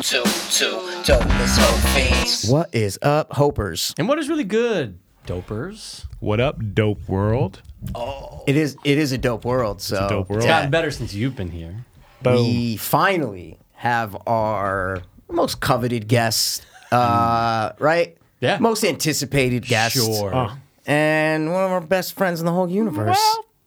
two, two, dope as whole fiends. What is up, Hopers? And what is really good? Dopers. What up, dope world? It is it is a dope world. So dope world. It's gotten yeah, better since you've been here. we finally have our most coveted guest, uh, right? Mm. Yeah. Most anticipated guest, Sure. Oh. and one of our best friends in the whole universe.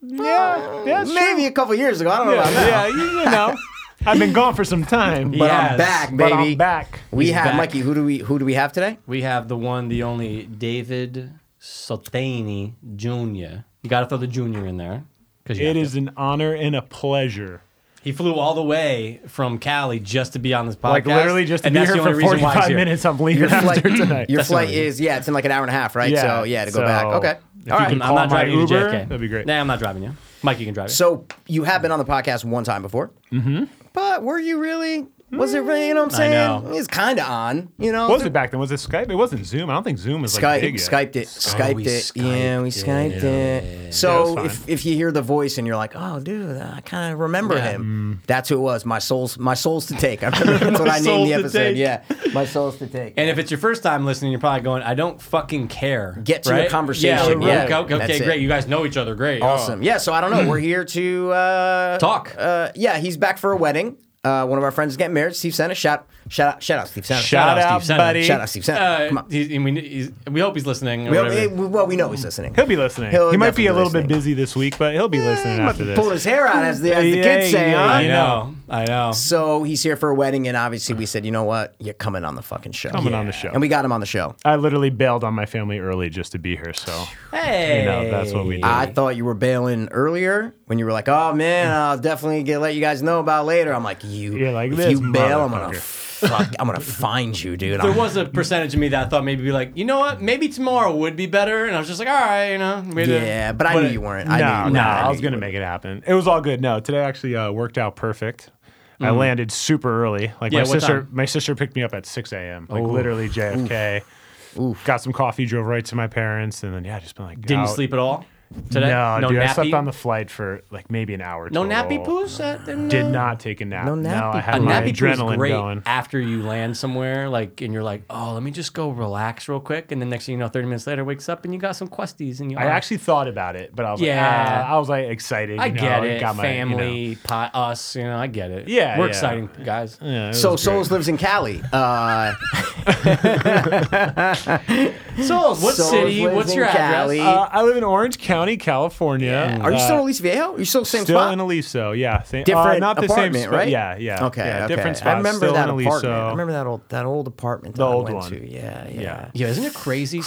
Yeah, yeah, sure. Maybe a couple years ago, I don't know about Yeah, now, yeah, you, you know. I've been gone for some time, but but, I'm Yes. back, baby. but I'm back. We He's have back. Mikey. Who do we who do we have today? We have the one, the only David Sotaini Jr. You got to throw the junior in there. because It is an honor and a pleasure. He flew all the way from Cali just to be on this podcast. Like literally just to and be that's here the only for reason why he's 45 here. minutes. I'm leaving after tonight. Your flight not really- is yeah, it's in like an hour and a half, right? Yeah, so yeah, to go so back. Okay. if All right. you I'm can- I'm not Call my driving you to Uber. JFK. That'd be great. Nah, I'm not driving you. Mike, you can drive it. So you have been on the podcast one time before. Mm-hmm. But were you really? Was it really? You know what I'm saying? know. It's kind of on. You know. What was it back then? Was it Skype? It wasn't Zoom. I don't think Zoom was like Skype, big yet. Skyped it, Skyped Oh, we it. yeah, we Skyped Skyped it. it. Yeah, So it was if, if you hear the voice and you're like, oh, dude, I kind of remember him. Mm. That's who it was. My soul's my soul's to take. I remember that's what I named soul's the to episode. take. Yeah, my soul's to take. And if it's your first time listening, you're probably going, I don't fucking care. Get to the right? conversation, Yeah, yeah. okay, That's okay it. great. You guys know each other. Great. Awesome. Yeah. So I don't know. We're here to uh, Talk. Uh, yeah, he's back for a wedding. Uh, one of our friends is getting married. Steve Senna. Shout shout out shout out Steve Senna. Shout, Shout out out, Steve Senna. buddy. shout out Steve Senna. Uh, Come on. he's- I mean, he's- we hope he's listening. Or We hope- whatever. eh, we- well, we know he's listening. He'll be listening. He'll he might be a definitely little bit listening. busy this week, but he'll be listening after this. Pull his hair out, as the, as the Yeah, kids say. yeah, huh? I you know. I know. So he's here for a wedding, and obviously we said, you know what, you're coming on the fucking show. Coming on the show. and we got him on the show. I literally bailed on my family early just to be here, so Hey. you know that's what we do. I thought you were bailing earlier when you were like, oh man, I'll definitely get let you guys know about later. I'm like, you, You're like if this you bail, I'm gonna motherfucker. fuck, I'm gonna find you, dude. There I'm- was a percentage of me that I thought maybe be like, you know what, maybe tomorrow would be better, and I was just like, all right, you know. we had to- yeah, but I knew you weren't. I knew you no, weren't. no, I, I knew was you gonna weren't. make it happen. It was all good. No, today actually uh, worked out perfect. I landed super early. Like Mm. Yeah, my what sister, time? my sister picked me up at six a.m. Like literally JFK. Got some coffee, drove right to my parents, and then yeah, just been like. Didn't out. you sleep at all today? No, dude, I slept nappy? on the flight for like maybe an hour. no total. nappy poos. That didn't, Did uh, not take a nap. No No, nappy I A had my nappy poo adrenaline is great going. after you land somewhere, like, and you're like, oh, let me just go relax real quick, and then next thing you know, 30 minutes later, wakes up and you got some questies, and you. I actually thought about it, but I was Uh-huh. Yeah. like, ah, I was like excited. I you know, get like, it. Got my, you know. Family, pot, us, you know, I get it. Yeah, we're yeah. exciting guys. Yeah, it So was great. Souls lives in Cali. Uh, So, what Souls city? lives What's in your address? Cali. Uh, I live in Orange County, California. are you still in Uh, Elise Viejo? Are you still same still spot? in Aliso? Yeah, same, Different uh, not the same apartment, spa- right? Yeah, yeah. Okay, yeah, okay. different spot. I remember still that in apartment. Aliso. I remember that old that old apartment. The that old I went one. To. Yeah, yeah. Yeah. Yeah, isn't it crazy, Crazy.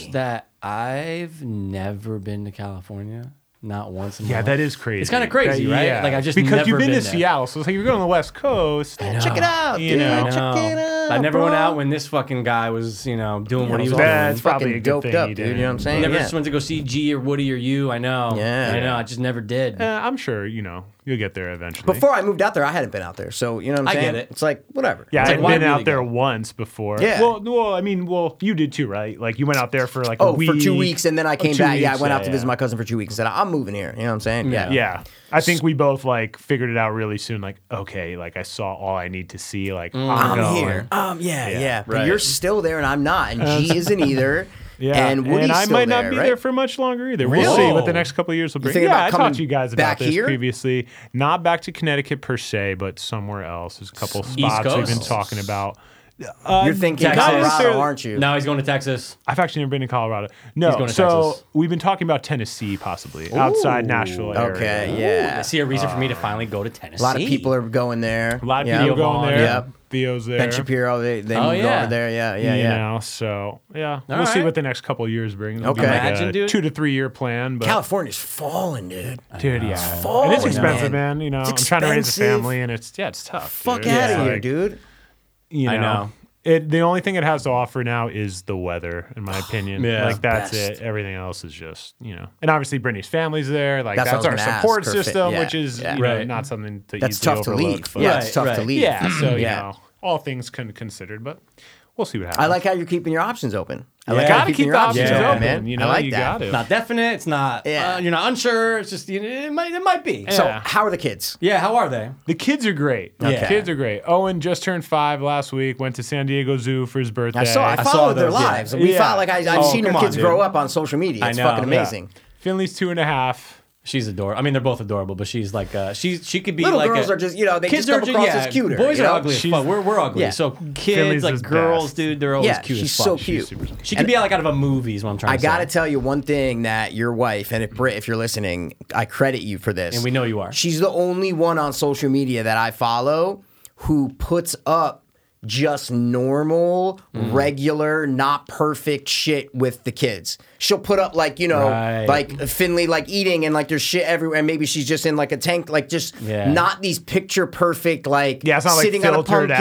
Souls, that I've never been to California? Not once in my Yeah, life. that is crazy. It's kinda crazy, right? Like, I've just because never you've been, been to there. Seattle, so it's like you're going on the West Coast. Check it out, You dude. know. I Check it know. out. I never went bro. out when this fucking guy was, you know, doing what he He's was all doing. bad. That's fucking probably a good doped thing up, you dude. You didn't. know what I'm I saying? never Yeah. just went to go see G or Woody or you. I know. Yeah. I know. I just never did. Uh, I'm sure you know you'll get there eventually. Before I moved out there, I hadn't been out there, so you know what I'm I get saying. it. It's like whatever. yeah, It's like, I've why been really out there go? once before. Yeah. Well, well, I mean, well, you did too, right? Like you went out there for like a Oh, week. for two weeks, and then I Oh, came two back. yeah, I weeks, went yeah, out to visit yeah. my cousin for two weeks and said, "I'm moving here." You know what I'm saying? Yeah. Yeah. I think we both like figured it out really soon. Like, okay, like I saw all I need to see. Like, I'm, Mm. I'm going. here. Um, yeah, yeah. But Right. you're still there, and I'm not, and G isn't either. Yeah. And Woody's I still might not there, be right? there for much longer either. We'll Really? see what the next couple of years will bring. thinking Yeah, about I coming talked to you guys about back this here? previously. Not back to Connecticut per se, but somewhere else. There's a couple spots we've been Coast? talking about. You're thinking Texas. Colorado, uh, necessarily- aren't you? Now he's going to Texas. I've actually never been to Colorado. No, going to so Texas. we've been talking about Tennessee possibly outside Nashville area. Okay. I Yeah. see a reason for me to finally go to Tennessee. A lot of people are going there. A lot of yeah. people Theo going Vaughn. there. Yep. Theo's there. Ben Shapiro, they they Oh, moved yeah. over there. Yeah. Yeah. you Yeah. know, so yeah, we'll see right. what the next couple of years brings. It'll be Okay. like a Imagine, dude. two to three year plan, but California's falling, dude. dude, yeah, falling, and it's expensive, man. man. You know, It's I'm trying to raise a expensive. family, and it's yeah, it's tough. Fuck dude. out It's of here, like, dude. You know, I know. It, the only thing it has to offer now is the weather, in my opinion. Yeah. like that's Best. it. Everything else is just you know, and obviously Brittany's family's there. Like That's that's, what I our was gonna ask, support her fit- system, yeah, which is yeah. you know Right. not something to That's easily tough to overlook, leave. but- Yeah, it's Right, tough to right. leave. yeah. So you Yeah. know, all things con- considered, but We'll see what happens. I like how you're keeping your options open. I like Yeah. how Gotta you're keep keeping the your options options open, open, man. you I know, like you that. gotta. It's not definite. It's not. Yeah. uh, you're not unsure. It's just you know, it might. It might be. So, Yeah. how are the kids? yeah. How are they? The kids are great. The Okay. kids are great. Owen just turned five last week. Went to San Diego Zoo for his birthday. I saw. I, saw followed their those, yeah. lives. We Yeah. follow. Like I, I've Oh, seen your come on, kids dude. grow up on social media. It's know, fucking yeah. amazing. Finley's two and a half. She's adorable. I mean, they're both adorable, but she's like, uh, she she could be Little like. girls a- are just, you know, they kids just come are ju- across yeah, as cuter, Boys you are know? ugly as She's- fuck. We're, we're ugly. Yeah. So kids, Philly's like the girls, best. dude, they're always Yeah, cute she's as fuck. so cute. super- She could be like out of a movie. Is what I'm trying. I to gotta say. tell you one thing that your wife and if Britt, if you're listening, I credit you for this. And we know you are. She's the only one on social media that I follow who puts up just normal, Mm-hmm. regular, not perfect shit with the kids. She'll put up like you know, Right. like Finley like eating and like there's shit everywhere. And maybe she's just in like a tank, like just Yeah. not these picture perfect like Yeah, it's not, like, sitting on a filtered pumpkin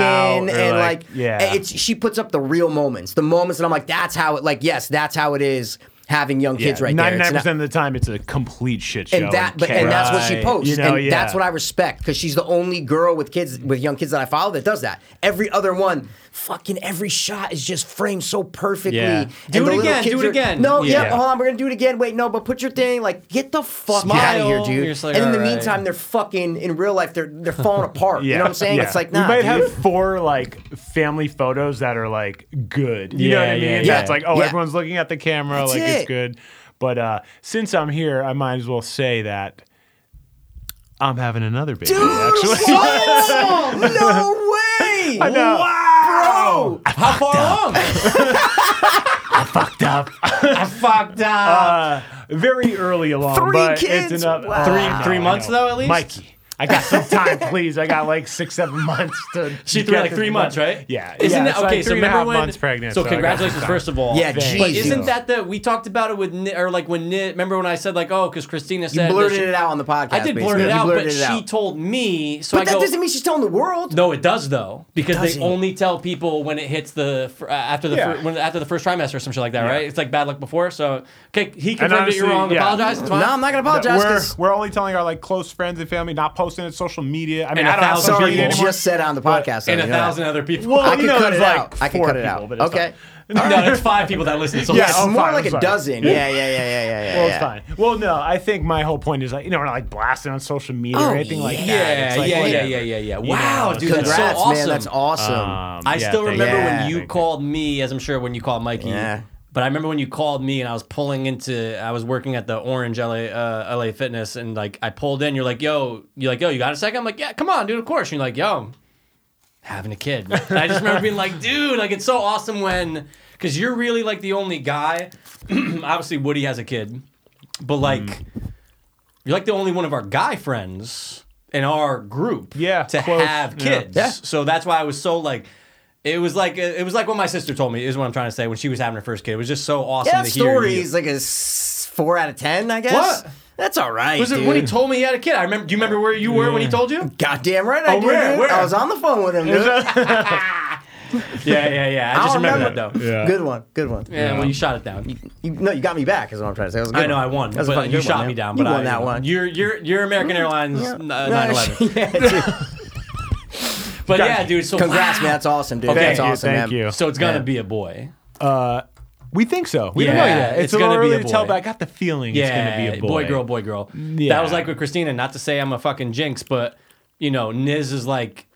and out or, like, like, yeah. it's she puts up the real moments, the moments that I'm like, that's how it. Like, yes, that's how it is having young kids right there. It's Ninety-nine not- percent of the time, it's a complete shit show. and that, but, and chaos. that's what she Right. posts, You know, and yeah. that's what I respect because she's the only girl with kids, with young kids that I follow that does that. Every other one, fucking every shot is just framed so perfectly. Yeah. and the Do it little again, kids do it are- again. No, yeah. Yeah. hold on, we're gonna do it again. Wait, no, but put your thing. Like, get the fuck out Smile. of here, dude. You're just like, and in the all right. meantime, they're fucking in real life. They're they're falling apart. You know what I'm saying? yeah. It's like nah, we might dude. have four like family photos that are like good. You know what I Yeah, mean? yeah, That's yeah. like, oh, Yeah. everyone's looking at the camera, That's like it. it's good. But uh, since I'm here, I might as well say that I'm having another baby. actually, What? no way. I know. Bro! How far along? fucked up. I fucked up. Uh, very early along. Three but kids? It's enough. Wow. Three- I know, three I months, know. though, at least? Mikey. I got some time, please. I got like six, seven months to. she to threw get like this three done. months, right? Yeah. Isn't yeah, that it's like okay? so three and a remember half when? months pregnant. so, I got some congratulations, time. first of all. Yeah, Thanks. But Jesus. isn't that the we talked about it with Ni- or like when Ni- remember when I said like oh because Christina said You that blurted she- it out on the podcast. I did blurt basically. it You out blurted but it she out. told me so I But that go doesn't mean she's telling the world. no it does though because they doesn't. only tell people when it hits the fir- uh, after the Yeah. fir- when, after the first trimester or some shit like that right it's like bad luck before so okay he confirmed honestly, it you're wrong yeah. apologize it's No, fine. I'm not gonna That apologize. we're 'cause- we're only telling our like close friends and family, not posting it social media. I mean, And I a don't have thousand social sorry, media you people. anymore. just said on the podcast. and though, a you know that. thousand other people Well, I you could know, cut there's it like out. I could four cut it people, out. but it's Okay. no it's five people that listen so Yeah, that's- It's oh, more fine, like I'm a sorry. dozen. Yeah, yeah, yeah, yeah, yeah. yeah Well, it's yeah. fine. Well, no, I think my whole point is like you know we're not like blasting on social media Oh, or anything like that. yeah It's like, yeah, yeah whatever. yeah yeah yeah You wow know, dude it's that's so Congrats, awesome man. That's awesome. Um, I yeah, still thank remember when Yeah. you called me, as I'm sure when you called Mikey. Yeah. But I remember when you called me and I was pulling into, I was working at the Orange LA, uh, LA Fitness and like I pulled in. You're like, yo, you're like, yo, you got a second? I'm like, yeah, come on, dude, of course. And you're like, yo, having a kid. And I just remember being like, dude, like it's so awesome when, because you're really like the only guy. Obviously, Woody has a kid, but Mm-hmm. like, you're like the only one of our guy friends in our group Yeah, to close, have yeah. kids. Yeah. So that's why I was so like, it was like it was like what my sister told me is what I'm trying to say when she was having her first kid. It was just so awesome That to story hear. is You. like a s- four out of ten, I guess. What? That's all right. Was it dude. when he told me he had a kid? I remember. Do you remember where you were when he told you? Goddamn right, I Oh, did. where- dude. where? I was on the phone with him. Dude. Yeah, yeah, yeah. I I just don't remember that remember. though. Yeah. Good one. Good one. Yeah, well, you shot it down. You, no, you got me back. Is what I'm trying to say. That was a good I know one. I won, That was a but fucking you good shot one, me man. down. You but won I, that one. You're you're you're American Airlines uh, 911. Yeah, dude. But yeah, dude. So Congrats, wow. man. That's awesome, dude. Okay. That's Thank you, awesome, thank man. you. So it's gonna Yeah. be a boy. We think so. We Yeah, don't know yet. It's, it's a little gonna be a early to tell, boy. but I got the feeling it's Yeah, going to be a girl, boy, girl. Yeah. That was like with Christina. Not to say I'm a fucking jinx, but you know, Niz is like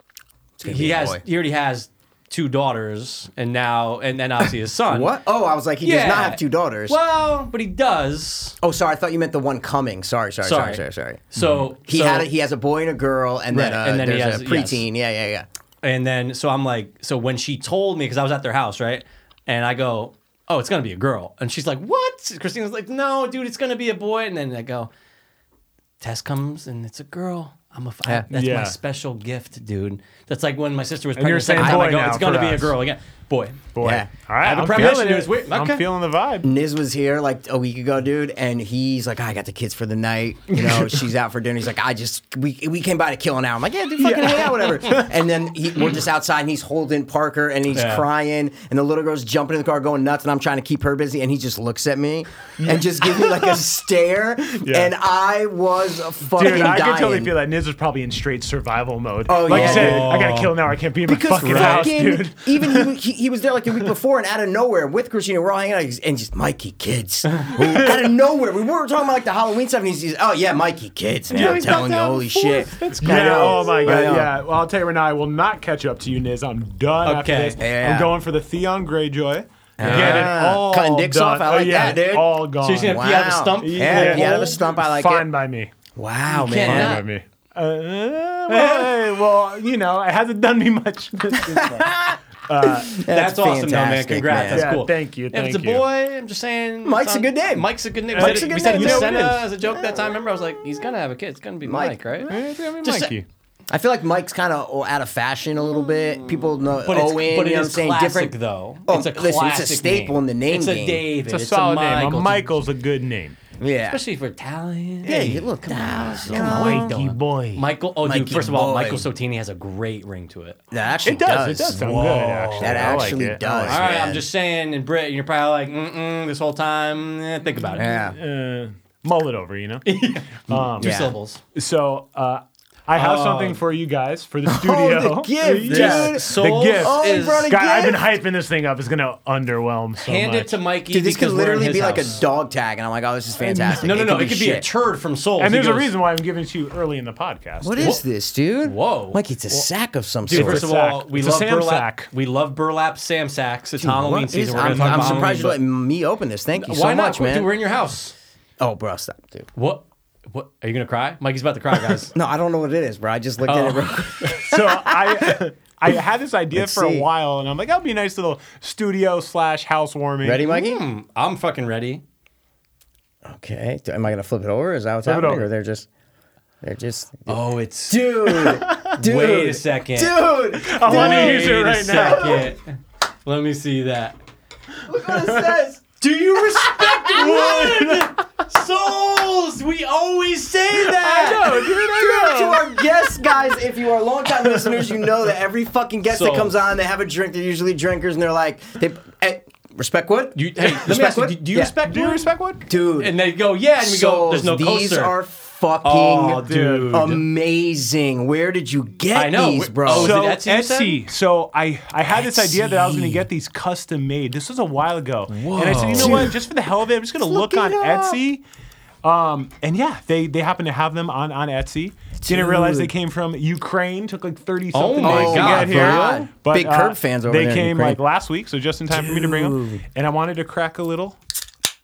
he be a has boy. he already has two daughters, and now and then obviously his son. What? Oh, I was like, he Yeah. does not have two daughters. Well, but he does. Oh, sorry. I thought you meant the one coming. Sorry, sorry, sorry, sorry, Sorry. sorry. So He so, had a, he has a boy and a girl, and then, Right, uh, and then he there's has- a yes. preteen. Yeah, yeah, yeah. And then, so I'm like, so when she told me, because I was at their house, right? And I go, oh, it's going to be a girl. And she's like, what? Christina's like, no, dude, it's going to be a boy. And then I go, test comes and it's a girl. I'm a, I, that's my Yeah. special gift, dude. That's like when my sister was you're pregnant the second saying time. I boy go, now it's going to for be a us. girl again. Boy. Boy. Yeah. All right. I have a I'm premonition feeling it it. was weird. I'm Okay. feeling the vibe. Niz was here like a week ago, dude, and he's like, "Oh, I got the kids for the night. You know, she's out for dinner. He's like, I just we we came by to kill an hour. I'm like, yeah, dude, fucking hang out, whatever. and then he, we're just outside, and he's holding Parker, and he's Yeah. crying, and the little girl's jumping in the car, going nuts, and I'm trying to keep her busy, and he just looks at me and just gives me like a stare, Yeah. and I was fucking Dude, I dying. can totally feel that Niz was probably in straight survival mode. Oh, like yeah. you said, Oh. I gotta kill now. I can't be in my Because fucking fucking, house, dude. even he, he, he was there like the week before, and out of nowhere with Christina, we're all hanging out, he's- and just Mikey kids. out of nowhere, we were talking about like the Halloween stuff, and he's, he's oh yeah, Mikey kids. Man, Yeah, I'm he's got telling you, down holy fourth. shit. That's I Yeah, know. oh my I god. know. Yeah. Well, I'll tell you right now, I will not catch up to you, Niz. I'm done after Okay. this. Yeah. I'm going for the Theon Greyjoy. Get it Ah. all Cutting dicks done. off, I Oh, like yeah, that, dude. All gone. So you're gonna- If you have a Wow. stump, yeah, you if you have pull, a stump, I like Fine it. by me. Wow, can't man. not. Fine by me. Uh, well, hey, well, you know, it hasn't done me much. That's, awesome, though, man. fantastic, Congrats. man. That's Yeah, cool. thank you, if thank it's a you. boy, I'm just saying. Mike's it's a good name. Mike's a good name. Mike's we said, a good we said name. You know Decena what it is. as a joke that time. Remember, I was like, he's gonna have a kid. It's gonna be Mike. Mike, right? It's gonna be Just- Mikey. I feel like Mike's kind of out of fashion a little bit. People know Mm. But Owen, it's, but it you know what I'm is saying? classic, Different though. Oh, it's a listen, it's a classic staple name. in the name It's a game. David. It's a solid name. Michael. A Michael's a good name. Yeah. especially for Italian. hey, you look nice. you Oh. know? Mikey boy. Michael. Oh, dude. Mikey First of all, boy. Michael Sotini has a great ring to it. That actually It does. It does sound Whoa. good. Actually, That I like actually it. does. All right, I'm man. just saying. In Brit, you're probably like, mm-mm, this whole time. Eh, think about it. Yeah. Uh, mull it over, you know. Two Yeah. syllables. So uh, I have Oh. something for you guys for the studio. the gift, Yes, dude. Souls the gift. Oh, is- brought a God, I've gift? been hyping this thing up. It's gonna underwhelm so Hand much. it to Mikey. Dude, this could because we're in literally his be like house. a dog tag, and I'm like, oh, this is fantastic. No, no, no. It be could be a shit. turd from Souls. and He there's a goes, reason why I'm giving it to you early in the podcast. What is this, dude? Whoa. Like it's a sack of some Dude, sort. first a of all, sack. we It's a love Sam burlap. sack. We love burlap Sam sacks. It's Dude, Halloween what season. is- We're gonna I'm, talk I'm about surprised you're Halloween, letting me open this. Thank you but- so Why not? much, Dude, man. We're in your house. Oh, bro, stop, dude. What? What? Are you gonna cry? Mikey's about to cry, guys. No, I don't know what it is, bro. I just looked at it. Real Oh. quick. so I I had this idea for see. a while, and I'm like, that'll be a nice little studio slash housewarming. Ready, Mikey? Hmm, I'm fucking ready. Okay. Do- Am I gonna flip it over? Is that what's Flip it happening? over. Or they're just, they're just, Oh, it's. dude, dude. Wait a second. dude. I want to Wait Oh, use it a right now. second. Let me see that. Look what it says. Do you respect wood? Souls, we always say that. No, dude, to I our guests, guys, if you are longtime listeners, you know that every fucking guest So- that comes on, they have a drink. They're usually drinkers, and they're like, they eh, respect what? You, hey, let me Respect ask you, wood? do, do you Yeah. respect know. Do you wood? respect what? dude. And they go, yeah, and we go, there's no Souls, These coaster. are fucking Oh, dude. amazing. Where did you get I know. these, bro? Oh, is so it Etsy you said? Etsy. So I I had this idea that I was going to get these custom made. This was a while ago, and I said, you know what? Just for the hell of it, I'm just going to look look on it up. Etsy. Um, and yeah, they they happen to have them on on Etsy. Didn't realize they came from Ukraine. Took like thirty Oh something my days to God, get here. uh, for real? Big Curb fans over They there in came Ukraine. like last week, so just in time for me to bring them. And I wanted to crack a little.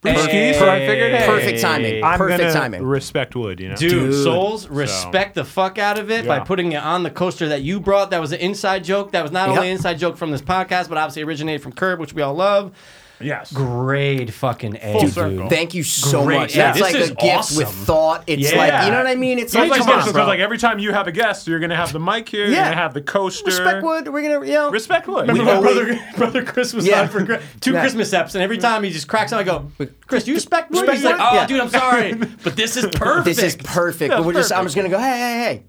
Hey. brewski, so I figured, hey, Perfect timing. I'm Perfect gonna timing. Respect wood, you know. Dude, Dude. Souls, respect the fuck out of it by Yeah. putting it on the coaster that you brought. That was an inside joke. That was not only Yep. an inside joke from this podcast, but obviously originated from Curb, which we all love. yes. Great fucking A, Full dude. circle. Thank you so Great. much. Yeah, That's this like is a gift with awesome. thought. It's Yeah. like you know what I mean. It's Yeah, like, it's come on, special bro. because like every time you have a guest, you're gonna have the mic here. You're Yeah. gonna have the coaster. respect wood. We're gonna, you know, Respect wood. Remember We when always- brother, brother Chris was Yeah. on for Chris- two Yeah. Christmas eps, and every time he just cracks on, I go, Chris, do you respect me? Respect He's like, me? oh, Yeah. dude, I'm sorry, but this is perfect. This is perfect. but we're just, I'm just gonna go, hey, hey, hey.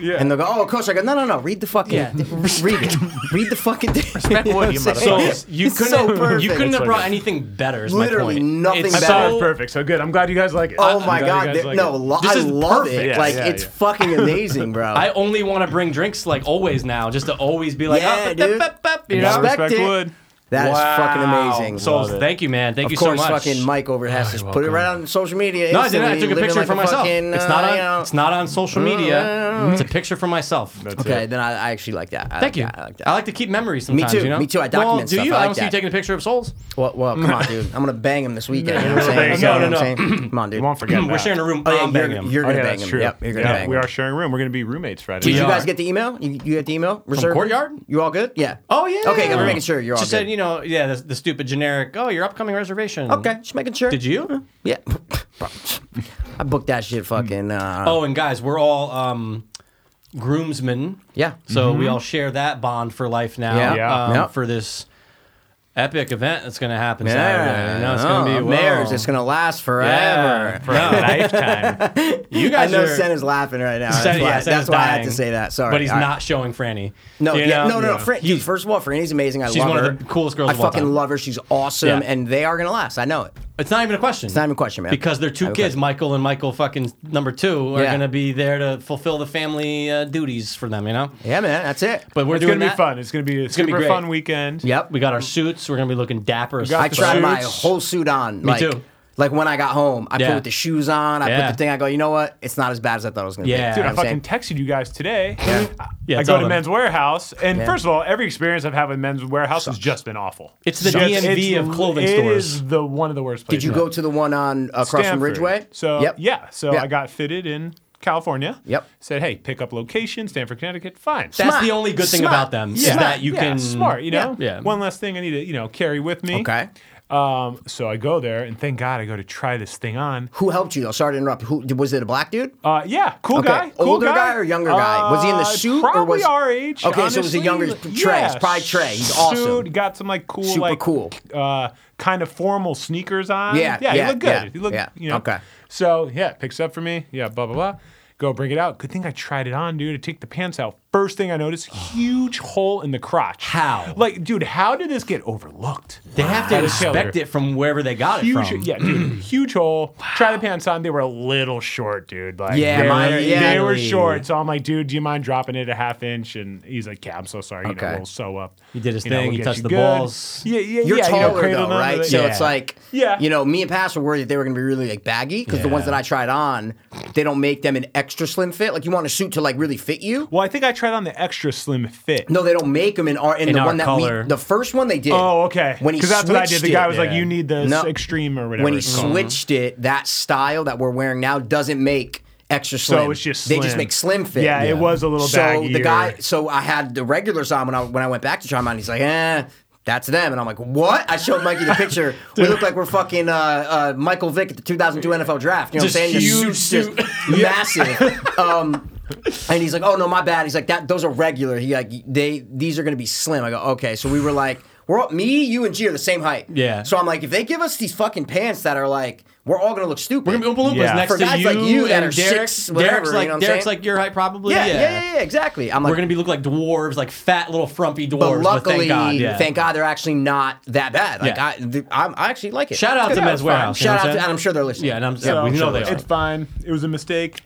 yeah. And they'll go, oh, coach. I go, no, no, no. Read the fucking, Yeah. read it. Read the fucking thing. Respect wood, you So motherfucker. you It's couldn't so have, you perfect. couldn't It's have brought like- anything better. Is Literally my point. nothing It's I better. saw so- it's perfect. So good. I'm glad you guys like it. Oh I'm my glad you god! guys there- like no, it. lo- This I is love it. perfect. like Yeah, it's yeah. fucking amazing, bro. I only want to bring drinks like always now, just to always be like, Yeah, oh, bup, dude. bup, bup, you Yeah, know? Respect respect it. wood. That is fucking Wow. amazing. Souls, Love it. thank you, man. Thank of you so course, much. fucking Mike over has to put it right on social media. no, I didn't. I instantly, took a living picture like for myself. fucking, it's not uh, Mm. on. you know. It's not on social media. It's a picture for myself. Okay, then I, I actually like that. I Thank like you. That. I like that. to keep memories sometimes. too. You know? Me too. I well, document do stuff. you? I I, like don't see you that. taking a picture of souls. well, well, come on, dude. I'm gonna bang him this weekend. You know what I'm There saying? you go. You know what No, I'm no, saying? Come on, dude. We won't forget. We're that. sharing a room. Oh yeah, I'm you're, banging you're Oh, gonna yeah, bang that's him. true. Yep, you're gonna yeah, bang him. we are sharing a room. We're gonna be roommates Friday. Did you night. are. guys get the email? You, you got the email? Reserve Courtyard? You all good? Yeah. Oh yeah. Okay, I'm making sure you're all Just good. said you know yeah the, the stupid generic. Oh, your upcoming reservation. Oh, okay, just making sure. Did you? Yeah. I booked that shit fucking. Uh, Oh, and guys, we're all um, groomsmen. yeah. So we all share that bond for life now. Yeah. Mm-hmm. Yeah. um, Yep. For this epic event that's going to happen Saturday. Yeah, You know, it's going to no, be a well, Oh, marriage. It's gonna last forever. yeah, for a lifetime. You I guys know are. Sen is laughing right now. Sen- that's why, yeah, Sen that's is why I had dying. to say that. Sorry, but he's All right. not showing Franny. No, You yeah, no, know? no, no. Fran- dude, first of all, Franny's amazing. I She's love one her. of the coolest girls I of all fucking time. love her. She's awesome, Yeah. and they are gonna last. I know it. It's not even a question. It's not even a question, man. because their two kids, Michael and Michael fucking number two, are Yeah. gonna be there to fulfill the family uh, duties for them, you know. yeah, man, that's it. But we're It's doing gonna be that. fun. It's gonna be gonna a be super great. fun weekend. Yep. We got our suits. We're gonna be looking dapper. as got I fuck, the tried bro. my suits. whole suit on. like, too. Like when I got home, I Yeah. put the shoes on. I Yeah. put the thing. I go, you know what? It's not as bad as I thought it was gonna be. Yeah. Dude, Dude, You I know what I'm fucking texted you guys today. I- Yeah, I tell go to them. Men's Warehouse, and first of all, every experience I've had with Men's Warehouse has just been awful. It's the Just- DMV of clothing it stores. is the one of the worst Did places. you go to the one on across from Stanford. Ridgeway? So yep. yeah, so Yeah. I got fitted in California. Yep. Said, hey, pick up location, Stanford, Connecticut. Fine. That's Smart. the only good thing Smart. about them is Smart. that you Yeah, can smart. You know, Yeah. Yeah. One less thing I need to you know carry with me. Okay. Um, so I go there, and thank God I go to try this thing on. Who helped you though? Sorry to interrupt. Who was it? A black dude? Uh, yeah, cool Okay. guy. Cool Older guy or younger guy? Was he in the Uh, suit or Probably was- our age? Okay, so it was a honestly. younger- Like, Trey. It's probably Trey. He's awesome. Suit, got some like cool, Super like cool. uh, kind of formal sneakers on. Yeah, yeah, yeah, he looked good. yeah, he looked, yeah. you know. Okay. So yeah, picks up for me. Yeah, blah blah blah. Go bring it out. Good thing I tried it on, dude. I take the pants out. First thing I notice, huge hole in the crotch. How? Like, dude, how did this get overlooked? They have to By the tailor. respect it from wherever they got it Huge, from. yeah, dude, huge hole. Try the pants on. They were a little short, dude. Like, Yeah, they, mine were, are- yeah. they were Really? short. So I'm like, dude, do you mind dropping it a half inch? And he's like, yeah, I'm so sorry. You Okay. know, we'll sew up. He did his You know, thing. we'll He get touched you the good. balls. Yeah, yeah, You're yeah, you know, taller cradle though, them, right? they- So yeah. it's like, Yeah. you know, me and Pass were worried that they were going to be really like baggy because the ones Yeah. that I tried on, they don't make them an extra slim fit. Like you want a suit to like really fit you. Well, I think I tried on the extra slim fit. No, they don't make them in our in, In the our one that color. we the first one they did. Oh, okay. When he Because that's what I did. switched The guy it- was like, Yeah. you need the No. extreme or whatever. when he it's called. switched it, that style that we're wearing now doesn't make extra slim. it's just they just slim. make slim fit. Yeah, it was a little So the baggier. guy, so I had the regulars on when I when I went back to try 'em on. He's like, eh. That's them, and I'm like, what? I showed Mikey the picture. we look like we're fucking uh, uh, Michael Vick at the 2002 NFL draft. You know Just what I'm saying? The huge suit's just suit. massive. Um, and he's like, "Oh no, my bad." He's like, "That those are regular." He like they these are gonna be slim. I go, "Okay." So we were like, "We're all, me, you, and G are the same height." Yeah. So I'm like, if they give us these fucking pants that are like, we're all gonna look stupid. We're gonna be Oompa Loompas Yeah. next For to guys you like you that and are Derek. six, whatever, Derek's you like know what I'm Derek's saying? like your height probably. yeah, yeah, yeah, yeah, exactly. I'm like, We're gonna be look like dwarves, like fat little frumpy dwarves. but luckily, thank God, yeah. they're actually not that bad. Like Yeah. I, th- I'm, I actually like it. Shout out It's to good. Men's It's fine. Warehouse, you know Shout what out, I'm to, saying? and I'm sure they're listening. Yeah, and I'm- So, we know they are. It's fine. It was a mistake.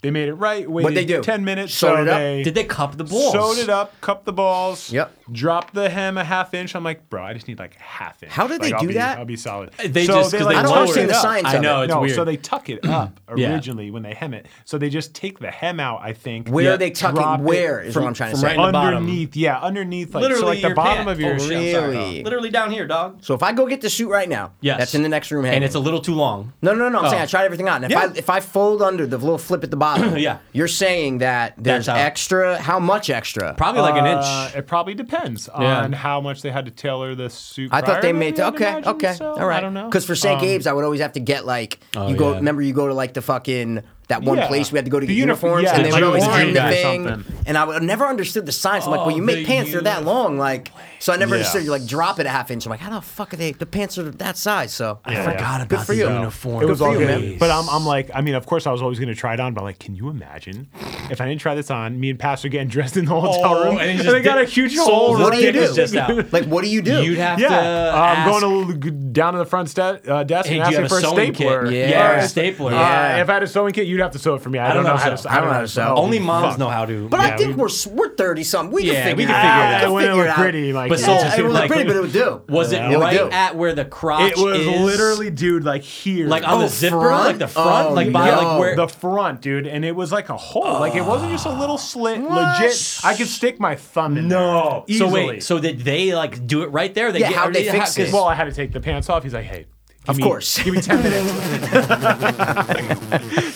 They made it right. Waited they do? 10 minutes. Sewed so it up? they Did they cup the balls? Sewed it up, cupped the balls. Yep. Dropped the hem a half inch. I'm like, bro, I just need like half inch. How did they Like, I'll do be- that? I'll be solid. They just- 'cause they I don't lowered understand it the up. science I of know it. it's no, weird. so they tuck it up Yeah. originally when they hem it. So they just take the hem out, I think. Where Yeah. are they Drop tucking? it Where is what I'm trying to from say. right in the bottom. underneath, yeah, underneath, like literally so, like the your bottom pant. of your Oh, shit. really? literally down here, dog. So if I go get the suit right now, Yes. that's in the next room. And hanging. it's a little too long. No, no, no. I'm Oh. saying I tried everything on. If I Yeah. if I fold under the little flip at the bottom, Yeah. you're saying that there's out. extra. How much extra? Probably like an Uh, inch. it probably depends on how much they had to tailor the suit. I thought prior they to made it, I'd okay, imagine, okay, so all right. I don't know. Um, Because for St. Um, Gabe's, I would always have to get like you go. yeah. Remember, you go to like the fucking that one Yeah. place we had to go to The get uni- uniforms, yeah, and the they would always Jew hang the guy or thing. something. And I, would, I never understood the science. I'm like, well, Oh, you make the pants that are that long, like. So I never Yeah. understood. You like drop it a half inch. I'm like, how the fuck are they? The pants are that size. So Yeah, yeah. Forgot about Good for the you. uniform. It was Good all for you, good. man. But I'm, I'm like, I mean, of course, I was always going to try it on, but I'm like, can you imagine if I didn't try this on, me and Pastor getting dressed in the hotel Oh, room and and, he's I just got a dick- huge soles hole? of in what the do you dick pants. was do? just out. Like, what do you do? You'd have to. Yeah, I'm ask, going to l- down to the front sta- uh, desk Hey, and do you asking have for a a sewing kit? stapler. Yeah. Yeah, or a stapler. Uh, Yeah. If I had a sewing kit, you'd have to sew it for me. I, don't, know, how to. sew. I don't know how to sew. Only moms Fuck. know how to. But I Yeah, think we- we, are we're thirty something. We Yeah, can figure we it can out. figure it We out. can Ah, when it figure was out. pretty, like But yeah. so- Yeah, it was Like- pretty, but it would do. Was it Yeah. right Dude. at where the crotch it was is? literally, dude, like here, like on Oh, the zipper, front? like the front, Oh, like by yo. like where the front, dude, and it was like a hole. like it wasn't just a little slit. Legit, I could stick my thumb in. No. there So easily. wait, so did they like do it right there? They Yeah, how'd or they did- fix 'cause- it? well, I had to take the pants off. He's like, hey. give Of me- course. Give me 10 minutes.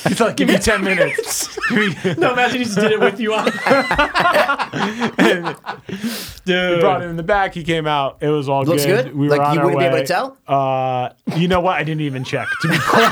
He's like, give me 10 minutes. Give me- No, imagine he just did it with you on. Dude. brought him in the back. He came out. It was all Looks good. good? We Like, were on you our wouldn't be able way. to tell? Uh, you know what? I didn't even check. To be quite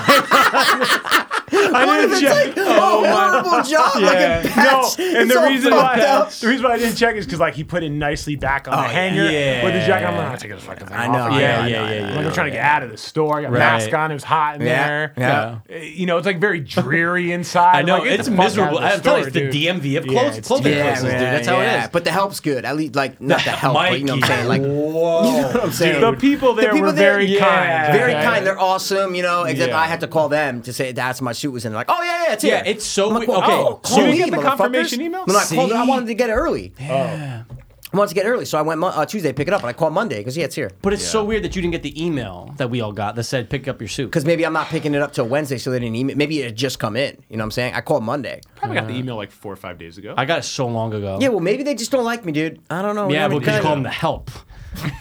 I What didn't if it's check. like oh, a horrible job? Oh, Yeah. Like a patch. No, and it's the all reason fucked why up. the reason why I didn't check is because like he put it nicely back on the hanger Yeah. with the jacket. I'm like, I'll take this fucking thing I off. know, I know, I Yeah, yeah, know, I yeah, know. I'm yeah. like, I'm trying to get out of the store. I got a Right. mask on. It was hot in Yeah, there. yeah. Uh, You know, it's like very dreary inside. I know Like, get it's the fuck out of miserable. the I'm telling you, store, it's the dude. DMV of Yeah, clothes, it's clothing Yeah, places, dude. man, That's how yeah. it is. But the help's good. At least, like, not the help, but you know what I'm saying? Like, whoa. I'm saying? The people there people were there- very yeah. kind. Very okay? kind. They're awesome, you know. Except Yeah. I had to call them to say that's my suit was in. They're like, oh yeah, yeah, it's Yeah, here." it's so I'm like, we- well, okay, oh, so call you me, get the motherfuckers. confirmation email? No, I called. I See? wanted to get it early. Oh. I wanted to get it early, so I went Mon- uh, Tuesday to pick it up, and I called Monday because yeah, it's here. But it's so weird that you didn't get the email that we all got that said pick up your suit. Because maybe I'm not picking it up till Wednesday, so they didn't email. Maybe it had just come in. You know what I'm saying? I called Monday. Oh. Probably got the email like four or five days ago. I got it so long ago. Yeah, well, maybe they just don't like me, dude. I don't know. yeah, whatever, but could you dude. call them the help?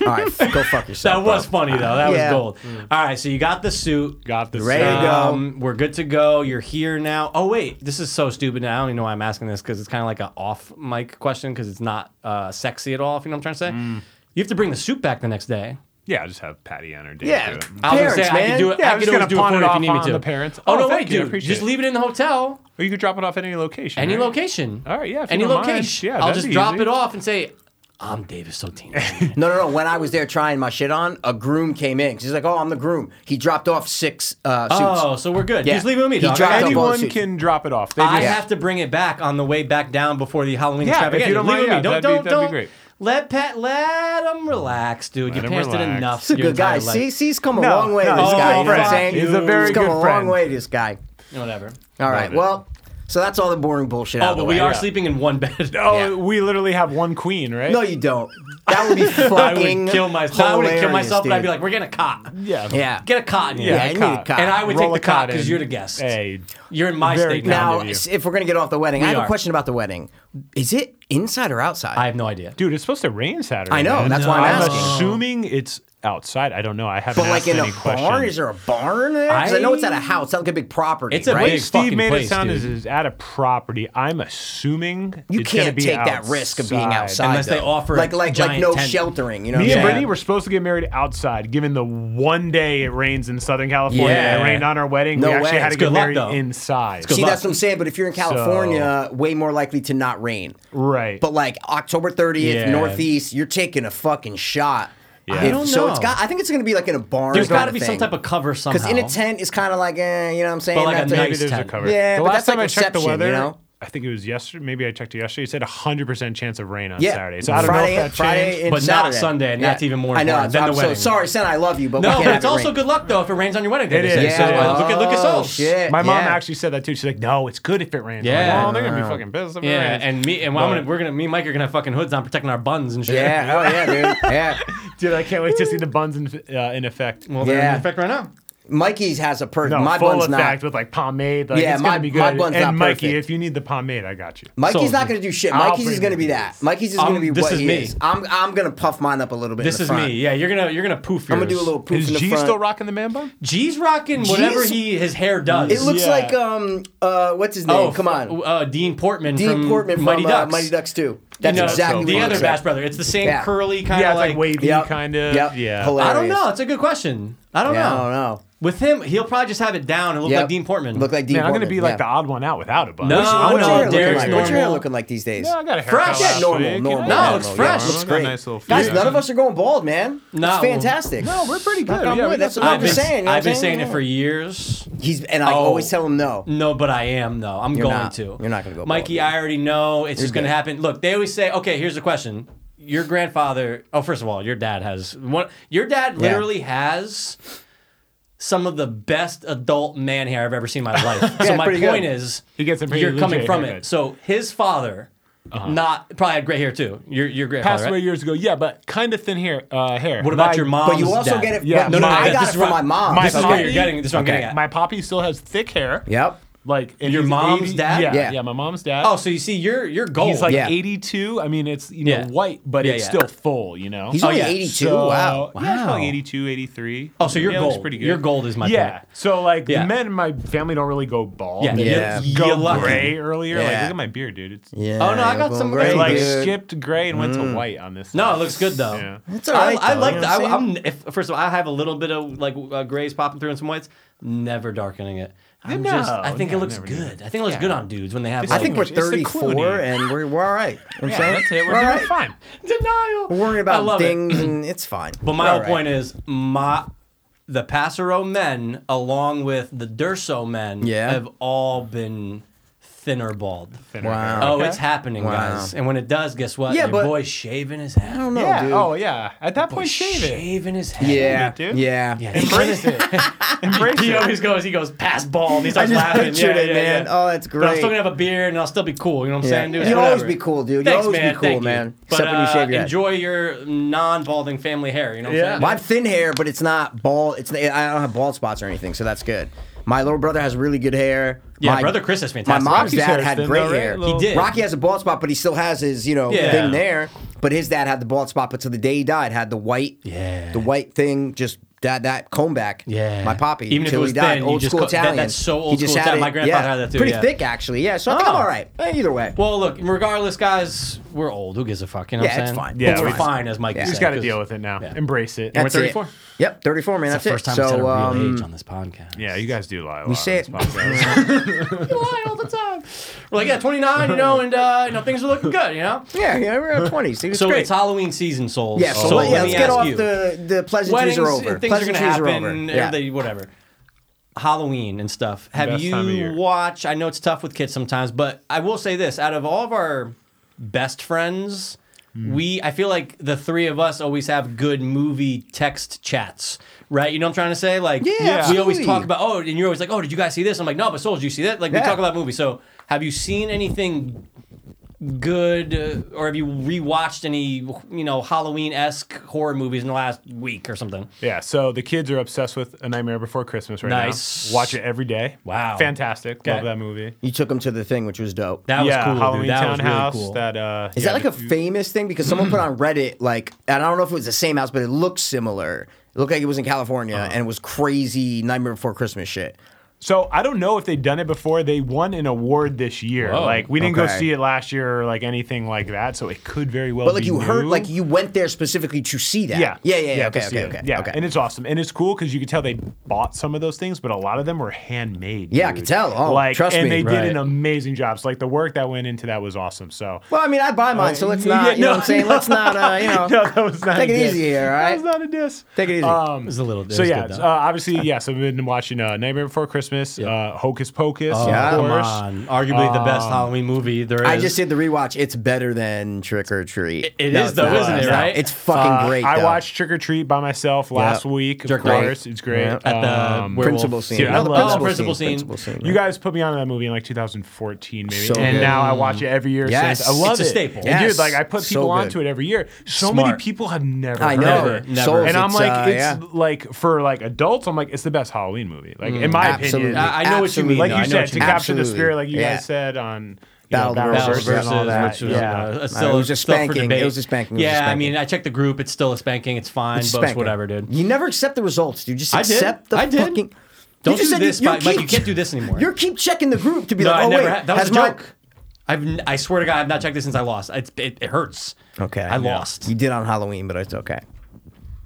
All right, f- go fuck That yourself. was funny though. That Yeah. was gold. All right, so you Mm. got the suit. got the Ready to same. go. Um, we're good to go. You're here now. Oh wait, this is so stupid. Now I don't even know why I'm asking this because it's kind of like an off mic question because it's not uh, sexy at all. If you know what I'm trying to say, Mm. you have to bring the suit back the next day. Yeah, just have Patty on her date. Yeah. I do it. was gonna Parents, say I man. could do it. Yeah, I I'm could just always gonna do it pawn for it you if off you need me on to. the parents. Oh, Oh, no, thank wait, you. I dude. appreciate Just it. leave it in the hotel. Or you could drop it off at any location. Any right? location. All right, yeah, if you Any don't mind. location. Yeah, I'll that'd just be drop easy. it off and say, I'm Davis Sotino. No, no, no. When I was there trying my shit on, a groom came in. 'Cause He's like, "Oh, I'm the groom." He dropped off six uh, suits. oh, so we're good. Yeah. Just leave it with me. He Dog. dropped I, off- Anyone suit. can drop it off. They I just- have to bring it back on the way back down before the Halloween Yeah, if you extravaganza. don't Leave it mind, with yeah, me. Don't, that'd be- don't, that'd be don't. great. Let Pat, let him relax, dude. Let Your him parents did relax. enough. He's a your good guy. entire life. See, see, he's come a No, long way. no, this he's a guy, good you know what I'm friend. saying? He's a very he's come good a long friend. way. This guy. Whatever. All right. it. Well, so that's all the boring bullshit. out Oh, of the but we way. are sleeping in one bed. Oh, Yeah. we literally have one queen, right? No, you don't. That would be I fucking. would kill myself. I would kill hilarious, myself, but I'd be dude. like, we're getting a cot. Yeah. yeah, Get a cot in here. yeah, a I need a cot. cot. And I would Roll take a the cot cot because in. you're the guest. Hey, You're in my Very state kind. now. Now, of you. s- if we're gonna get off the wedding, I have are. a question about the wedding. Is it inside or outside? I have no idea. dude, it's supposed to rain Saturday. I know, man. that's why I'm asking. assuming it's outside. I don't know. I haven't but like asked in a any questions. barn? Is there a barn there? 'Cause I, know it's at a house. That's like a big property. It's a right? big Steve fucking made it place, sound as dude. is at a property. I'm assuming You it's gonna can't be take that risk of being outside Unless they though. offer a like like like giant no tent. sheltering. You know, what I'm Me and saying? Brittany were supposed to get married outside, given the one day it rains in Southern California. Yeah. It rained on our wedding. No we actually way. had It's to get good luck, married though. inside. good See, luck. that's what I'm saying. But if you're in California, way more likely to not rain. Right. But like October 30th, Yeah. Northeast, you're taking a fucking shot. Yeah. If- I don't So it's know. got. I think it's going to be like in a barn. There's got got to be some type of cover somehow. Because in a tent is kind of like, eh, you know what I'm saying? But like a That's nice maybe there's tent. a cover. Yeah, the but last that's time like I checked the reception, weather, you know? I think it was yesterday. Maybe I checked it yesterday. It said hundred percent chance of rain on yeah. Saturday. So I don't Friday, know if that Friday changed. and But not Saturday. Sunday, and that's even more I know. important than I'm the so wedding. sorry, Sen. I love you, but we No, can't but have it's it also rain. good luck though if it rains on your wedding day. It they say. is, it So, is. uh, look at look at Oh, us. shit. My mom yeah. actually said that too. She's like, "No, it's good if it rains." I'm Yeah. like, well, they're gonna be fucking pissed. If it Yeah, rains. and me and well, I'm gonna, we're gonna me and Mike are gonna have fucking hoods on protecting our buns and shit. Yeah. Oh yeah, dude. Yeah. dude, I can't wait to see the buns in, uh, in effect. Well, they're Yeah. in effect right now. Mikey's has a perk. no, my full bun's not. effect with like pomade. Like, Yeah, it's my- gonna be good. my bun's and not Mikey, perfect. if you need the pomade, I got you. Mikey's Sold. not going to do shit. I'll Mikey's is bring going to be it. that. Mikey's is going to Um, be this what is he me. is. I'm I'm going to puff mine up a little bit. This in is the front. me. Yeah, you're gonna you're gonna poof. I'm yours. gonna do a little poof Is in the G front. still rocking the man bun? G's rocking whatever G's- he his hair does. it looks Yeah. like um uh what's his name? Oh, Come on, uh, Dean Portman. Dean from Portman from Mighty Ducks. Uh, Mighty Ducks Two. That's You know, exactly the what it other looks like. Bass Brother. It's the same Yeah. curly kind Yeah, of it's like, like wavy Yep. kind of. Yep. Yeah. Hilarious. I don't know. It's a good question. I don't Yeah, know. I don't know. With him, he'll probably just have it down and look Yep. like Dean Portman. Look like Dean. Man, I'm gonna Portman, be like yeah. the odd one out without a bun. No, What's your- What's what's your your hair no, hair looking Derek's like? looking What's your hair normal. looking like these days? Yeah, I got a Fresh. haircut. Yeah, last normal, week. normal. Yeah. No, it's Yeah, fresh. I Looks got a great. nice little Guys, Yeah. none of us are going bald, man. Nah, it's fantastic. No, we're pretty good. Knock on Yeah, wood, we that's got- what I'm I've been, just saying. you know what I've been I'm saying it for years. He's and I Oh. always tell him no. No, but I am though. I'm going not. to. You're not gonna go Mikey. bald, I already know it's just going to good. happen. Look, they always say, okay, here's the question. Your grandfather. Oh, first of all, your dad has one. Your dad literally has some of the best adult man hair I've ever seen in my life. so Yeah, my pretty point good. is, He gets a pretty you're legit coming from it. haircut. Uh-huh. So his father, not probably had gray hair too. Your your Passed grandfather. away Right? years ago. Yeah, but kind of thin hair. Uh, hair. What about My- your mom? But you also get it. Yeah, Yeah, no, no, I this got is it from what- my mom. My This is so- what poppy- you're getting. This is what I'm getting at. My poppy still has thick hair. Yep. Like and Your he's mom's 80 dad? Yeah, Yeah. yeah, my mom's dad. Oh, so you see, you're you're gold. he's like yeah. 82. I mean, it's you know Yeah. white, but Yeah, it's yeah. still full. You know, He's Oh, only yeah. 82. So- wow. Yeah, it's Wow. probably like 82, 83. oh, so your yeah, it looks gold. pretty good. Your gold is my yeah. point. So like Yeah. the men in my family don't really go bald. Yeah, They Yeah. just You're go lucky. gray earlier. Like Yeah. look at my beard, dude. It's Yeah. Oh, no, I you're got going some- great, it, like dude. skipped gray and went to white on this. Mm. No, side. it looks good though. Yeah. It's all right, I, I though, like you know that. what I, I'm am if, first of all, I have a little bit of like uh, grays popping through and some whites. never darkening it. I'm No, just, I think no, it looks never do good. I think it looks good on dudes when they have. I Like, think we're It's the 34 Clooney. and we're, we're all right. You know what I'm Yeah, saying? that's it. We're all doing right. fine. denial. We're worrying I about love it. things and it's fine. But my whole point is my the Passero men, along with the Durso men, Yeah. have all been thinner bald. Wow. Oh, Okay. it's happening, Wow. guys. And when it does, guess what? Yeah, Your but- boy's shaving his head. I don't know, yeah. dude. Oh yeah. At that point, shave it. shaving his head. yeah, it, dude. yeah. Yeah, Embrace it. Embrace He it. always goes, he goes, pass bald. He starts just laughing. pictured yeah, it, yeah, man. yeah. Oh, that's But I'm great. still gonna have a beard and I'll still be cool. You know what I'm saying, Yeah. dude? It's You'll always whatever. be cool, dude. You'll Thanks, always man. be cool, Thank you. man. But, Except when you uh, shave your head. Enjoy your non-balding family hair. You know what Yeah. I'm saying? Well, I have thin hair, but it's not bald. It's I don't have bald spots or anything, so that's good. My little brother has really good hair. Yeah, my, brother Chris is fantastic. My mom's Rocky's hair dad is had thin, great though, right? hair. A little- He did. Rocky has a bald spot, but he still has his you know Yeah. thing there. But his dad had the bald spot, but to the day he died, had the white, Yeah. the white thing, just that that comb back. Yeah. my poppy. Even if till it was he died, thin, you old just school co- that- Italian. that's so old he just school had Italian. it- My grandfather yeah, had that too, Pretty yeah. thick actually. Yeah, so I think I'm Oh. all right. Eh, Either way. Well, look, regardless, guys, we're old. Who gives a fuck? You know Yeah, what I'm it's saying? fine. Yeah, we're it's fine, fine. as Mike Yeah. Just got to deal with it now. Embrace it. And that's we're 34. It. Yep, 34, man. That's, That's the it. first time so I said a real um, age on this podcast. Yeah, you guys do lie a lot. we say it. on this podcast. You lie all the time. We're like, yeah, 29, you know, and uh, you know, things are looking good, you know. yeah, yeah, we're at 20s. He was So great. it's Halloween season, souls. Yeah, so, so let, let yeah, me let's get ask off you. the the pleasantries weddings are over. and things are going to Pleasantries happen. Yeah. everything- whatever. Halloween and stuff. Have Best time of you year. watched? I know it's tough with kids sometimes, but I will say this: out of all of our best friends, Hmm. we I feel like the three of us always have good movie text chats, right? You know what I'm trying to say? Like, Yeah, we always absolutely. talk about. Oh, and you're always like, oh, did you guys see this? I'm like, no, but Souls, did you see that? Like, we Yeah. talk about movies. So, have you seen anything good, uh, or have you rewatched any, you know, Halloween esque horror movies in the last week or something? Yeah, so the kids are obsessed with A Nightmare Before Christmas right Nice. now. Watch it every day. Wow. Fantastic. Love Okay. that movie. You took him to the thing, which was dope. That yeah, was cool. Halloween dude. That was really Townhouse. cool. That uh Is that like a famous thing? Because someone put on Reddit, like, and I don't know if it was the same house, but it looked similar. It looked like it was in California, and it was crazy Nightmare Before Christmas shit. So I don't know if they've done it before. They won an award this year. Whoa. Like we didn't Okay. go see it last year or like anything like that. So it could very well. But like be you heard, new. like you went there specifically to see that. Yeah. yeah, yeah. yeah. to okay, see okay, it. okay, Yeah, okay. and it's awesome, and it's cool because you could tell they bought some of those things, but a lot of them were handmade. Yeah, I dude. could tell. Oh, like, trust and me. they Right. did an amazing job. So like the work that went into that was awesome. So well, I mean, I buy mine, so let's not. yeah, you know no, what I'm saying? Let's not. Uh, you know, no, that was not Take a it diss. easy here, all right? That was not a diss. Take it easy. Um, was a little- it So was yeah, good, uh, though. obviously yes. I've been watching uh, Nightmare Before Christmas, uh, Hocus Pocus, Oh, Yeah. of come course. on. Arguably the Um, best Halloween movie there is. I just did the rewatch. It's better than Trick or Treat. It it is is though, isn't it, right? It's fucking Uh, great. I though. watched Trick or Treat by myself last week. Of Jerk off. course, it's great. Yeah. at the Um, werewolf. principal scene. Dude, I No, the love- principal scene. Principal scene. you guys put me on that movie in like 2014, maybe, So and good. now I watch it every year. Yes. Since. I love It's a it. staple. And Yes. dude, like I put So people good. onto it every year. So many Smart. people have never. I heard know. of it. Never, never. Souls, And I'm it's, like, uh, it's yeah. like for like adults, I'm like, it's the best Halloween movie. Like in my Absolutely. opinion, I- I know what you mean, like No, you I know said, what to you mean. capture the Absolutely. spirit, like you Yeah. guys said on you Battle know, of the Battle Roses Roses and all versus, that. which was, yeah. uh, Uh, still, it was a still up for spanking. debate. It was a spanking. It was a yeah, I spanking. mean, I checked the group. It's still a spanking. It's fine, but it's Spanking. whatever, dude. You never accept the results, dude. Just I did. accept the I did. fucking. Don't you just do said this, you, Mike. Mike, you can't do this anymore. You keep checking the group to be No, like, I oh never wait, had. That was has a Mike- joke. I've, n- I swear to God, I've not checked this since I lost. It's, it, it hurts. Okay, I lost. You did on Halloween, but it's okay.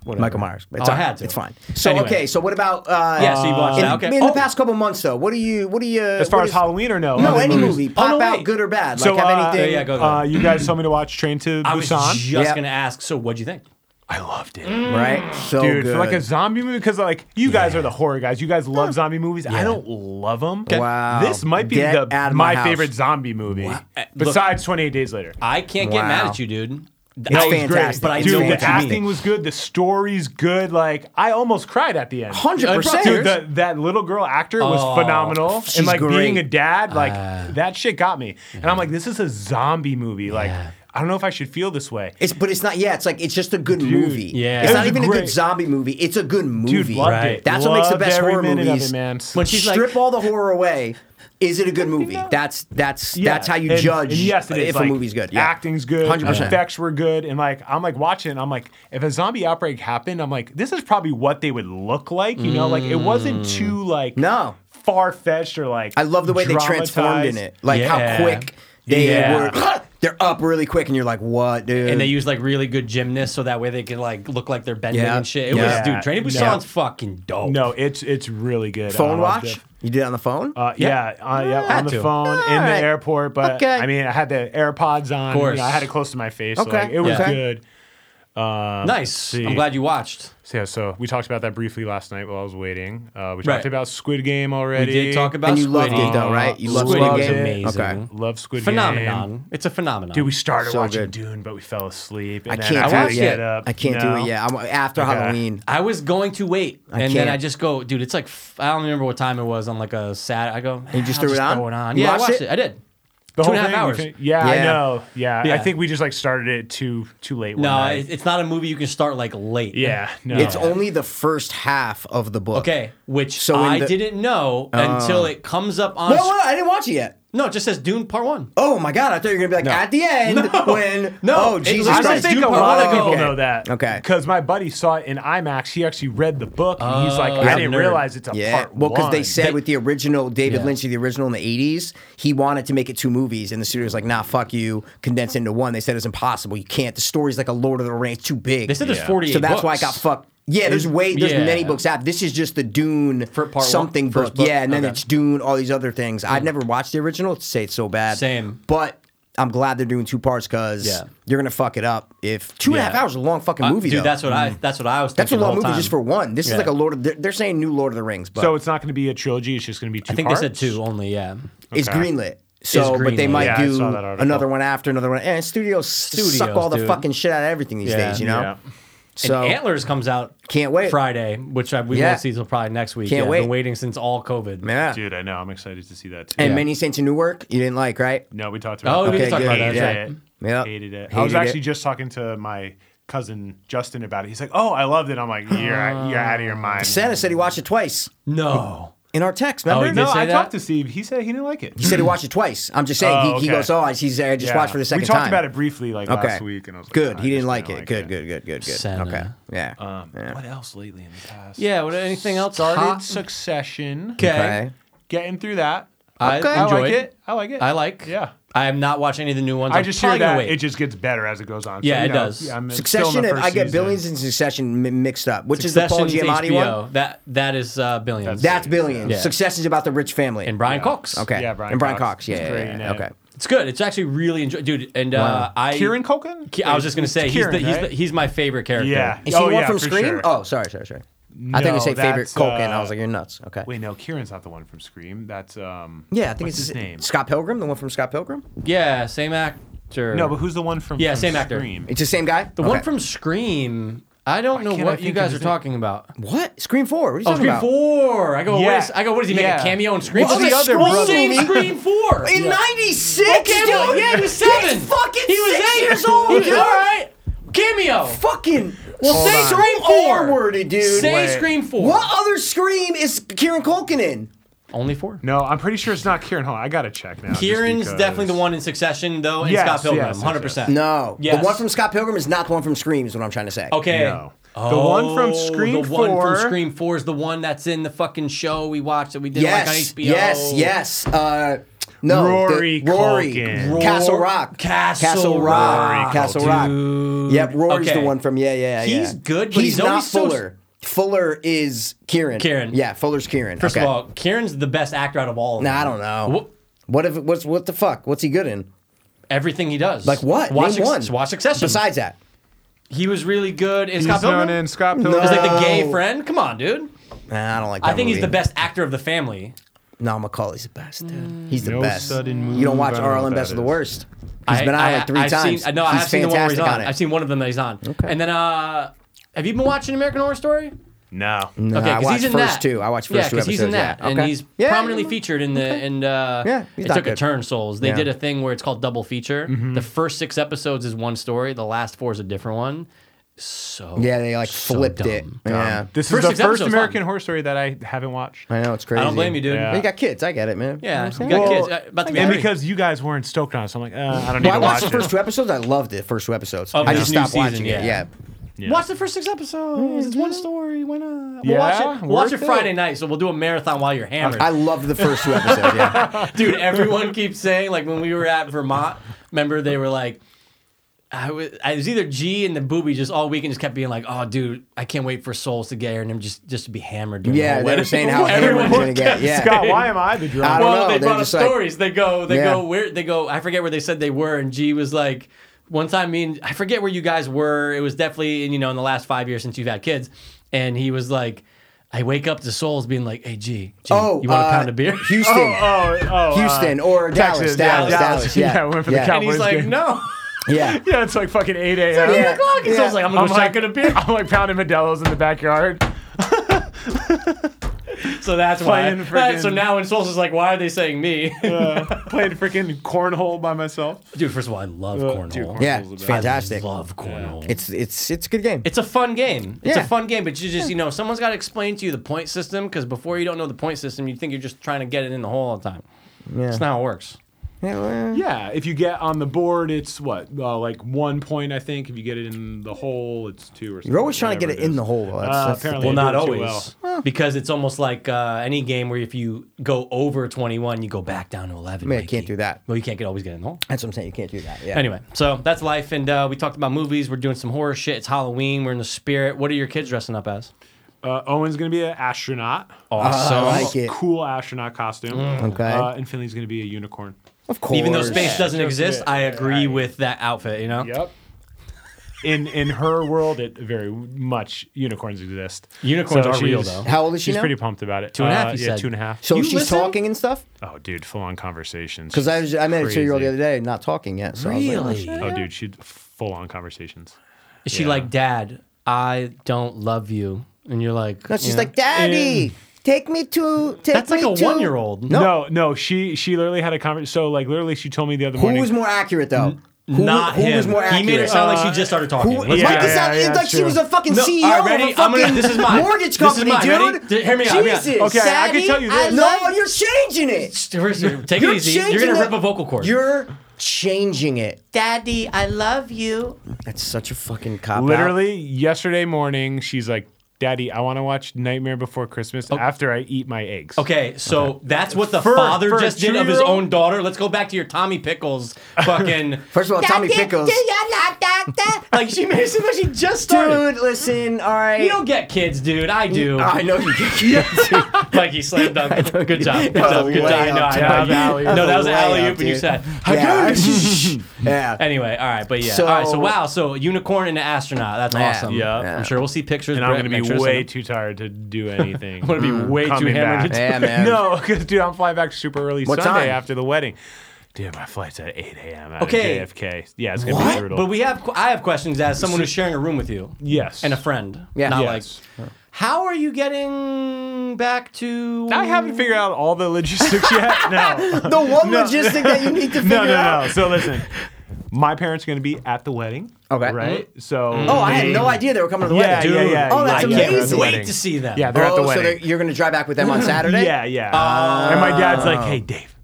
Michael Myers. It's Oh, I all right. had to. It's fine. So Anyway. okay. So what about? Uh, Yeah, so you watched in, that. Okay. In the Oh. past couple months, though, what do you? What do you? As far as Halloween or no? No, Other any movies? movie, pop no, out, wait. good or bad. Like So have uh, anything? yeah, go. uh, you guys told me to watch Train to I was Busan. just Yeah. gonna ask. So, what'd you think? I loved it. Right. So dude, for like a good. zombie movie, because like you guys are the horror guys. You guys love zombie movies. I don't love them. Wow. This might be Get the out of my my, house. favorite zombie movie Uh, look- besides 28 Days Later. I can't get mad Wow. at you, dude. It's That was fantastic. but I dude, know the what you acting mean. was good. The story's good. Like I almost cried at the end. hundred Dude, percent. the, that little girl actor was Oh, phenomenal, she's and like being great. Uh, a dad, like that shit got me. And I'm like, this is a zombie movie. Like Yeah. I don't know if I should feel this way. It's but it's not. Yeah, it's like it's just a good movie. yeah. it's It not was even a great. good zombie movie. It's a good movie. Dude, loved Right. it. That's what makes the Loved best every horror minute movies. Of it, man. When she's like, Strip all the horror away. Is it a good movie? That's that's Yeah, that's how you and- judge and yes, it is. if like, a movie's good. Yeah. Acting's good. 100%. Effects were good. And like, I'm like watching, and I'm like, if a zombie outbreak happened, I'm like, this is probably what they would look like. You know, like it wasn't too like Mm. No. far fetched or like. I love the way they transformed in it. Like Yeah. how quick they Yeah. were. They're up really quick, and you're like, "What, dude?" And they use like really good gymnasts so that way they can like look like they're bending Yeah. and shit. It Yeah. was dude, Training No. Busan's fucking dope. No, it's it's really good. I phone loved watch. it. You did it on the phone. Uh, yeah, uh, yeah, on Had the to. phone in the Alright. airport. But Okay. I mean, I had the AirPods on. you course. know, I had it close to my face. So Okay. like, it was Yeah. good. Um, Nice. see. I'm glad you watched. So, yeah, so we talked about that briefly last night while I was waiting. Uh, we talked Right. about Squid Game We already. did talk about and you Squid loved it Game. though, right? You loved Squid Squid Game's Game. amazing. Okay. Love Squid Game. Phenomenon. It's a phenomenon. Dude, we started So watching good. Dune, but we fell asleep. I And then can't had do to it get yet. up, I can't do no. it yet. I'm after Okay. Halloween. I was going to wait, I and then can't. I just go, dude. It's like f- I don't remember what time it was on like a Sat. I go, you just "Ah, I'll threw it on? Throw it on. You yeah, I watched watched it? it? I did. The Two and whole a half thing, we hours. fin- yeah, I Yeah. know. Yeah, I Yeah. think we just like started it too too late. one No, night. it- it's not a movie you can start like late. yeah, no. It's only the first half of the book. Okay, which So in I the- Oh. didn't know until it comes up on. No, sc- no, I didn't watch it yet. no, it just says Dune Part One. Oh my god, I thought you were gonna be like at the end when No. oh It Jesus literally I don't Christ. says think Dune a Part lot of One. people Okay. know that. Okay. Because my buddy saw it in IMAX. He actually read the book, and he's like, Oh, I he's a didn't nerd. realize it's a Yeah, part well, because they one." said with the original David Yeah. Lynch, the original in the '80s, he wanted to make it two movies, and the studio's like, "Nah, fuck you, condense into one." They said it's impossible. You can't. The story's like a Lord of the Rings, it's too big. They said there's Yeah. 48. so that's why I books. got fucked. Yeah, there's way there's Yeah. many books out. This is just the Dune For part one- something book. first book? Yeah, and then Okay. Hmm. it's Dune, all these other things. I've never watched the original to say it's so bad. Same. but. I'm glad they're doing two parts because Yeah. you're gonna fuck it up if two and a half Yeah. hours is a long fucking Uh, movie. dude. though. Mm. That's what I. That's what I was. That's a thinking long the whole movie time. just for one. This is Yeah. like a Lord of. They're, they're saying new Lord of the Rings, but So it's not going to be a trilogy. It's just going to be two I think parts? they said two only. Yeah. it's okay. greenlit. So, but they greenlit. might Yeah, I do saw that article. another one after another one. And studios, studios suck Studios, all the dude. fucking shit out of everything these Yeah. days, you know. Yeah. So and Antlers comes out. Can't wait. Friday, which I, we Yeah. won't see until probably next week. Can't yeah, wait. Been waiting since all COVID. yeah, Dude, I know. I'm excited to see that too. and Yeah. Many Saints of Newark, you didn't like, right? No, we talked about Oh, we that. did talk Okay, about good. that, Hated yeah. it. Yeah. Hated it. I Hated was actually it. just talking to my cousin Justin about it. He's like, "Oh, I loved it." I'm like, "You're you're out of your mind." Santa said he watched it twice No. in our text. he Remember? did no, say I that? talked to Steve. He said he didn't like it. He said he watched it twice. I'm just saying. Oh, he, he okay. goes, oh, I, he's, I just Yeah. watched for the second We talked time. about it briefly like okay. last week, and I was like, good. "Nah, he I didn't just like it. good, it." good, good, good, good. Santa. Okay. Yeah. Um, Yeah. What else lately in the past? Yeah. What, anything else? started Hot? Succession. okay. Okay. Getting through that. I Okay. I enjoyed like it. I like it. I like. Yeah. I am not watching any of the new ones. I I'm just hear probably gonna that wait. it just gets better as it goes on. Yeah, so, you it know, does. Yeah, I'm still in Succession. the and- first I get season. Billions and Succession mi- mixed up, which is Succession's the Paul Giamatti HBO. one. That that is uh, billions. That's- That's Billions. Yeah. Succession's about the rich family. and Brian Cox. Okay. Yeah, Brian and Brian Cox. Cox. Yeah, He's yeah, great yeah, in yeah. it. Okay. It's good. It's actually really enjoy, dude. And uh, I Kieran Culkin. Ki- I was just gonna say he's the, Kieran, he's, right? the, he's my favorite character. Yeah. Is he Oh, one yeah, from for Scream? sure. Oh, sorry, sorry, sorry. I think No, you say favorite that's, Coke, and I uh, was like, you're nuts. Okay. Wait, no, Kieran's not the one from Scream. That's um. Yeah, I think what's it's his name. Scott Pilgrim, the one from Scott Pilgrim. Yeah, same actor. No, but who's the one from? Yeah, from same actor. Scream? It's the same guy. the one from Scream? I don't know can't I what you think guys of are his name? talking about. what? Scream Four. What are you Oh, talking Scream about? Four. I go. Yeah. What is? I go. What does he make Yeah. a cameo in Scream? What's What's the other What's brother? in Scream Four? In '96, Cameo. dude. Yeah, he was He's seven. fucking He was six eight years old. He was- dude. all right. Cameo. Fucking. Well, say so Scream Four. forwarded, dude. Say Wait. Scream Four. What other Scream is Kieran Culkin in? Only four. No, I'm pretty sure it's not Kieran. Hold on, I gotta check now. just Kieran's because- definitely the one in Succession, though, and Yes, Scott Pilgrim, yes, yes, 100%. No. The Yes. one from Scott Pilgrim is not the one from Scream. Is what I'm trying to say. Okay. No. The one from Scream Oh, The one 4. from Scream 4 is the one that's in the fucking show we watched that we did like on Yes. HBO. Yes. Yes. Uh, no. Rory the- Rory. Culkin. Roar- Castle Rock. Castle, Rock. Rock. Castle Rock. Dude. Yep. Rory's Okay. the one from. Yeah. Yeah. yeah. He's good, but he's not always so- Fuller. Fuller is Kieran. Kieran. Yeah. Fuller's Kieran. First okay. of all, Kieran's the best actor out of all of them. Nah, I don't know. What- What? if what's what the fuck? What's he good in? Everything he does. Like what? Watch, Name one. Suc- watch Succession. Besides that, he was really good. Is He's Scott known Pilgrim? in Scott Pilgrim. He's like No. the gay friend. Come on, dude. nah, I don't like. That I think he's movie. the best actor of the family. No, Macaulay's the best, dude. He's the Mm. No best. sudden move. You don't watch I don't know what Arlen Best that of the is. Worst. He's been on it like three I've times. Seen, no, I he's have seen the one where he's fantastic on. on it. I've seen one of them that he's on. Okay. And then, uh, have you been watching American Horror Story? No. No, I watched first two. I watched first yeah, two he's episodes, in that, yeah. and Okay. he's Yeah, prominently yeah. featured in the and uh, Yeah, he's it not took a good. turn. Souls. They Yeah. Mm-hmm. did a thing where it's called double feature. The first six episodes is one story. The last four is a different one. So Yeah, they like so flipped dumb. it. Yeah, This First is the six episodes, first American fun. Horror Story that I haven't watched. I know it's crazy. I don't blame you, dude. Yeah. But You got kids. I get it, man. Yeah, You know what I'm you got saying? kids. uh, about to be and three. because you guys weren't stoked on it, so I'm like, uh, I don't need Well, I to watch watched the it. first two episodes. I loved it. First two episodes. Of I this just new stopped season, watching it. yeah. Yeah. Yeah. Watch the first six episodes. It's one story. Why not? We'll Yeah, watch it. We'll watch it worth it. Friday night, so we'll do a marathon while you're hammered. I loved the first two episodes. Yeah. Dude, everyone keeps saying like when we were at Vermont. Remember they were like, I was, I was either G and the booby just all weekend just kept being like, oh dude, I can't wait for Souls to get here and him just just to be hammered. During Yeah, the whole they were wedding." saying how hammered Everyone he's gonna get. Yeah. Scott, why am I the I drunk? don't well, know, they they're brought up just like- stories. They go, they Yeah. go where they go. I forget where they said they were, and G was like, one time, I mean, I forget where you guys were. It was definitely, in, you know, in the last five years since you've had kids, and he was like, I wake up to Souls being like, hey G, G Oh, you want uh, a pound of beer? Houston. Oh, oh, uh, Houston or Texas, Dallas, Dallas, Dallas, yeah, Dallas. yeah, Yeah, went for the yeah. And he's Cowboys like, game. no. yeah. Yeah, it's like fucking 8 a.m. Yeah. Eight o'clock. And Yeah. Souls like, I'm gonna I'm go shotgun a like, beer. I'm like pounding Modelo's in the backyard. So that's why. Playing That- so friggin- now when Souls is like, why are they saying me? Played freaking cornhole by myself. Dude, first of all, I love cornhole. dude, cornhole. Uh, Yeah, Marvel's it's about- fantastic. I love cornhole. It's it's it's a good game. It's a fun game. It's Yeah. a fun game, but you just, you know, someone's got to explain to you the point system because before you don't know the point system, you think you're just trying to get it in the hole all the time. yeah. That's not how it works. Yeah, well, Yeah, if you get on the board, it's what uh, like one point, I think. If you get it in the hole, it's two or something. You're always trying to get it whatever in is. the hole. Though. That's, Uh, that's the- apparently- Well, Yeah, not do it too always. Because it's almost like uh, any game where if you go over 21, you go back down to 11. I mean, I Mikey. can't do that. Well, you can't get always get in the hole. that's what I'm saying. You can't do that. Yeah. Anyway, so that's life. And uh, we talked about movies. We're doing some horror shit. It's Halloween. We're in the spirit. What are your kids dressing up as? Uh, Owen's gonna be an astronaut. Uh, Awesome. I like it. Mm. Cool astronaut costume. Okay. Uh, and Finley's gonna be a unicorn. Of course. Even though space doesn't Yeah. exist, I agree with that outfit, you know? Yep. In in her world, it very much unicorns exist. Unicorns are she's- real, though. How old is she She's now? pretty pumped about it. Two and a half, you yeah, said. two and a half. So You she's listen? talking and stuff. oh, dude, full on conversations. Because I was, I met a two year old the Crazy. other day, not talking yet. So I was like, oh, shit. Oh, dude, she full on conversations. Is she Yeah. like, Dad, I don't love you? And you're like, no, she's like, Daddy, take me to. Take That's like me a to-" one-year-old. No, No, no, she she literally had a conversation. So like literally, she told me the other who morning. was more accurate though? Who, not who him. was more accurate? He made it sound like she just started talking. Uh, who, Let's yeah, Mike, be this honest. yeah, sound- it's yeah, like she true. was a fucking No, CEO all right, of ready? a I'm gonna- fucking this is mine. mortgage This is company, mine. Ready? dude. D- hear me out, hear me out. Jesus, Okay, I can Sadie, tell you this. No, you're changing it. First, Take You're it easy. You're changing gonna it. rip a vocal cord. You're changing it. Daddy, I love you. That's such a fucking cop Literally yesterday morning, she's like, "Daddy, I want to watch Nightmare Before Christmas after I eat my eggs." Oh. Okay, so that's what the For- father for a just did of his two-year-old? own daughter. Let's go back to your Tommy Pickles fucking. First of all, Tommy Pickles. like she made it seem like she just started. Dude, listen, all right. You don't get kids, dude. I do. I know you Like he slam dunk. Good job. Good job. Good job. I know, I know. That No, that was was alley-oop. an That was alley oop, and you alley-oop, said. can't. Yeah. yeah. Anyway, all right, but yeah. So- all right, so wow, so unicorn and an astronaut. That's Yeah. awesome. Yeah. I'm sure we'll see pictures. And I'm Brett, gonna be make sure to way send too tired to do anything. I'm gonna be way too hammered Mm. to- Yeah, man. No, because dude, I'm flying back super early What Sunday time? after the wedding. Dude, my flight's at 8 a.m. out of Okay. JFK. Yeah, it's gonna What? be them. brutal. But we have qu- I have questions as someone who's sharing a room with you. yes, And a friend. Yeah. Not Yes. like how are you getting back to I haven't figured out all the logistics yet. No. The one logistic that you need to figure no, no, out. no. So listen, my parents are going to be at the wedding. Okay. Right. Mm-hmm. So. Oh, I had no idea they were coming to the Yeah, wedding. Dude, yeah, yeah. Oh, that's I can't amazing. wait to see them. Yeah, they're at the Oh, so they're- wedding. you're going to drive back with them on Saturday? yeah, yeah. and my dad's like, "Hey, Dave,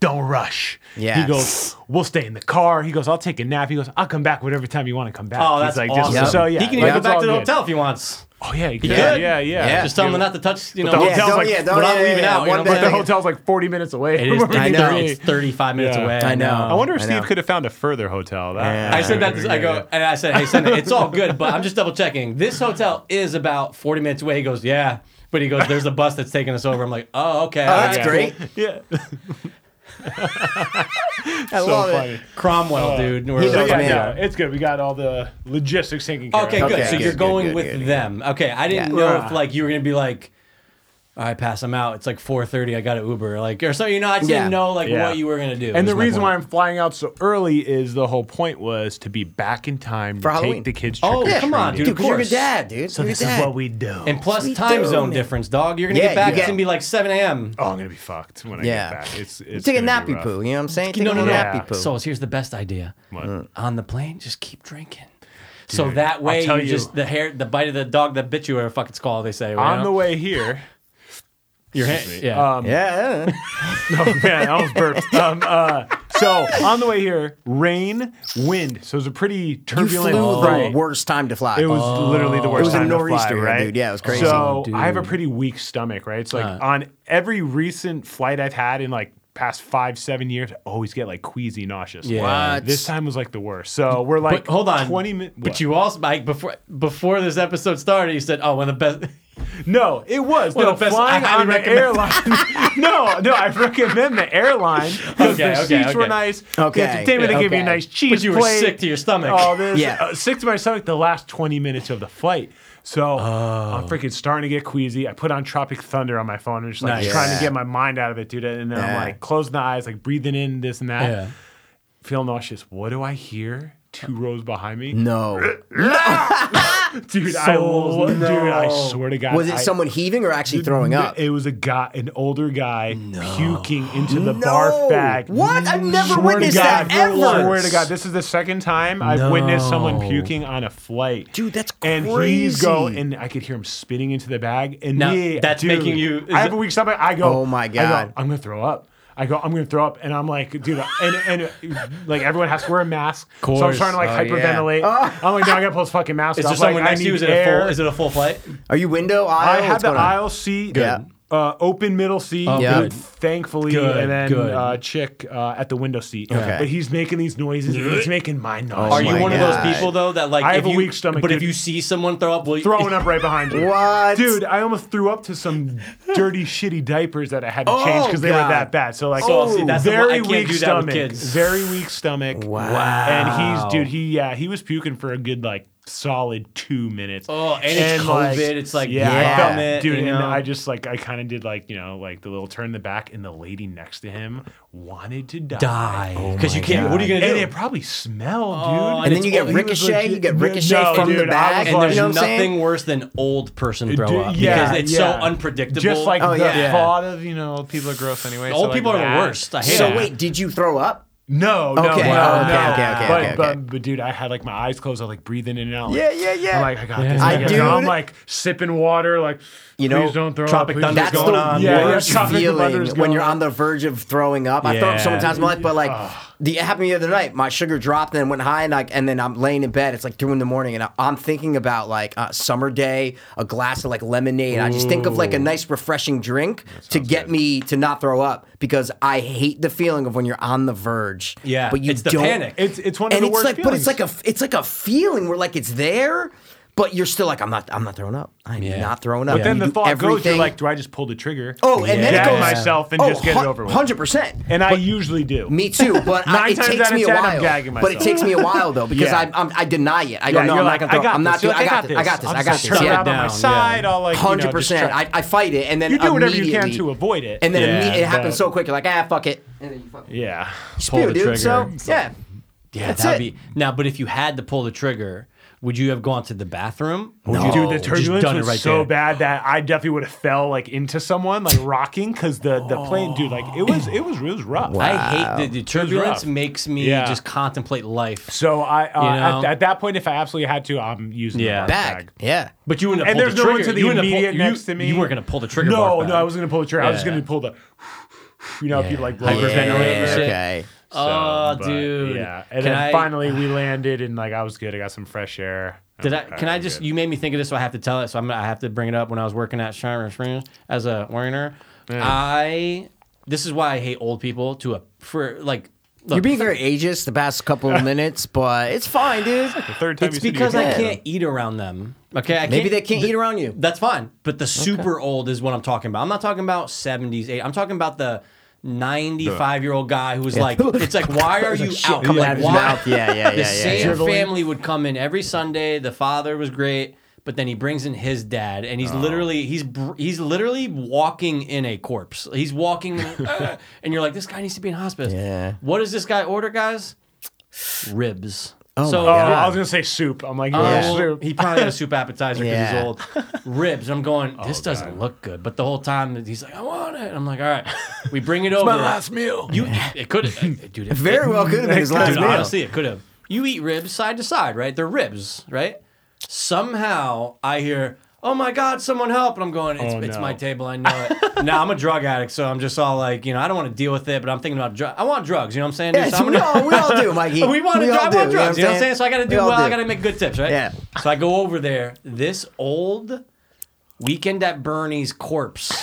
don't rush." Oh. Yes. He goes, "We'll stay in the car." He goes, "I'll take a nap." He goes, "I'll come back whatever time you want to come back." Oh, He's that's like, awesome. Yep. So yeah, he can like, even go it's back all to the good. hotel if he wants. Oh yeah, he can. Yeah. Yeah, yeah, yeah. Yeah. Just tell him Dude. not to touch. You know, the Yeah, hotel's don't, like- yeah, don't, we're not yeah, leaving yeah, out. you one know, bed. But the Yeah. hotel's like 40 minutes away. It is from where I we know. gotta 30, be. it's 35 minutes Yeah. away. I know. I wonder if I Steve know. could have found a further hotel. That, Yeah. I said that. This, I go and I said, "Hey, send it. It's all good, but I'm just double checking. This hotel is about 40 minutes away." He goes, "Yeah," but he goes, "There's a bus that's taking us over." I'm like, "Oh, okay, Oh, that's Yeah. great. Yeah. I so love funny. it. Cromwell, Oh. dude." We're- does, yeah, man. no, it's good. We got all the logistics taken care Okay, of. good. Okay, so good, you're good, going good, with good, good. them. Okay, I didn't Yeah. know if Ugh. like you were gonna be like, "All right, pass them out." It's like 4:30. I got an Uber, like or so. You know, I just Yeah. didn't know like Yeah. what you were gonna do. And the is my reason point. why I'm flying out so early is the whole point was to be back in time For to Halloween. take the kids. Oh, trick or come on, treating. dude. Dude, of 'cause you're a course. good dad, dude. So You're a this good is dad. what we do. and plus Sweet time down. zone difference, dog. You're gonna Yeah, get you back. It's get- gonna be like 7 a.m. oh, I'm gonna be fucked when I Yeah. get back. It's, it's Take a gonna be nappy rough. poo. You know what I'm saying? Take No, a no, no. nappy poo. Souls, here's the best idea. What? Mm. On the plane, just keep drinking. so that way, you, tell you- just the hair, the bite of the dog that bit you, or fuck it's called. They say On the way here, your hand. Yeah. um, yeah. oh man, I almost burped. Um, uh, So on the way here, rain, wind. So it was a pretty You turbulent flew the flight. worst time to fly. Oh, It was literally the worst was a time to fly, nor'easter, right? dude. Yeah, it was crazy. Uh. So Dude. I have a pretty weak stomach, right? So like on every recent flight I've had in like past five, seven years, I always get like queasy, nauseous. Yeah. What? This time was like the worst. So we're like, But hold on, twenty minutes. But you also, Mike, before before this episode started, you said, "Oh, one of the best." No, it was. Well, no, the best- flying I highly on the recommend- airline. no, no, I recommend the airline. because Okay, the okay, seats were okay. nice. Okay, The entertainment, they gave you a okay. nice cheese But you were plate, sick to your stomach. All this. Yeah. Uh, sick to my stomach the last 20 minutes of the flight. Oh. So I'm freaking starting to get queasy. I put on Tropic Thunder on my phone and just like Nice. trying Yeah. to get my mind out of it, dude. And then I'm Yeah. like closing the eyes, like breathing in this and that. Feel nauseous. What do I hear? Two rows behind me, no. dude. I, Souls, dude, I no. swear to God. Was it I- someone heaving or actually throwing up? It was a guy, an older guy, puking into the barf bag. What? I've never Swear to witnessed God, that ever. Swear to God, this is the second time I've witnessed someone No. puking on a flight, Dude, that's And he's going, crazy. and I could hear him spitting into the bag, and Now, me, that's dude, making you- is I have it- a weak stomach. I go, Oh my I go, God. I'm gonna throw up. I go, I'm gonna throw up, and I'm like, dude, and and like everyone has to wear a mask, so I'm Course. starting to like Oh, yeah. hyperventilate. I'm like, no, I gotta pull this fucking mask Is off. there someone like, next to I you? need Is it air. a full? Is it a full flight? Are you window I aisle? had What's the going on? aisle seat, Good. Oh, uh, open middle seat, Yeah. good, thankfully, Good, and then good. Uh, chick uh, at the window seat. Okay. Oh But he's making these noises. and He's making Oh my Are noises. my you one of God. those people though that like? I have if a you- weak stomach, But if dude. you see someone throw up, will you, throwing up right behind you? What? Dude, I almost threw up to some dirty, shitty diapers that I had to change Oh, because they were God. that bad. So like, So, see, that's the one- I very can't weak do that with stomach. kids. Very weak stomach. Wow. And he's dude. He yeah. He was puking for a good like solid two minutes. Oh, and it's COVID, it's like, yeah, yeah, I felt, vomit, dude. you and know? I just like I kind of did like you know like the little turn in the back, and the lady next to him wanted to die. die because Oh you can't. What are you gonna And do? it probably smelled, Oh, and dude. then it's you get all- he was ricochet, legit- you get No, ricochet from dude, I the bag. You and was know like- there's what I'm nothing saying? worse than old person throw Dude, up yeah, because it's yeah. so unpredictable. Just like Oh, the yeah. thought of you know people are gross anyway. old so, like, people are that- the worst. I hate So it. wait, did you throw up? No, no, Okay, no, wow. no. okay, okay, okay, but, okay, But, okay. but dude, I had like my eyes closed. I was like breathing in and out. Yeah, yeah, yeah. I'm like, I got Yeah. this. I I got do this. I'm it. like sipping water. Like, You know, please don't throw Tropic up. please Thunder's don't That's throw going the up." on. Yeah, worst yeah, Tropic feeling Thunder's when going you're on the verge of throwing up. I throw up Yeah. sometimes in my life, but like the, it happened the other night. My sugar dropped and then went high, and like, and then I'm laying in bed. It's like two in the morning, and I, I'm thinking about like a summer day, a glass of like lemonade. I just think of like a nice refreshing drink to get me to not throw up because I hate the feeling of when you're on the verge. Yeah, but you it's the don't. panic. It's it's one of and the it's worst like, but it's feelings. like a, it's like a feeling where like it's there, but you're still like, I'm not, I'm not throwing up. I'm Yeah. not throwing up. But then You the do thought goes, you're everything- like, do I just pull the trigger? Oh, and then it jack goes myself and just get it over with. Hundred percent. And I usually do. Me too, but I, Nine it times takes out of me a 10, I'm while. gagging but it myself. takes me a while though because Yeah. I, I'm, I deny it. I go, Yeah, no, you're I'm like, not gonna. Throw, I'm not this. doing. I got this. I got this. I'll I got just this. turn Yeah, around on my down, side. yeah. I'll like you know, hundred just percent. try- I, I fight it, and then You do whatever you can immediately- to avoid it. and then Yeah, imme- it happens but- so quick. You're like, ah, fuck it. And then you fucking yeah. spew, the dude. So trigger. yeah, Yeah, That's that'd it. be now. But if you had to pull the trigger, would you have gone to the bathroom? Or would No. you Dude, the just turbulence done it was right so there? bad that I definitely would have fell like into someone, like rocking, because the the plane, dude, like it was it was it was rough. I hate the, the turbulence. rough. Makes me Yeah. just contemplate life. so I uh, You know? at, at that point, if I absolutely had to, I'm using Yeah. the barf back. bag. Yeah. But you wouldn't have And pulled there's the no one trigger. to the you wouldn't have immediate pulled- next you, to me. You weren't gonna pull the trigger. No, barf no, back. I was gonna pull the trigger. I was just Yeah. gonna pull the, you know, Yeah. people like Hyperventilate hyperventilate. and So, shit. Okay. Oh, but, dude. Yeah, and Can then I- finally we landed, and like I was good. I got some fresh air. Did I? Okay, Can I we're just? good. You made me think of this, so I have to tell it. So I'm. I have to bring it up. When I was working at Sharm Springs as a learner, I. This is why I hate old people. To a for like. Look, You're being very ageist the past couple of minutes, but it's fine, dude. the third time it's you said you because were I Yeah. can't eat around them. Okay, I Maybe can't, they can't the- eat around you. That's fine. But the super old is what I'm talking about. I'm not talking about 70s, 80s. I'm talking about the 95 year old guy who was like, it's like, why are you Shit out? coming Like, out of his why? mouth. Yeah, yeah, the yeah, yeah, same yeah. family would come in every Sunday. The father was great, but then he brings in his dad, and he's Oh. literally he's br- he's literally walking in a corpse. He's walking, uh, and you're like, this guy needs to be in hospice. Yeah. What does this guy order, guys? Ribs. Oh so my Oh, God. I was gonna say soup. I'm like, you Oh, want Yeah. soup? He probably had a soup appetizer because Yeah. he's old. Ribs. I'm going, this Oh, doesn't look good. But the whole time that he's like, I want it. I'm like, all right. We bring it over. meal. You it could have dude. It, Very well could have been his it, last dude, meal. honestly, it could have. You eat ribs side to side, right? They're ribs, right? Somehow I hear oh my God, someone help. And I'm going, it's, Oh, it's no. my table. I know it. now I'm a drug addict. So I'm just all like, you know, I don't want to deal with it, but I'm thinking about drugs. I want drugs. You know what I'm saying? dude? Yeah, So I'm we, gonna- all, we all do, Mikey. we want to. all I do, want drugs. You know what I'm saying? So I got to do We all well. I do. got to make good tips, right? Yeah. So I go over there. This old weekend at Bernie's corpse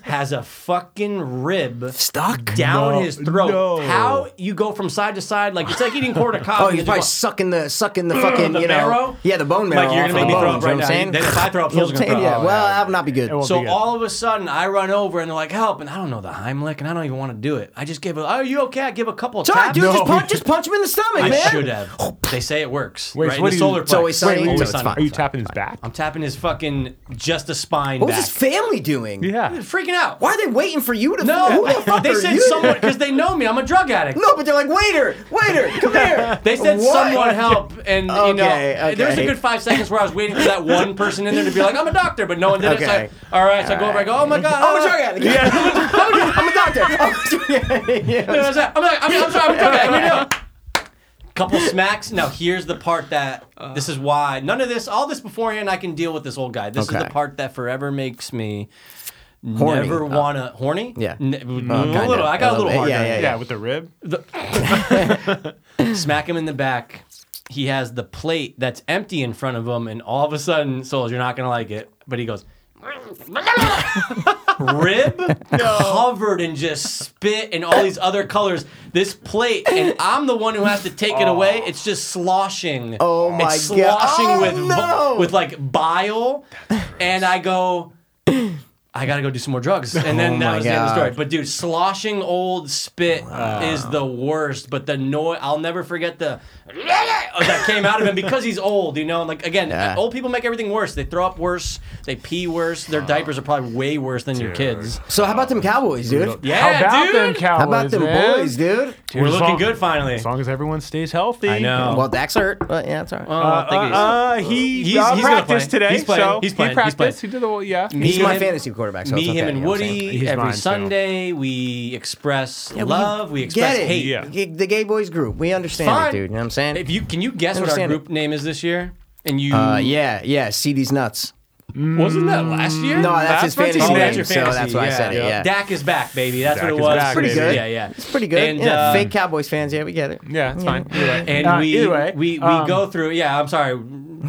has a fucking rib Stuck? down No, his throat. no. How you go from side to side like it's like eating quarter coffee. Oh, and he's just probably go- sucking the sucking the fucking The you know marrow? yeah the bone marrow. Like, you're gonna off make the me throw bones, up right you know what I'm now. saying? Then if I throw up, You know Phil's what I'm gonna saying? throw up. Yeah, well, that'll not be good. It won't So be good. all of a sudden, I run over and they're like, "Help!" And I don't know the Heimlich, and I don't even want to do it. I just give a. Are you okay? I give a couple of It's all right, dude, taps. No. just punch, just punch him in the stomach, I man. should have. They say it works. Wait, right? so what in the do you- solar It's plex. always sunny. Always Always sunny. fine. Are you tapping his back? I'm tapping his fucking just the spine What back. was his family doing? yeah. Dude, freaking out. Why are they waiting for you to? No, who the fuck they are said you? someone because they know me. I'm a drug addict. No, but they're like waiter, waiter, come here. They said What? someone help, and you know Okay, okay. there was a good five seconds where I was waiting for that one person in there to be like, "I'm a doctor," but no one did it. So I- Okay. all right, so I go over. I go, "Oh my god, I'm a uh, drug addict. I'm a doctor. I'm a- yeah, yeah. I'm like, I'm, I'm sorry, I'm okay. I'm gonna do it. Couple smacks. Now here's the part that this is why none of this, all this beforehand, I can deal with this old guy. This is Okay. the part that forever makes me Horny. never wanna horny. Yeah. Ne- a little. I got a little, bit. hard. Yeah, on yeah, it. Yeah, with the rib. Smack him in the back. He has the plate that's empty in front of him, and all of a sudden, Souls, you're not gonna like it, but he goes. rib covered in just spit and all these other colors. This plate, and I'm the one who has to take it away. It's just sloshing. Oh my it's God. sloshing Oh with vo- no. with like bile, and I go. I gotta go do some more drugs, and then that Oh my was the end of the story. God. But dude, sloshing old spit is the worst. But the noise—I'll never forget the oh, that came out of him because he's old, you know. And like again, Yeah. old people make everything worse. They throw up worse, they pee worse. Their diapers are probably way worse than your kids. So how about them Cowboys, dude? Yeah, How about dude. them Cowboys? How about them man? boys, dude? Dude, We're as looking long- good finally. As long as everyone stays healthy. I know. Oh. Well, Dax hurt, but yeah, it's all right. Oh, Uh, I think uh, he's- uh, he He's- uh, he's gonna practiced play. today. He's playing. So He's playing. He He's practiced. playing. Mm, He did the whole, yeah. Me, He's my him- fantasy quarterback, so me, it's okay, him, and you know what I'm saying? Woody He's every mine, too. Sunday we express Yeah, we love, we Get express it? hate. Yeah. G- The gay boys group. We understand Fine. it, dude. You know what I'm saying? If you can you guess what our Understand it. group name is this year? And you uh, yeah, yeah. See these nuts. wasn't that last year? No, that's his That's what fantasy you Oh, name, said. that's your so fantasy. that's why yeah. I said it. Yeah, Dak is back, baby. That's Dak what it is was. back, Pretty baby. good. Yeah, yeah. It's pretty good. And, yeah, uh, fake Cowboys fans. Yeah, we get it. Yeah, it's fine. Either way. And Uh, we, either way, we we um, go through. Yeah, I'm sorry.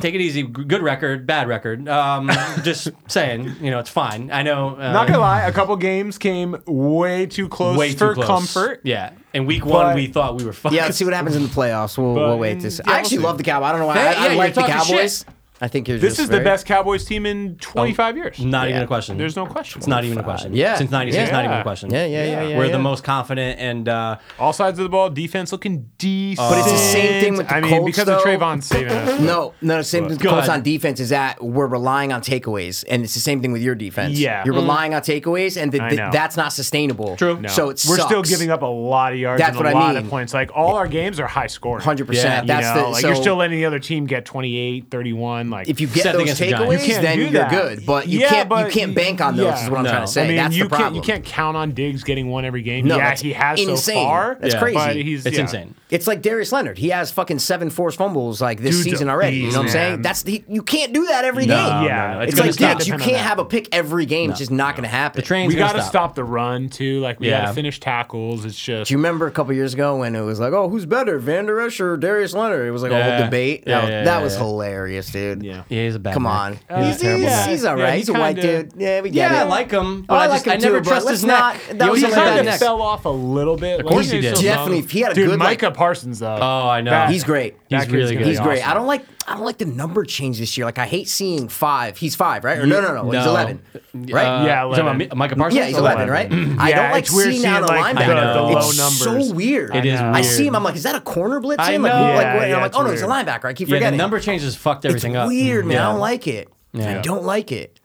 Take it easy. Good record, bad record. Um, just saying. You know, it's fine. I know. Uh, Not gonna lie, a couple games came way too close way too for close. comfort. Yeah. And week But- one, we thought we were fucked. Yeah, let's see what happens in the playoffs. We'll, But- we'll wait to see. yeah, I actually we'll see. love the Cowboys. I don't know why. Hey, yeah, I, I you're like the talking Cowboys. shit. I think you're This just is the very- best Cowboys team in 25 years. Not even Yeah. a question. There's no Oh, question. It's not even a question. Yeah. Since '96, not even Yeah. a question. Yeah, yeah, yeah, yeah. We're yeah. the most confident and uh, All sides of the ball, defense looking decent. But it's the same thing with the I mean, Colts, because though. of Trayvon saving us. No, no. The same thing with Go Colts ahead. on defense is that we're relying on takeaways, and it's the same thing with your defense. Yeah. you're relying on takeaways, and th- I th- know. that's not sustainable. Mm-hmm. True. No. So it's we're still giving up a lot of yards That's and a what I lot mean. of points. Like all our games are high scoring. hundred Yeah, percent. you That's you know, the like so you're still letting the other team get 28, 31. Like if you get Except those against the Giants. You takeaways, can't then do you're that. good. But you Yeah, can't but you can't bank on those. yeah. Is what I'm No. trying to say. I mean, that's you the problem. Can't, you can't count on Diggs getting one every game. No, yeah, that's he has insane. so far. That's Yeah. crazy. But he's it's yeah. insane. It's like Darius Leonard. He has fucking seven forced fumbles like this Dude's a season already. you know what I'm beast, saying? man. That's the you can't do that every Oh, No, game. Yeah, no, no. It's, It's gonna like stop dude, you depending on can't that. have a pick every game. It's just not going to happen. the train's We got to gotta stop the run too. Like we Yeah. gotta finish tackles. It's just Do you remember a couple years ago when it was like, oh, who's better, Van Der Esch or Darius Leonard? It was like a whole Yeah. debate. Yeah, that was, yeah, that yeah, was yeah. hilarious, dude. yeah. Yeah, he's a bad. Come man. on. Uh, he's, a terrible he's, man. he's all Yeah, right. he he's a white kinda- dude. Yeah, we get Yeah, I it. like him, but I I, like just him I never too, but trust let's his neck. not- that He was always He Something about had kind that of his neck. fell off a little bit. Of course he did. Definitely, if he had a Dude, good, like- Micah Parsons though. Oh, I know. That- He's great. He's that kid's really gonna good. be He's great. awesome. I don't like I don't like the number change this year. Like I hate seeing five. He's five, right? Or no, no, no. He's No. eleven, right? Uh, Yeah, you talking about 11. Mi- Micah Parsons. yeah, he's eleven, right? I Yeah, don't like it's weird seeing out a seeing, like, linebacker. the- the low it's numbers. so weird. It is I see weird. him. I'm like, is that a corner blitz? I in? Like, know. who- like, Yeah, what- and yeah, I'm like, it's oh no, he's a weird. linebacker. I keep Yeah, forgetting. the number changes fucked it's everything up. weird, man. Yeah. I don't like it. I Yeah. don't like it.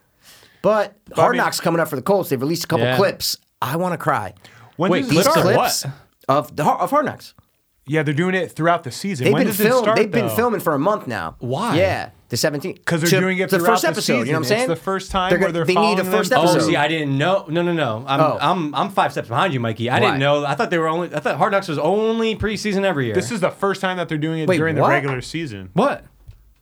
But Hard mean- Knocks coming up for the Colts. They've released a couple Yeah. clips. I want to cry. When Wait, does it These clips start? are what? clips of the of Hard Knocks. Yeah, they're doing it throughout the season. They've when been does filmed. it start? they've been though? filming for a month now. Why? Yeah, the 17th. 'Cause they're To- doing it to the throughout first the episode. You know what I'm season. saying? It's the first time They're where gonna- they're they need a following first them. Oh, episode. see, I didn't know. No, no, no. I'm, Oh. I'm, I'm five steps behind you, Mikey. I Why? didn't know. I thought they were only. I thought Hard Knocks was only preseason every year. This is the first time that they're doing it Wait, during what? the regular season. what?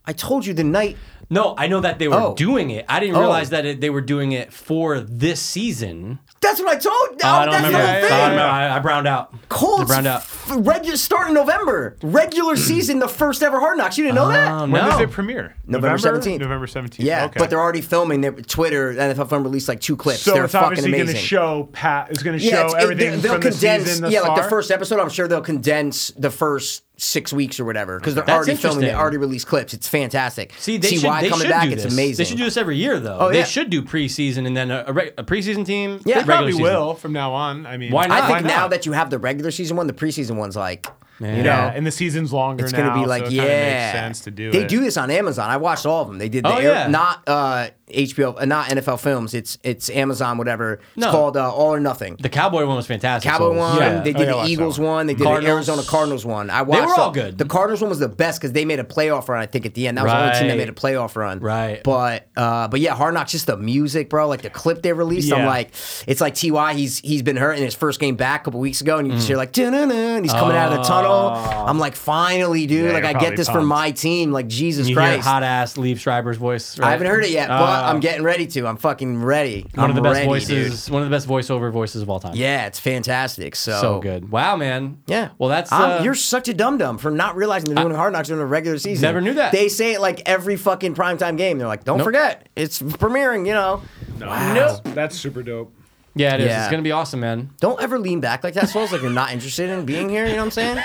I told you the night. No, I know that they were Oh. doing it. I didn't Oh. realize that it, they were doing it for this season. That's what I told. Oh, I don't that's the remember. whole Yeah, thing. yeah, I, yeah. don't remember. I, I browned out. I Colts browned out. f- regu- start in November. Regular season, the first ever Hard Knocks. You didn't know Oh, that? When does no. it premiere? November 17th. November 17th. Yeah, okay. but they're already filming. Their Twitter NFL Film released like two clips. so they're it's fucking obviously going to amazing. show Pat is going to yeah, show it's- it- everything they- they'll from condense. the season thus yeah, like the far? first episode, I'm sure they'll condense the first six weeks or whatever because they're That's already filming. They interesting. already released clips. It's fantastic. See, they should, why they coming should back. do It's this. amazing. They should do this every year, though. Oh, they yeah. should do preseason and then a, a, re- a preseason team. Yeah. They regular probably season. will from now on. I mean, Why not? I think now not? that you have the regular season one, the preseason one's like, Yeah. you know, Yeah, and the season's longer it's now. gonna be like, so it kinda yeah, makes sense to do They it. do this on Amazon. I watched all of them. They did the Oh, air, yeah. not uh, HBO, uh, not NFL Films. It's it's Amazon, whatever. It's No. called uh, All or Nothing. The Cowboy one was fantastic. Cowboy so- one. Yeah. They did Oh, yeah, I the watched Eagles that one. one. They did Cardinals. the Arizona Cardinals one. I watched. were all the- good. The Cardinals one was the best because they made a playoff run. I think at the end that was the only team that Right. made a playoff run. Right. But uh, but yeah, Hard Knocks. Just the music, bro. Like the clip they released. I'm Yeah. like, it's like Ty. He's he's been hurt in his first game back a couple weeks ago, and Mm. you just hear like, "Dun-dun-dun," and he's coming out of the tunnel. Oh. I'm like, finally, dude. Yeah, like you're I get probably this for pumped. my team. Like Jesus You hear Christ. hot ass Leave Schreiber's voice. Right? I haven't heard it yet, but Uh, I'm getting ready to. I'm fucking ready. One of I'm the best ready, dude. voices. One of the best voiceover voices of all time. Yeah, it's fantastic. So good. Wow, man. Yeah. Well, that's I'm- uh, you're such a dum dum for not realizing they're doing Hard Knocks during the regular season. Never knew that. They say it like every fucking primetime game. They're like, don't forget, it's premiering. You know, Nope. That's super dope. yeah, it is. Yeah. It's gonna be awesome, man. don't ever lean back like that. So it's like you're not interested in being here. You know what I'm saying?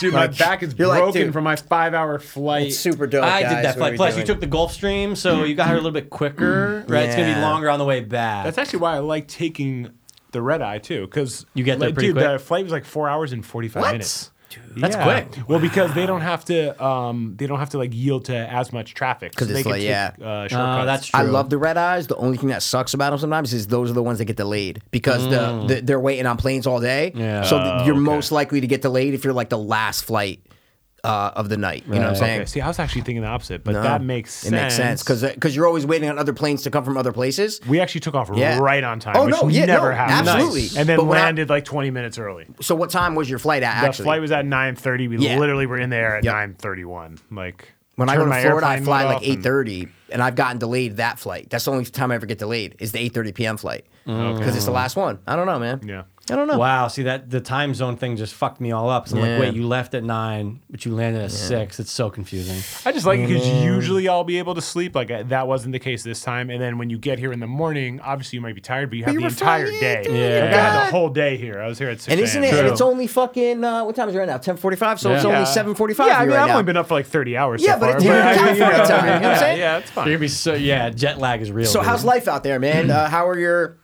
Dude, Like, my back is you're like, broken dude, from my five-hour flight. It's super dope. I guys, did that what flight. we Plus, doing? you took the Gulf Stream, so you got here a little bit quicker, right? It's gonna be Yeah. longer on the way back. That's actually why I like taking the red eye too, because You get there like, pretty dude, quick? The flight was like four hours and forty-five What? minutes. That's Yeah. quick. Well, because they don't have to, um, they don't have to like yield to as much traffic. 'Cause so they it's can like, take, yeah. uh, shortcuts. Oh, that's true. I love the red eyes. The only thing that sucks about them sometimes is those are the ones that get delayed because the, the they're waiting on planes all day. Mm. Yeah. So th- you're okay. most likely to get delayed if you're like the last flight uh, of the night. You know what I'm Right. saying? Okay, see, I was actually thinking the opposite, but that makes It sense. makes sense because because you're always waiting on other planes to come from other places. we actually took off Yeah. right on time. Oh, which no, yeah, never no, happens. absolutely. And then But when I- landed like twenty minutes early. So what time was your flight at? The Actually, flight was at nine thirty. We Yeah. literally were in there at Yep. nine thirty-one. Like when I go turned to my Florida, I airplane fly mode like off and- eight thirty, and I've gotten delayed that flight. That's the only time I ever get delayed is the eight thirty p.m. flight because it's the last one. I don't know, man. Yeah. I don't know. Wow, see that the time zone thing just fucked me all up. So I'm Yeah. like, wait, you left at nine, but you landed at six. It's so confusing. I just like it because Mm-hmm. usually I'll be able to sleep. Like I, that wasn't the case this time. And then when you get here in the morning, obviously you might be tired, but you have you the were entire flying day. through Yeah. Like, I had God. the whole day here. I was here at six. And isn't it? a.m. And True. it's only fucking uh, what time is it right now? Ten forty-five. So it's Yeah. only Yeah. seven forty-five. Yeah, I mean, right I've now. only been up for like thirty hours. Yeah, so but far, it's here in I mean, California you know, time, I mean, you know what I'm yeah, saying? Yeah, it's You're fine. gonna be so yeah, jet lag is real. So dude. how's life out there, man? Uh, how are your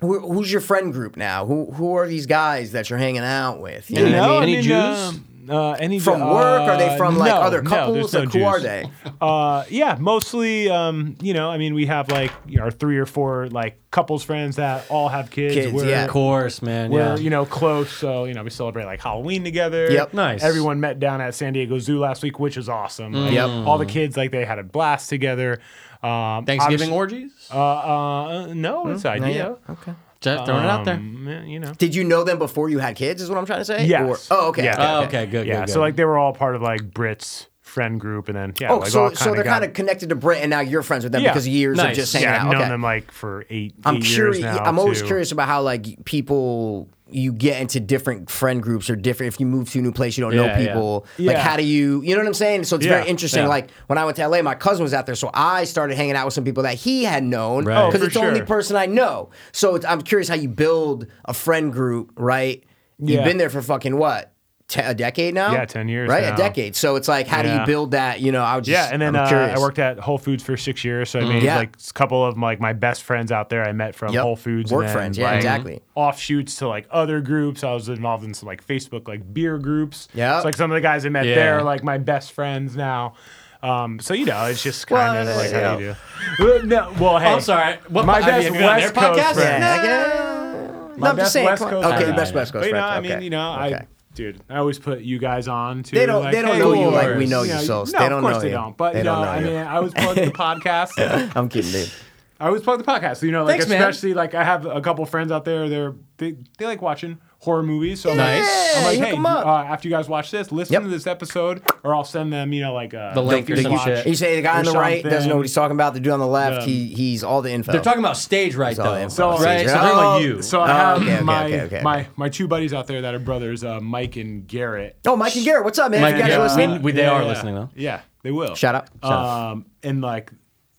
who, who's your friend group now? Who who are these guys that you're hanging out with? You You know what I know, mean? any uh, Jews? Uh, any From work? Are they uh, from like no, other no, couples? there's no like who are Jews. they? Uh, yeah, mostly. Um, you know, I mean, we have like our three or four like couples friends that all have kids. Kids, We're- yeah. Of course, man. We're Yeah. you know close, so you know we celebrate like Halloween together. Yep. Nice. Everyone met down at San Diego Zoo last week, which is awesome. Like, Yep. All the kids like they had a blast together. Um, Thanksgiving obviously- orgies? Uh, uh, no, it's idea. Okay. Jeff throwing it out there. Um, yeah, you know. Did you know them before you had kids? Is what I'm trying to say. Yes. Or- oh, okay. Yeah. okay, Oh, okay. okay, good, yeah. good, good. So like they were all part of like Brit's friend group, and then yeah, Oh, like all so so kinda they're got- kind of connected to Brit, and now you're friends with them Yeah. because of years of Nice. just hanging yeah, I've out. known Okay. them like for eight. I'm eight curious. Years now, I'm always too. curious about how like people you get into different friend groups or different. If you move to a new place, you don't know Yeah, yeah. people. Like Yeah. how do you? You know what I'm saying? So it's Yeah, very interesting. yeah. Like when I went to LA, my cousin was out there, so I started hanging out with some people that he had known Right. Oh, because for it's the only sure. person I know. So it's, I'm curious how you build a friend group, right? You've Yeah. been there for fucking what? te- a decade now? Yeah, 10 years Right, a now. decade. So it's like, how do you Yeah. build that? You know, I was just, Yeah, and then I'm uh, curious. I worked at Whole Foods for six years, so I made Yeah. like a couple of like my best friends out there. I met from Yep. Whole Foods, Work and then, friends, yeah, like, exactly. Offshoots to like other groups. I was involved in some like Facebook like beer groups. Yep. so, like some of the guys I met Yeah. there are like my best friends now. Um, so you know, it's just kind Well, of like yeah. how do you do. Uh, No, well, hey, I'm sorry. What my po- I mean, best have you been on their West Coast podcast? friend. Yeah, Yeah. like, uh, no, I'm just saying. West come on. Coast okay, friend. best West Coast But you know, friends. I mean, okay. you know, okay. I. Dude, I always put you guys on to. They don't- Like, they don't hey, know you like we yours. know you, Yeah, Sos. No, They of don't course know they you. don't. But They you don't know, know I you. mean, I always plug the podcast. I'm kidding, dude. I always plug the podcast. So, you know, like Thanks, man. especially like I have a couple friends out there. They're they, they like watching horror movies. So I'm Nice. like, I'm Yeah, like hook hey, 'em up. uh, after you guys watch this, listen Yep. to this episode, or I'll send them, you know, like uh, The link don't or you some watch- shit. You say the guy on the right something. doesn't know what he's talking about. The dude on the left, Yeah. he he's all the info. They're talking about stage right all though. info. So- right? stage So right. they're Oh, like you. So I have okay, okay, my okay, okay. my my two buddies out there that are brothers, uh, Mike and Garrett. oh, Mike and Garrett, what's up, man? Mike you guys and are Garrett. listening? We- we- they are listening, though. Yeah, they will. Shout out. Shout out. Um, and like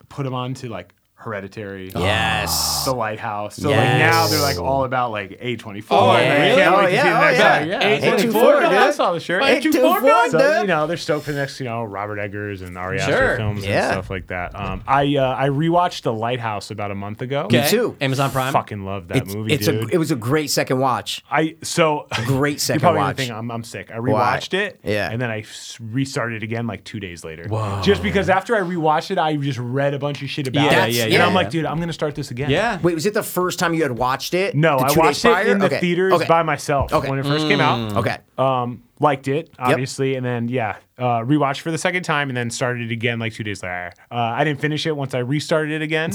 put them on to like Hereditary. Yes. The Lighthouse. So like Yes. now they're like all about like A24. Oh, Like, yeah. I can't Oh, wait to yeah, see the oh, next yeah. one. Yeah. A24. A24, no, dude. I saw the shirt. Hey, two four, A24, So, you dude. know, they're stoked for the next, you know, Robert Eggers and Ari Sure. Aster films Yeah. and stuff like that. Um, I uh, I rewatched The Lighthouse about a month ago. Okay. too. Amazon Prime. Fucking love that It's, movie, it's a dude. it was a great second watch. I so Great You're second probably watch. gonna think I'm, I'm sick. I rewatched it, Yeah. and then I s- restarted again like two days later. Just because after I rewatched it, I just read a bunch of shit about Yeah, it. yeah, and yeah, I'm yeah. like, dude, I'm gonna start this again. Yeah. Wait, was it the first time you had watched it? No, The I two days watched it prior? in the Okay, theaters okay. by myself Okay. Mm. when it first came out. Okay. Um, liked it obviously, and then yeah, uh, rewatched for the second time, and then started it again like two days later. Uh, I didn't finish it once I restarted it again,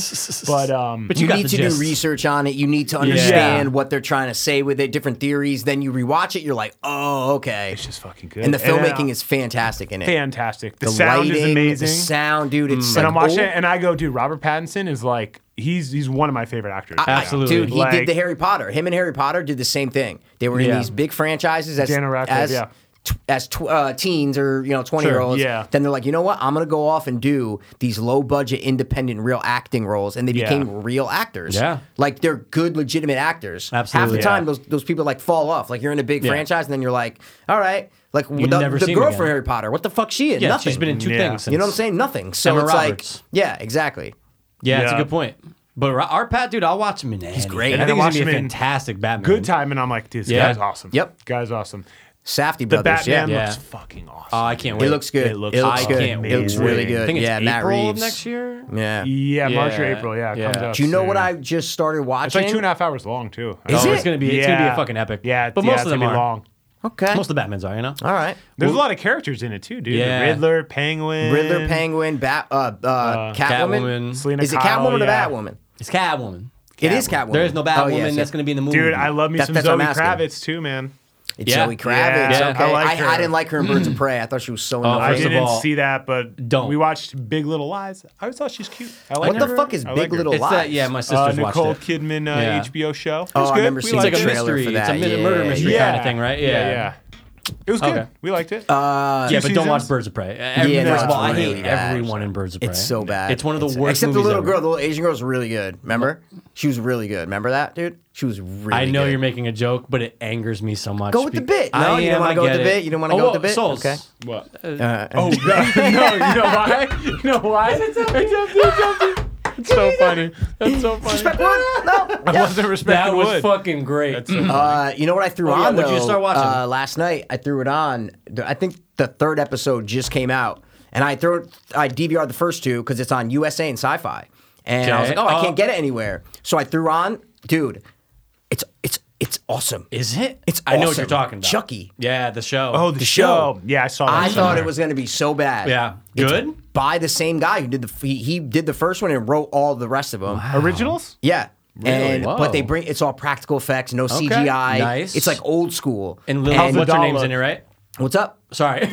but um, But You, you, got need the to gist. do research on it. You need to understand Yeah. what they're trying to say with it, different theories. Then you rewatch it, you're like, oh, okay. it's just fucking good. And the filmmaking uh, is fantastic in it. fantastic. The, the sound lighting, is amazing. Mm. The sound, dude. It's like, and I'm watching oh, it, and I go, dude, Robert Pattinson is like, he's he's one of my favorite actors. right now. Absolutely. Dude, he Like- did the Harry Potter. Him and Harry Potter did the same thing. They were in Yeah. these big franchises as Daniel Radcliffe, as, yeah. tw- as tw- uh, teens or you know twenty year olds. yeah. Then they're like, you know what? I'm gonna go off and do these low budget independent real acting roles, and they Yeah. became real actors. Yeah. Like they're good legitimate actors. Half Absolutely. the time, Yeah. those those people like fall off. Like you're in a big Yeah. franchise, and then you're like, all right, like You've the, never the seen girl again. for Harry Potter. What the fuck she in? yeah, Nothing. she's been in two Yeah. things. you know what I'm since- saying? Nothing. So Emma it's Roberts. like, yeah, exactly. Yeah, it's a Yeah. good point. But Ra- our Pat, dude, I'll watch him in. He's great. I And think I he's gonna watched be a him in fantastic Batman. Good time, and I'm like, this Yeah. guy's awesome. Yep. guy's awesome. Safety The brothers. Batman yeah. Yeah. looks fucking awesome. Oh, I can't wait. It looks good. It looks I good. can't It looks wait. really I good. think it's yeah, Matt April of Reeves. next year. Yeah. yeah, March or Yeah. April. Yeah, it Yeah. comes out. Do you know soon. what I just started It's watching? like two and a half hours long too. Is oh, it? It's gonna be. It's gonna be a Yeah. fucking epic. Yeah, but yeah, most it's of them gonna are. be long. Okay. Most of the Batmans are. You know. All right. There's a lot of characters in it too, dude. Yeah. Riddler, Penguin, Riddler, Penguin, Bat, uh, uh, Catwoman. Catwoman. Selena Is it Kyle, Catwoman yeah. or Batwoman? It's Catwoman. It is Catwoman. There is no Batwoman Oh, yeah, so- that's gonna be in the movie. Dude, I love me That- some that's Zoe what I'm asking. Kravitz too, man. It's Yeah. Zoe Kravitz. Yeah, okay. I like I, her. Oh, didn't like her in Birds of Prey. I thought she was so annoying. I First of didn't all, see that, but don't. we watched Big Little Lies. I always thought she's cute. I What like the her. fuck is I Big like her. Little It's that. Lies? Yeah, my Uh, sister's watched Nicole it. Kidman uh, Yeah. HBO show. It Oh, was I've good. never We seen It's like liked the a it. trailer mystery. for It's a that. mi- Yeah. murder mystery kind of thing, right? Yeah. yeah. It was good. Okay. We liked it. Uh, Yeah, Two but don't watch seasons? Birds of Prey. Every, no, first of it's all, I really hate bad. everyone in Birds of Prey. it's so bad. It's one of the It's- worst. Except the movies little ever. girl, the little Asian girl was really good. Remember? She was really good. Remember that, dude? She was really I know good. you're making a joke, but it angers me so much. Go with the be- bit. No, I you don't am, wanna I go with get the it. bit? You don't wanna Oh, go with the whoa, bit? Souls. Okay. What? Uh, oh, God. no. You know why? You know why? It's so funny. That's so funny. no. I wasn't respecting That was wood. fucking great. Uh, you know what I threw oh, yeah, on what'd though? you start watching? Uh, last night I threw it on. Th- I think the third episode just came out, and I threw I DVR'd the first two because it's on USA and Sci-Fi, and I was Okay. like, oh, I Uh, can't get it anywhere. So I threw on, dude. It's it's it's awesome. Is it? It's I know what awesome. you're talking about. Chucky. Yeah, the show. Oh, the, The show. show. Yeah, I saw that. I thought somewhere. it was going to be so bad. yeah. It's Good. by the same guy who did the he, he did the first one and wrote all the rest of them. originals. Yeah. And, Whoa. but they bring it's all practical effects, no CGI. Nice. It's like old school. And Lily, How's the what's her doll name's look? in it, right? what's up? Sorry.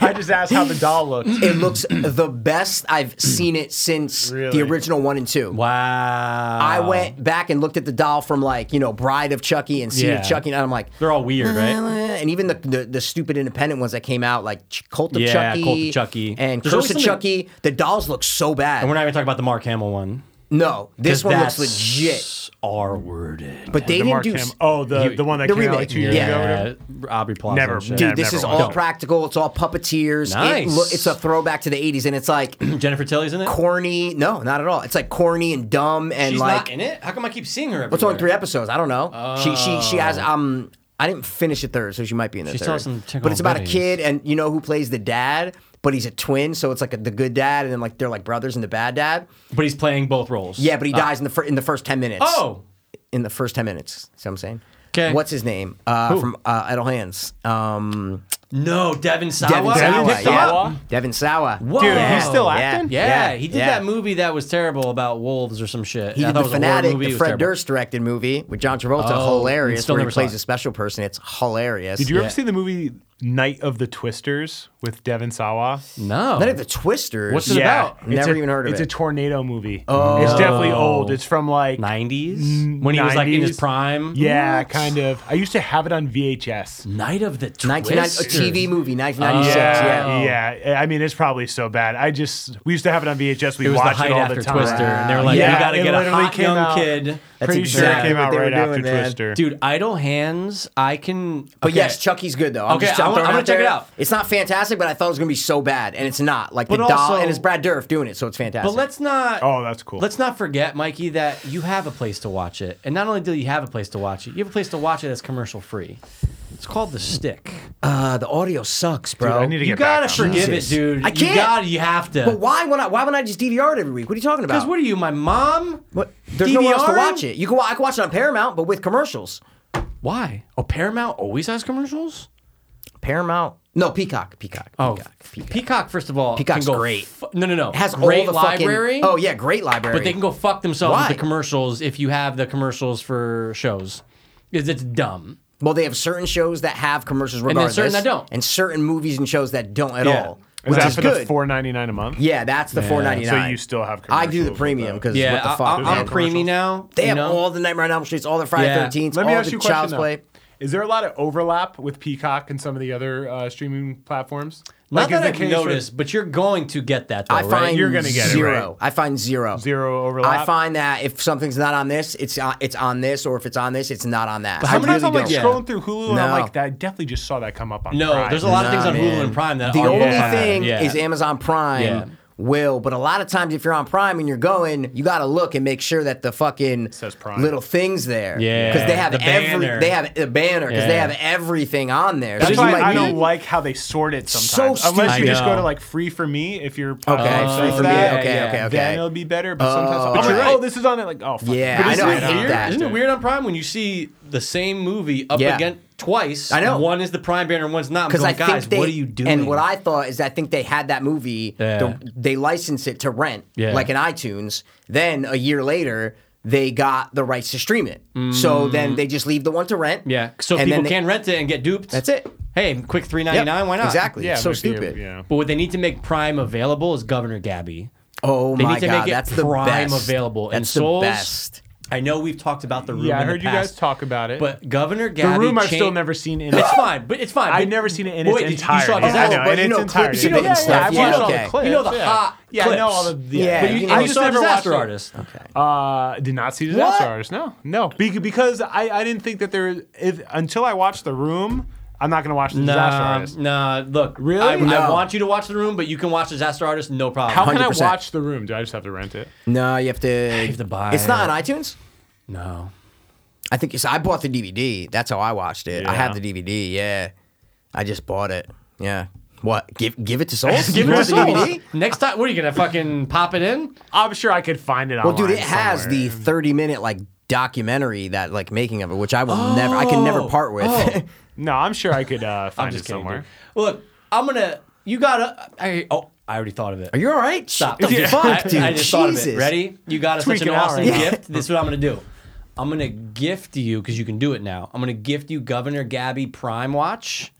I just asked how the doll looked. It looks the best I've seen it since Really? the original one and two. wow. I went back and looked at the doll from like, you know, Bride of Chucky and Seed Yeah. of Chucky, and I'm like, They're all weird, "Eh," right? and even the, the the stupid independent ones that came out, like Ch- Cult of Yeah, Chucky, Cult of Chucky. and There's Curse always of something- Chucky, the dolls look so bad. And we're not even talking about the Mark Hamill one. no, this 'Cause one looks that's legit, R worded. but they The didn't Mark do. Ham- Oh, the, You- the one that the came out like remake, two years yeah. ago. or whatever? Aubrey Plaza. Never. and shit. Dude, Dude, this never is watched all it. practical. It's all puppeteers. It Nice. loo- it's a throwback to the 80s, and it's like Jennifer Tilly's in it. corny. No, not at all. It's like corny and dumb and She's like not in it. How come I keep seeing her? Everywhere? What's on three episodes? I don't know. She she she has Oh. um. I didn't finish a third, so she might be in the She's third. telling some tickle but it's about a buddies. kid, and you know who plays the dad, but he's a twin, so it's like a, the good dad, and then like they're like brothers and the bad dad. But he's playing both roles. Yeah, but he dies in the fir- in the first ten minutes. Ah. Oh, in the first ten minutes. See what I'm saying? 'Kay. What's his name? Uh, from uh, Idle Hands. Um, No, Devin Sawa. Devin Devin Sawa. Sawa? Yeah. Devin Sawa. Whoa. Dude, he's still Yeah. acting? Yeah, Yeah, he did yeah. that movie that was terrible about wolves or some shit. He did I thought it the was a horror Fanatic, movie, it the was Fred terrible. Durst directed movie with John Travolta. Oh, hilarious. still Where he never saw plays it. a special person. It's hilarious. Did you Yeah. ever see the movie Night of the Twisters with Devin Sawa? No. None of the Twisters. Oh. What's it about? It's Never a- even heard of it's it. It's a tornado movie. Oh. It's definitely old. It's from like 90s? When he was like in his 90s. prime? Yeah, kind of. I used to have it on VHS. Night of the 1990 a Twisters. TV movie, 1996. yeah. Yeah, yeah, Oh. I mean, it's probably so bad. I just we used to have it on VHS. We It was the watched height it all after the time. Twister. And they were like, Yeah, you gotta it get a literally hot came young out- kid. That's Pretty sure it exactly came what out they were right doing, after man. Twister. Dude, Idle Hands, I can. But okay. yes, Chucky's good though. I'm Okay, just, I I'm, wanna- throwing I wanna out check it there. out. It's not fantastic, but I thought it was gonna be so bad, and it's not. Like the But doll, also- and it's Brad Dourif doing it, so it's fantastic. But let's not. Oh, that's cool. Let's not forget, Mikey, that you have a place to watch it. And not only do you have a place to watch it, you have a place to watch it that's commercial free. It's called The Stick. uh, the audio sucks, bro. I need to You get back gotta on that. forgive Jesus. it, dude. I You can't. gotta, you have to. but why? When I, why would I just DVR it every week? What are you talking Because about? what are you, my mom? What? There's nowhere else to DVR? watch it. You can wa- I can watch it on Paramount, but with commercials. Why? Oh, Paramount always has commercials? Paramount. No, Peacock. Peacock. Oh, Peacock. Peacock, first of all, Peacock's can go great. fu- no, no, no. It has great all the fucking- library. oh yeah, great library. but they can go fuck themselves Why? with the commercials if you have the commercials for shows, because it's dumb. Well, they have certain shows that have commercials then regardless, certain that don't. and certain movies and shows that don't at all. Is Which that is for the good. four ninety nine a month? yeah, that's the four ninety nine. So you still have I do commercials the with premium that. because Yeah, what the I, fuck? am man? no preemie commercials. now. They you have know? all the Nightmare on Elm Streets, all the Friday Yeah. Thirteenth, all Let me ask the you a question. Child's Though. Play. Is there a lot of overlap with Peacock and some of the other uh, streaming platforms? Not is that the I've case noticed, but you're going to get that. Though, I right? find You're gonna get it, zero. right? I find zero. with zero overlap. I find that if something's not on this, it's on, it's on this, or if it's on this, it's not on that. I sometimes really I'm like don't. Yeah. scrolling through Hulu and I'm No. like, I definitely just saw that come up on. no. Prime. There's a lot of things Nah, on Hulu man. and Prime that the are only yeah. thing yeah. is Amazon Prime Yeah. will, but a lot of times if you're on Prime and you're going, you got to look and make sure that the fucking says Prime. little things there, Yeah. because they have The every banner. they have the banner because they Yeah. have everything on there. That's so why you might I be- don't like how they sort it So sometimes. Unless stupid. you just I know. go to like free for me if you're Okay, uh, free for me. that, Okay, yeah, okay, okay. Then it'll be better. But sometimes But I'm you're like, right. oh, this is on it. Like, oh, fuck. Yeah, But I isn't know, I it hate weird? that. Isn't it weird on Prime when you see the same movie up Yeah. again twice? I know. and One is the Prime banner, and one's not. Because Because I like, think guys, they, what are you doing? And what I thought is, I think they had that movie. Yeah. The, they licensed it to rent, Yeah. like in iTunes. Then a year later, they got the rights to stream it. So then they just leave the one to rent. Mm. yeah, so and people then they- can rent it and get duped. That's it. Hey, quick three ninety Yep, nine. Why not? Exactly. Yeah, it's so might be a- stupid. Yeah. But what they need to make Prime available is Governor Gabby. Oh They my need to god, make it that's the Prime best. available. That's and the Souls, best. I know we've talked about the room. Yeah, I in the heard you guys past, talk about it. But Governor the Gabby. room I've still changed- never seen in. It's fine, but it's fine. I've but- never seen it in Well, its wait, did- entirety. You saw it. I I know, know, Oh, but in you its know entirety. clips of it and Yeah, yeah, stuff. I've Yeah, watched all okay. the clips. You know the yeah. hot Yeah, I know all clips. of the. Yeah, but you you, know, I you just saw never Disaster watched it. Artist. Okay. Uh, did not see Disaster Artist. No, no, Be- because I, I didn't think that there. If until I watched The Room, I'm not gonna watch the Disaster Nah, Artist. nah, look. Really? I, I No. want you to watch The Room, but you can watch Disaster Artist, no problem. How can I 100%. watch The Room? Do I just have to rent it? No, you have to. have to buy It's not it. on iTunes. No. I think it's, I bought the DVD. That's how I watched it. I have the DVD. Yeah, I just bought it. Yeah. What? Give give it to Souls. Give You it want to the DVD? someone. Next time, what are you gonna fucking pop it in? I'm sure I could find it. Well, dude, it has the 30 minute like documentary that like making of it, which I will never, I can never part with. Oh. No, I'm sure I could uh, find it Just kidding, somewhere. dude. Look, I'm gonna. You gotta. I, oh, I already thought of it. Are you all right? Stop. What the Yeah. fuck, dude? I, I just thought of Jesus. it. Ready? You got us such an Tweaking out awesome right now. gift. This is what I'm gonna do. I'm gonna gift you because you can do it now. I'm gonna gift you Governor Gabby Prime Watch,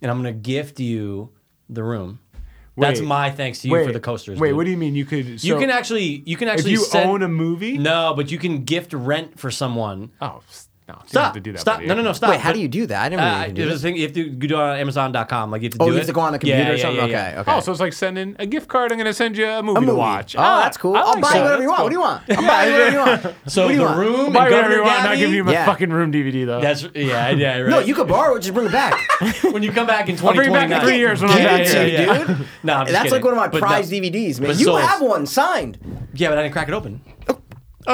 and I'm gonna gift you the room. That's Wait. my thanks to you for the coasters. Wait, dude. what do you mean you could? You so can actually. You can If actually. you send- own a movie, No, but you can gift rent for someone. Oh, s- no, you don't Stop. have to do that. stop. buddy. No, no, no. Stop. Wait, how But- do you do that? I didn't really uh, even do there's a this. thing you have to go do it on Amazon.com. Like you have to Oh, do you it. have to go on the computer Yeah, or yeah, something? yeah, yeah. Okay, okay. Oh, so it's like sending a gift card. I'm going to send you a movie, A to movie. watch. Oh, Ah, that's cool. I I'll like buy that. you whatever you want. That's cool. What do you want? I'll buy you whatever you want. So What do the you want? room and Buy whatever Governor you want. Not Gabby- giving you my Yeah. fucking room DVD though. That's yeah, yeah, right. No, you could borrow it. Just bring it back. when you come back in I'll bring it back 2029. in three years when I'm Yeah, back yeah, here. yeah. dude. No, I'm just That's like kidding. one of my But no. prize DVDs, man. But You Souls- have one signed. Yeah, but I didn't crack it open.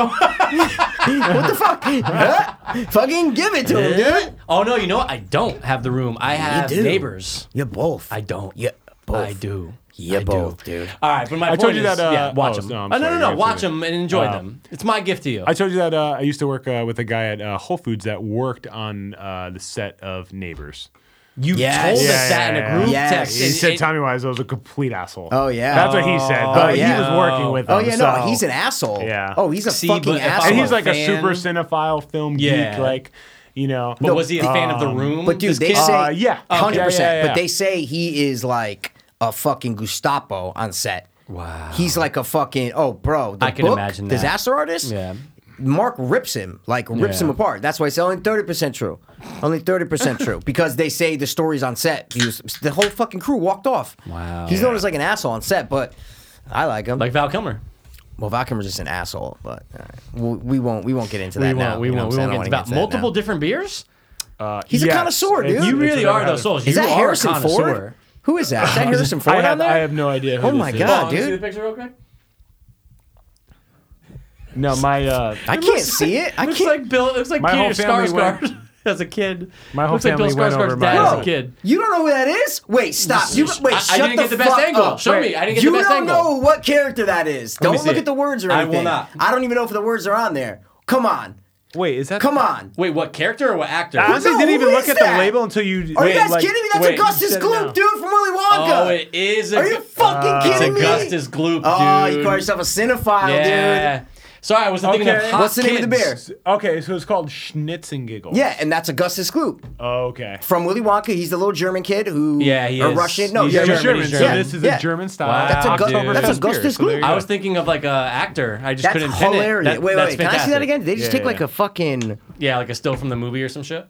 What the fuck? Huh? Fucking give it to him, dude. Oh no, you know what? I don't have the room. I have do. neighbors. You both. I don't. Yeah, both. I do. Yeah, I do. both, dude. All right, but my I point told you is, that, uh, yeah, watch oh, them. no, I'm No, no, sorry, no, you watch said it. them and Oh. enjoy them. It's my gift to you. I told you that uh, I used to work uh, with a guy at uh, Whole Foods that worked on uh, the set of Neighbors. You Yes. told Yeah, us that in a yeah, group yeah. text. He and said it- Tommy Wiseau was a complete asshole. Oh, yeah. that's what he said. Oh, But yeah. he was working with. Oh him, yeah, so- no, he's an asshole. Yeah. Oh, he's a See, fucking but if I asshole. And he's like a, fan. super cinephile film Yeah. geek, like you know. But was he a fan of the room? Um, But dude, this they kid? say Uh, yeah. Okay. hundred Yeah, percent. yeah, yeah. But they say he is like a fucking Gestapo on set. Wow. He's like a fucking oh, bro. The I can book, imagine that. Disaster artist. Yeah. Mark rips him, like rips Yeah. him apart. That's why it's only thirty percent true, only thirty percent true because they say the story's on set. He was, the whole fucking crew walked off. Wow. He's known as like an asshole on set, but I like him. like Val Kilmer. Well, Valkymer's just an asshole, but all right. we, we won't we won't get into We that won't. now. we you know won't. what We I'm saying? won't get I into don't that. wanna into Multiple different beers. Uh, He's a yes, connoisseur, it's- dude. it's You really another are habit. those souls. Is you that are Harrison a connoisseur. Ford? Who is that? Is that Harrison Ford I on have, there? I have no idea. Who Oh this my is. God. Oh, can you see dude. the picture real quick? No, my uh, I can't see it. I looks can't. like Bill. It looks like My whole Peter family went- Skarsgård as a kid. My whole looks like Bill family went over Skarsgård's my- dad as Bro, a kid. you don't know who that is? Wait, stop. You sh- wait. I- I shut didn't the get the best fuck angle. Up. Show me. Wait. I didn't get you the best don't angle. know what character that is. me Don't see look it. at the words or I anything. will not. I don't even know if the words are on there. Come on. wait, is that Come on. Wait, what character or what actor? I honestly No, didn't even who look is at the that? label until you. Are wait, you guys like- kidding me? That's wait, Augustus you said it now. Gloop, dude, from Willy Wonka. oh, it is. A, Uh, Are you fucking It's kidding me? Augustus Gloop, dude. Oh, you call yourself a cinephile, yeah. Sorry, I wasn't thinking Okay. of hot What's the name of the kids. beer? Okay, so it's called Schnitz and Giggle. dude. Yeah, and that's Augustus Gloop Okay. from Willy Wonka. He's the little German kid who, Yeah, he or is. Russian. No, He's yeah, It's German, German, he's so German. this is a Yeah. German style. Wow. That's, a Wow, Gus- dude. that's That's Augustus beer, so there Gloop. you I Yeah. was thinking of like a actor. I just That's couldn't pin hilarious. it. That, wait, that's wait, can I see that fantastic. again? Did they just Yeah, take yeah. like a fucking. Yeah, like a still from the movie or some shit.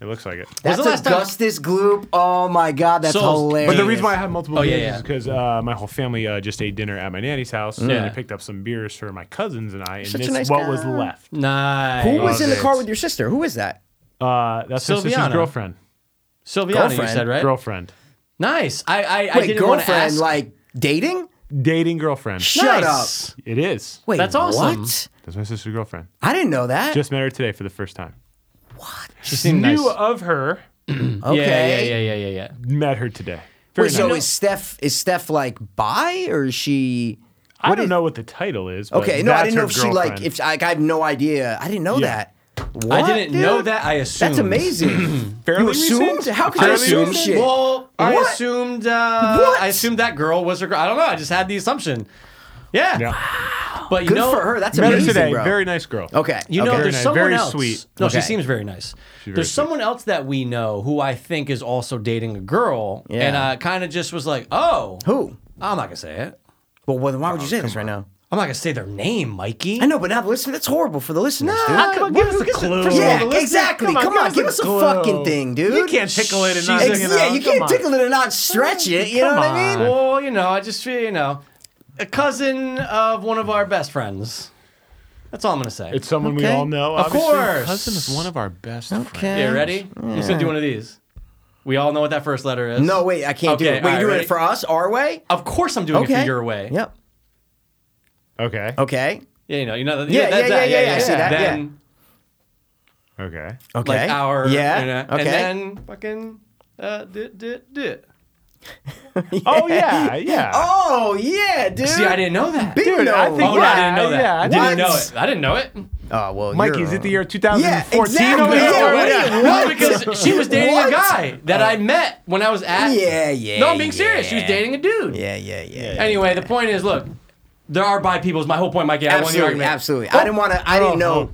It looks like it. That's the last time- Augustus Gloop. Oh my god, that's Souls. hilarious. But the reason why I have multiple Oh, yeah, beers yeah. is because uh, my whole family uh, just ate dinner at my nanny's house, and Yeah. I picked up some beers for my cousins and I, and Such a this nice what guy. was left. Nice. Who was in the it. car with your sister? Who is that? Uh, that's my sister's Silviana. girlfriend. Silviana? You Girlfriend. said right. Girlfriend. Nice. I I, I Wait, didn't want to girlfriend, ask. like dating? Dating girlfriend. Shut Nice. up. It is. Wait, That's awesome. What? That's my sister's girlfriend. I didn't know that. Just met her today for the first time. She seemed nice. Knew of her, okay. Yeah, yeah, yeah, yeah, yeah, yeah. met her today. Very Wait, so nice. is Steph is Steph like bi or is she? I what don't is- know what the title is. but Okay, no, I that's didn't know her if she like girlfriend. if like I have no idea. I didn't know Yeah. that. What, I didn't know dude? that. I assumed. That's amazing. Fairly you assumed? recent? How could you Fairly assume recent? shit? Well, I What? assumed. Uh, What? I assumed that girl was her girl. I don't know. I just had the assumption. Yeah. Yeah. But you Good know, for her. That's Met her amazing, today. bro. Very nice girl. okay. You know, okay. Very there's nice. someone Very else. sweet. No, Okay. she seems very nice. very there's sweet. someone else that we know who I think is also dating a girl, Yeah. and I kind of just was like, oh, Who? I'm not gonna say it. Well, well, then why would you Oh, say this right now? I'm not gonna say their name, Mikey. I know, but now the listener, that's horrible for the listeners, dude. come on, give us a clue. Yeah, The listeners- exactly. Come on, give, us a, clue. fucking thing, dude. You can't tickle it and not Ex- you know, yeah, you come can't on. tickle it and not stretch it. You know Come what I mean? on. Well, you know, I just feel you know, a cousin of one of our best friends. That's all I'm gonna say. It's someone we Okay. all know. Of obviously. course. cousin is one of our best friends. Okay. Yeah, ready? Let's do one of these. We all know what that first letter is. No, wait, I can't do Okay, it. Wait, alright, you're doing ready? it for us, our way? Of course, I'm doing it Okay. for your way. Yep. Okay. Okay. Yeah, you know, you know. that- Yeah, yeah, that's yeah, that, yeah, yeah, I see that, Then, Okay. Okay. like our, yeah. you okay. know, and then fucking, uh, d- d- d- Oh yeah, yeah. oh yeah, dude. See, I didn't know that. Big Dude, no. I think- Oh, no, I didn't know that. Yeah, I I didn't did. know it. I didn't know it. Oh well, Mikey, you're- is it the year 2014 Yeah, over exactly. there Yeah, already? what No, Oh, because she was dating What? a guy that I met when I was at. Yeah, yeah. No, I'm being serious. She was yeah. dating a dude. Yeah, yeah, yeah. yeah. Anyway, the point is, look, there are bi peoples. My whole point, Mikey. I won the Absolutely, argument. Oh, absolutely. I didn't want to. I didn't know. No,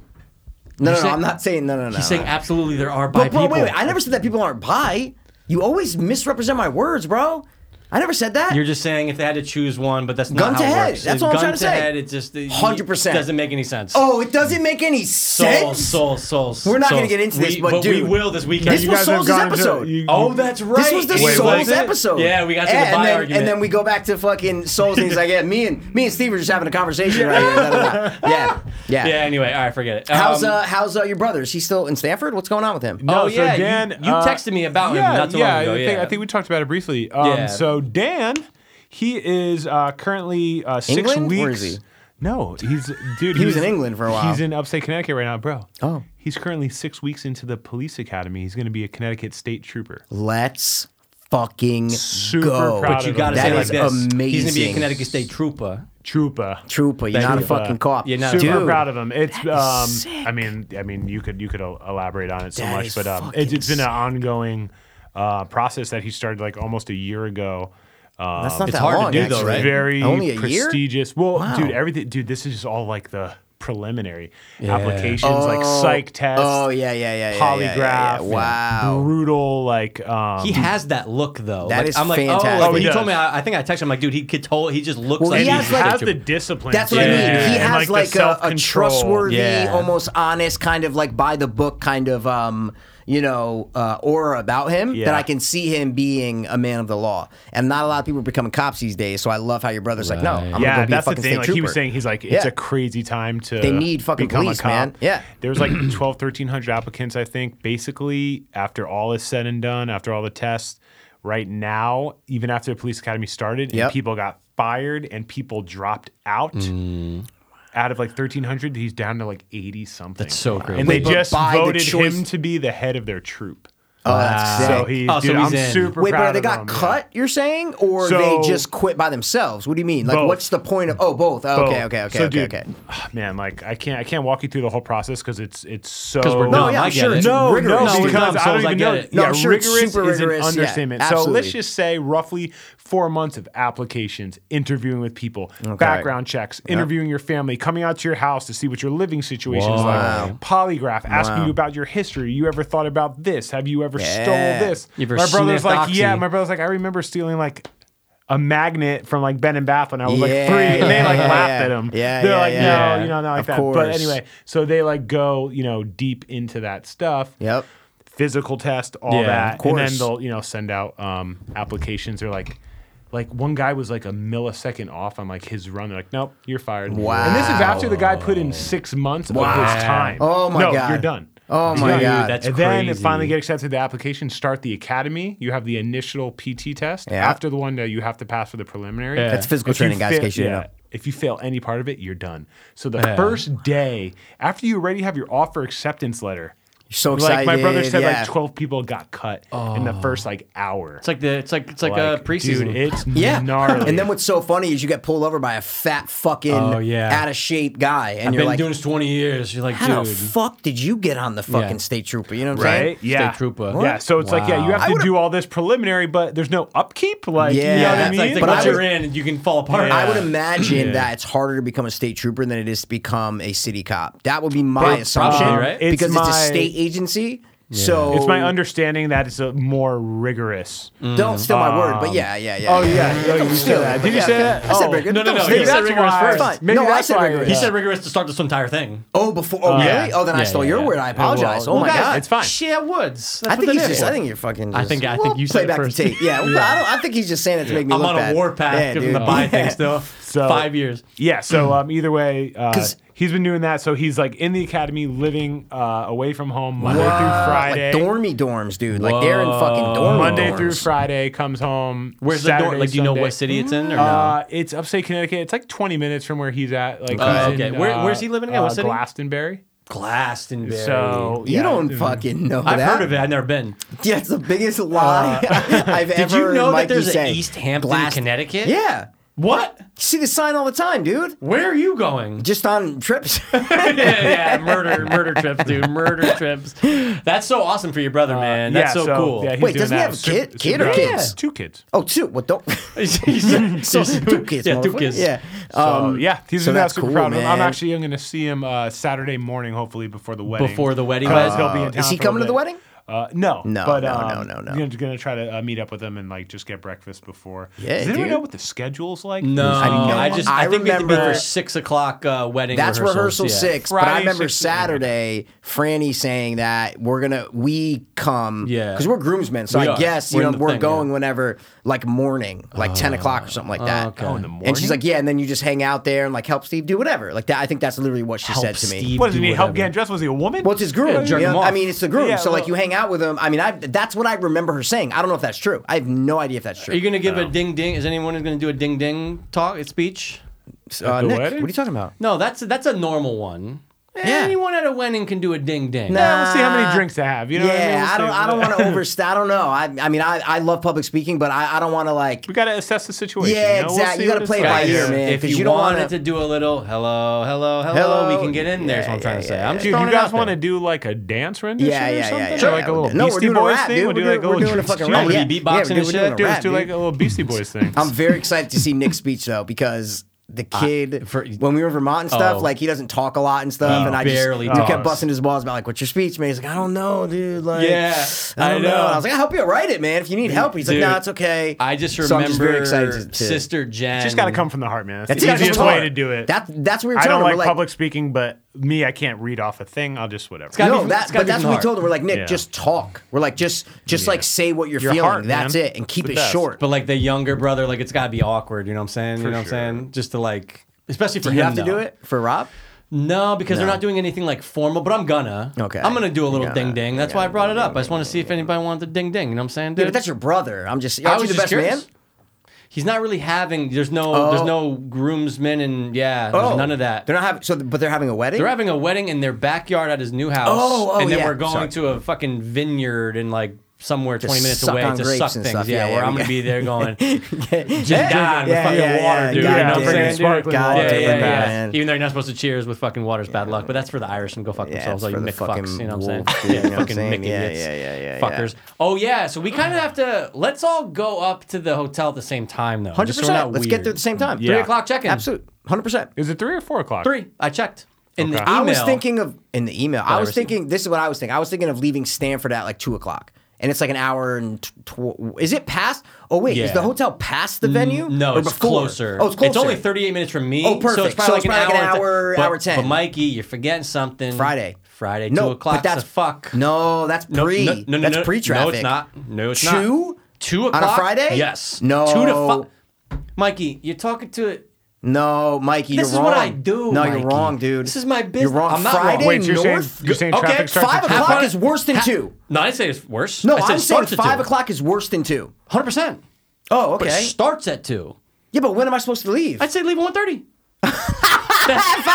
no, no. saying- I'm not saying no, no, no. He's saying absolutely there are bi but bro, people. wait, wait. I never said that people aren't bi. You always misrepresent my words, bro. I never said that. You're just saying if they had to choose one, but that's not Gun how to it head. works. That's all I'm Gun trying to say. Head, it just it 100%. doesn't make any sense. oh, it doesn't make any soul, sense. soul, soul. We're not gonna get into this, we, but we dude, will this weekend. This You was guys- have Souls' gone into- episode. you- oh, that's right. This was the Wait, what Souls was it? episode. Yeah, we got to the and, bi and then, argument. And then we go back to fucking Souls, and he's like, "Yeah, me and me and Steve are just having a conversation right here." da, da, da. Yeah, yeah. yeah. Anyway, all right, forget it. How's Um, uh how's uh, your brother? Is he still in Stanford? What's going on with him? Oh No, so yeah, you- Dan, you, uh, texted me about him not too long ago. I think, yeah, I think we talked about it briefly. Um, Yeah. So Dan, he is uh, currently uh, six England? weeks. Where is he? No, he's dude. He was he's- in England for a while. He's in upstate Connecticut right now, bro. Oh. he's currently six weeks into the police academy. He's going to be a Connecticut state trooper. Let's fucking Super go. proud But You of gotta That say it like is this. He's gonna be a amazing. Connecticut State trooper. Trooper. Trooper, you're not a Trooper. fucking cop. You're not a Super Dude, proud of him. It's um, I mean, I mean, you could you could el- elaborate on it so That much, is but um, fucking it's, it's been an ongoing uh, process that he started like almost a year ago. Um, That's not It's that hard to long, do, though, actually. right? Very Only a year? prestigious. Well, Wow. dude, everything, dude, this is just all like the preliminary applications, like psych tests, Oh yeah, yeah, yeah, yeah, yeah, polygraph, yeah, yeah. and Wow. brutal, like um, He has that look though. That is That is like, I'm like, fantastic. Oh, Oh, like, when he he told me, does. I, I think I texted him like, dude, he could totally. He just looks Well, like and he he's has, he like- has a the discipline. That's what I mean. too, Yeah. He and, has the like, a, a self-control. trustworthy, Yeah. almost honest, kind of like by the book kind of um, you know, uh, aura about him that Yeah. I can see him being a man of the law. And not a lot of people are becoming cops these days, so I love how your brother's like, No, I'm gonna yeah, go be a that's the fucking thing. state Like trooper. he was saying, he's like, it's Yeah. a crazy time to. They need fucking become a police, cop. man. Yeah. there was like 12, 1300 applicants, I think. Basically, after all is said and done, after all the tests, right now, even after the police academy started, Yep. and people got fired and people dropped out. Mm. Out of like thirteen hundred, he's down to like eighty something. That's so crazy. And Wait, they but just by the voted choice- him to be the head of their troop. Oh, that's sick. So he's, Oh, so dude, he's I'm in. super Wait, proud but they of got him, yeah. cut, you're saying? Or So- they just quit by themselves? What do you mean? Like Both. what's the point of Oh both. Oh, okay, Both. okay, okay, So, okay, dude, ah, okay. Man, like I can't, I can't walk you through the whole process because it's, it's so. 'Cause we're No, dumb. yeah, I I'm get sure it. it's No, rigorous. no, we're because dumb, I so don't I even get know. it. Yeah, No, I'm sure it's rigorous super is an rigorous, yeah, understatement. so absolutely. let's just say roughly four months of applications, interviewing with people, background checks, interviewing your family, coming out to your house to see what your living situation is Wow. like, polygraph, asking Wow. you about your history. You ever thought about this? Have you ever Yeah. stole this? You ever my brother's sniffed like, oxy? yeah. My brother's like, I remember stealing like. A magnet from like Ben and Bath when I was like Yeah, three, and they like yeah, laughed yeah. at him. Yeah, they're yeah, like, yeah. no, you know, not like Of that. But course. anyway, so they like go, you know, deep into that stuff. Yep. Physical test, all Yeah, of that. And then course. they'll, you know, send out um applications or like like one guy was like a millisecond off on like his run. They're like, nope, you're fired. And this is after the guy put in six months of his time. Oh my no, God. You're done. Oh He's my done. god. that's and then crazy. finally get accepted to the application, start the academy. You have the initial PT test. Yeah. After the one that you have to pass for the preliminary. Yeah. That's physical If you training, guys, in fail- case you didn't yeah. know. If you fail any part of it, you're done. So the Yeah. first day after you already have your offer acceptance letter, You're so like excited. my brother said, yeah. Oh. like 12 people got cut in the first like hour. It's like the. It's like it's like, a preseason. Dude, it's Yeah. gnarly. And then what's so funny is you get pulled over by a fat fucking Oh, yeah. out of shape guy and I've you're been like doing this twenty years. You're like, how dude. the fuck did you get on the fucking Yeah. state trooper? You know what I'm saying? right? Yeah. trooper. Yeah. So it's like, yeah, you Wow. have to do all this preliminary, but there's no upkeep. Like, Yeah. you know what yeah, I it's mean? like, it's like But once I would- you're in, you can fall apart. I would Yeah. imagine that it's harder to become a state trooper than it is to become a city cop. That would be my Probably, assumption, right? It's Because it's a my- state agency, so it's my understanding that it's a more rigorous. Mm. Don't steal my word, but yeah, yeah, yeah. Oh, yeah. No, you said that. Did you say that? I said Oh. rigorous. No, no, Don't no, steal he it. said That's rigorous why- first. Fine. Maybe no, I that's said why- rigorous. He said rigorous to start this entire thing. Oh, before. Oh, Yeah. really? Oh, then I Yeah, stole yeah, your yeah. word. I Yeah, apologize. Oh my guys, god. it's fine. Shit, Woods. That's I what think that he's is. just. I think you're fucking. Just, I think- I think well, you said play it back first. the tape. Yeah, well, I, don't, I think he's just saying it to make me I'm look on a bad. war path Yeah, giving the dude. buy thing still. So- Five years. Yeah, so um, either way, uh, 'Cause- he's been doing that. So he's like in the academy, living uh, away from home Monday Wow, through Friday. Like dormy dorms, dude. Like they're in fucking dorm Monday dorms. through Friday, comes home. Where's the Saturday, door? Like, do you know Sunday. what city it's in or no? Uh, it's upstate Connecticut. It's like 20 minutes from where he's at. Like, Oh, he's okay. Where- where's he living again? What uh, city? Glastonbury. Glastonbury. So You yeah. don't fucking know I've that. heard of it. I've never been. Yeah, it's the biggest lie I've ever. Did you know Mikey that there's say. an East Hampton, Blast- Connecticut? Yeah, What? you see the sign all the time, dude. Where are you going? Just on trips. yeah, yeah, murder, murder trips, dude. Murder trips. That's so awesome for your brother, man. That's yeah, so, cool. Yeah, he's Wait, doing doesn't he that. have a Super- kid- kid super or awesome. kids? Two kids. oh, two. What don't? so, two kids. Yeah, two motherfucker. kids. Yeah. So, Um, yeah, he's so doing that. that's Super cool, proud of him. I'm man. actually going to see him uh, Saturday morning, hopefully before the wedding. Before the wedding, Because was- he'll be in town Is he for a coming to the bit. wedding? Uh, no, No, but, no, um, no, no, no. You're gonna try to uh, meet up with them and like just get breakfast before. Yeah, Does anyone dude. know what the schedule's like? No, Who's I, coming? know. just I I, think we have to be remember- for six o'clock uh, wedding. That's rehearsal rehearsals, yeah. six. but I Friday, remember 6, yeah. Saturday, Franny saying that we're gonna we come. Yeah. Because we're groomsmen, so We I are. guess you We're know in the we're thing, Oh. going whenever like morning, like ten o'clock or something like that. okay. Oh, in the morning. And she's like, yeah, and then you just hang out there and like help Steve do whatever. Like that, I think that's literally what she Help said to me. Steve what does he do need help whatever. getting dressed? Was he a woman? Well, it's his groom. jerk you know? him off. I mean, it's the groom. Yeah, so like well- you hang out with him. I mean, I that's what I remember her saying. I don't know if that's true. I have no idea if that's Are you true. gonna give a ding ding? Is anyone gonna do a ding ding talk speech? Uh, the Nick, what wedding? are you talking about? No, that's that's a normal one. Yeah. Anyone at a wedding can do a ding ding. No. Yeah, we'll see how many drinks I have. You know what I mean? Uh, Yeah, We'll I don't. see. I don't want to overstay. I don't know. I. I mean, I. I love public speaking, but I. I don't want to like. We gotta assess the situation. Yeah, you know? We'll exact- see you gotta what it's play it like. by Guys, ear, man, If 'cause you, you don't wanted wanna- to do a little hello, hello, hello, Hello. we can get in there. Is what I'm Yeah, trying to yeah, say. yeah, I'm yeah. just Dude, throwing you it guys out want there. to do like a dance rendition Yeah, or yeah, something? yeah, yeah. Or Sure, like yeah, a we little do. No, we're Beastie doing a Boys rap, thing? dude. We'll We're do like doing- a we're little doing a fucking Yeah, rap. we do Yeah, beatboxing yeah, we're and doing- we're shit. doing a Dude, let's rap, do like a little Beastie Boys thing. I'm very excited to see Nick speech though because the kid for- when we were in Vermont and stuff, Oh. like he doesn't talk a lot and stuff, He and I barely just, we kept talks. busting his balls about like what's your speech, man. He's like, I don't know, dude. Like, Yeah, I don't I know. know. I was like, I'll help you write it, man. If you need help, he's Dude, like, No, it's okay. I just So I'm remember just very excited to- Sister Jen. Just gotta come from the heart, man. That's Yeah, the it's easiest hard. way to do it. That that's what we were I telling don't him. like We're like public speaking, but me, I can't read off a thing. I'll just whatever. gotta be no, from- that, it's gotta but be that's from what we the told them. We're like, Nick, Yeah. just talk. We're like, just just like say what you're Your feeling. heart, that's man. it, and keep The it best. short. But like the younger brother, like it's gotta be awkward. You know what I'm saying? you know what I'm sure. saying? Just to like, especially for you him. have to though. do it for Rob. No, because they're not doing anything like formal. But I'm gonna. Okay. I'm gonna do a little Yeah. ding ding. That's why I brought it up. I just want to see if anybody wanted the ding ding. You know what I'm saying? Dude? Yeah, but that's your brother. I'm just. I Aren't you was the just best man? curious. He's not really having. There's no. There's Oh. no groomsmen and yeah. Oh. There's none of that. They're not having. So, but they're having a wedding. They're having a wedding in their backyard at his new house. Oh, oh, and then yeah. we're going Sorry. to a fucking vineyard and like somewhere 20 minutes suck away on to grapes suck and things. stuff. Yeah, Yeah, where yeah, I'm we gonna got- be there going just Yeah, down with yeah, fucking yeah, water, yeah, dude. yeah, you know what yeah, I'm saying? dude? sparkling God water yeah, in yeah, the yeah. back. man. Even though you're not supposed to cheers with fucking water's bad luck, but that's for the Irish and go fuck Yeah, themselves, it's like for the Mick fucking fucks. You know what I'm saying? wolves, dude, you know what I'm fucking saying? Mick Yeah, idiots, yeah, yeah, yeah, yeah. fuckers. Oh yeah, so we kind of have to. Let's all go up to the hotel at the same time though. Hundred just so we're not percent. Let's get weird. there at the same time. Yeah. Three o'clock check-in. Absolute. Hundred percent. Is it three or four o'clock? Three. I checked. In the Okay. email, I was thinking of in the email. I was received. thinking this is what I was thinking. I was thinking of leaving Stanford at like two o'clock, and it's like an hour and tw- tw- is it past? Oh wait, is Yeah. Mm, the hotel past the venue? No, Or it's before? closer. Oh, it's closer. only 38 minutes from me. Oh, So perfect. it's probably, So like, it's probably an like an hour, hour- but, hour 10. But Mikey, you're forgetting something. Friday. Friday, No, 2 o'clock. but that's so fuck. No, that's No, pre. No, no, no, that's no, pre-traffic. No, it's not. No, it's not. Two? Two a o'clock Friday? Yes. No. Two to five. Mikey, you're talking to it. No, Mikey, you're This is wrong. what I do, No, Mikey. you're wrong, dude. This is my You're business. wrong. I'm not Friday wrong. Wait, you're saying north. you're saying Okay, traffic starts Five at two o'clock is worse than two. No, I didn't say it's worse. No, I said I'm saying starts at five two. o'clock is worse than two. 100%. Oh, But it okay. starts at 2. Yeah, but when am I supposed to leave? I'd say leave at 1.30.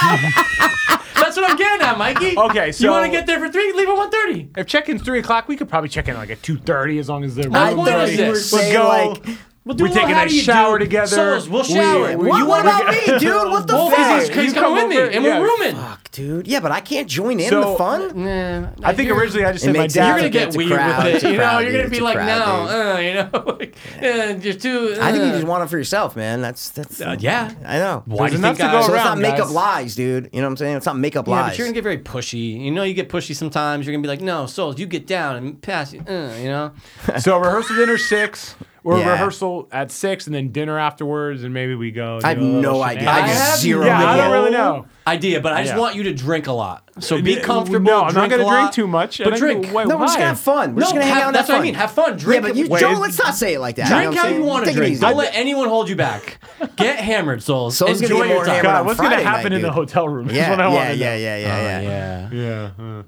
That's what I'm getting at, Mikey. Okay, You so- want to get there for 3? Leave at 1.30. If check-in's three o'clock, we could probably check in like at two thirty as long as they're. My room point ready. is this. We'll Say, go. like, We'll do we're a taking little a howdy do. shower together. Solos, we'll shower. We, what, you what wanna about me, dude? What the Wolf fuck? is he's, he's You come coming with me, over, and yeah. we're rooming. Fuck, dude. Yeah, but I can't join in So- the fun. I think originally I just said my makes sense. dad. You're It's gonna a- get it's a weird crowd, with it's it. a You know, crowd, you're dude, gonna it's be a like, crowd, no, uh, you know, like, uh, you're too. Uh. I think you just want it for yourself, man. That's that's. Uh, yeah. I know. Why do you enough think to go I- So So it's not around, make up guys. lies, dude. You know what I'm saying? It's not make up Yeah, lies. but you're gonna get very pushy. You know, you get pushy sometimes. You're gonna be like, no, souls, you get down and pass. You, uh, you know. So rehearsal dinner six. Or Yeah. rehearsal at six, and then dinner afterwards, and maybe we go. I have do a little no idea. shenanigans. I have have zero Yeah, I don't idea. really know. Idea, but I just Yeah. want you to drink a lot. So be Yeah, comfortable. no, I'm not drink a gonna drink lot, too much, and But I drink. can- wait, No, we're just Why? gonna have fun. We're just No, gonna hang have- out. And that's have what I fun. mean. Have fun. Drink. Yeah, but you, Wait, Joel, is- let's not say it like that. you know Drink what how I'm you saying? want to Take it drink. easy. Don't let anyone hold you back. Get hammered, souls. Soul's gonna Enjoy get your more time. hammered. God, on what's Friday gonna happen night, in the dude. hotel room? is Yeah, what I wanna yeah, know. yeah, yeah, Oh, yeah, yeah. yeah. Yeah. uh.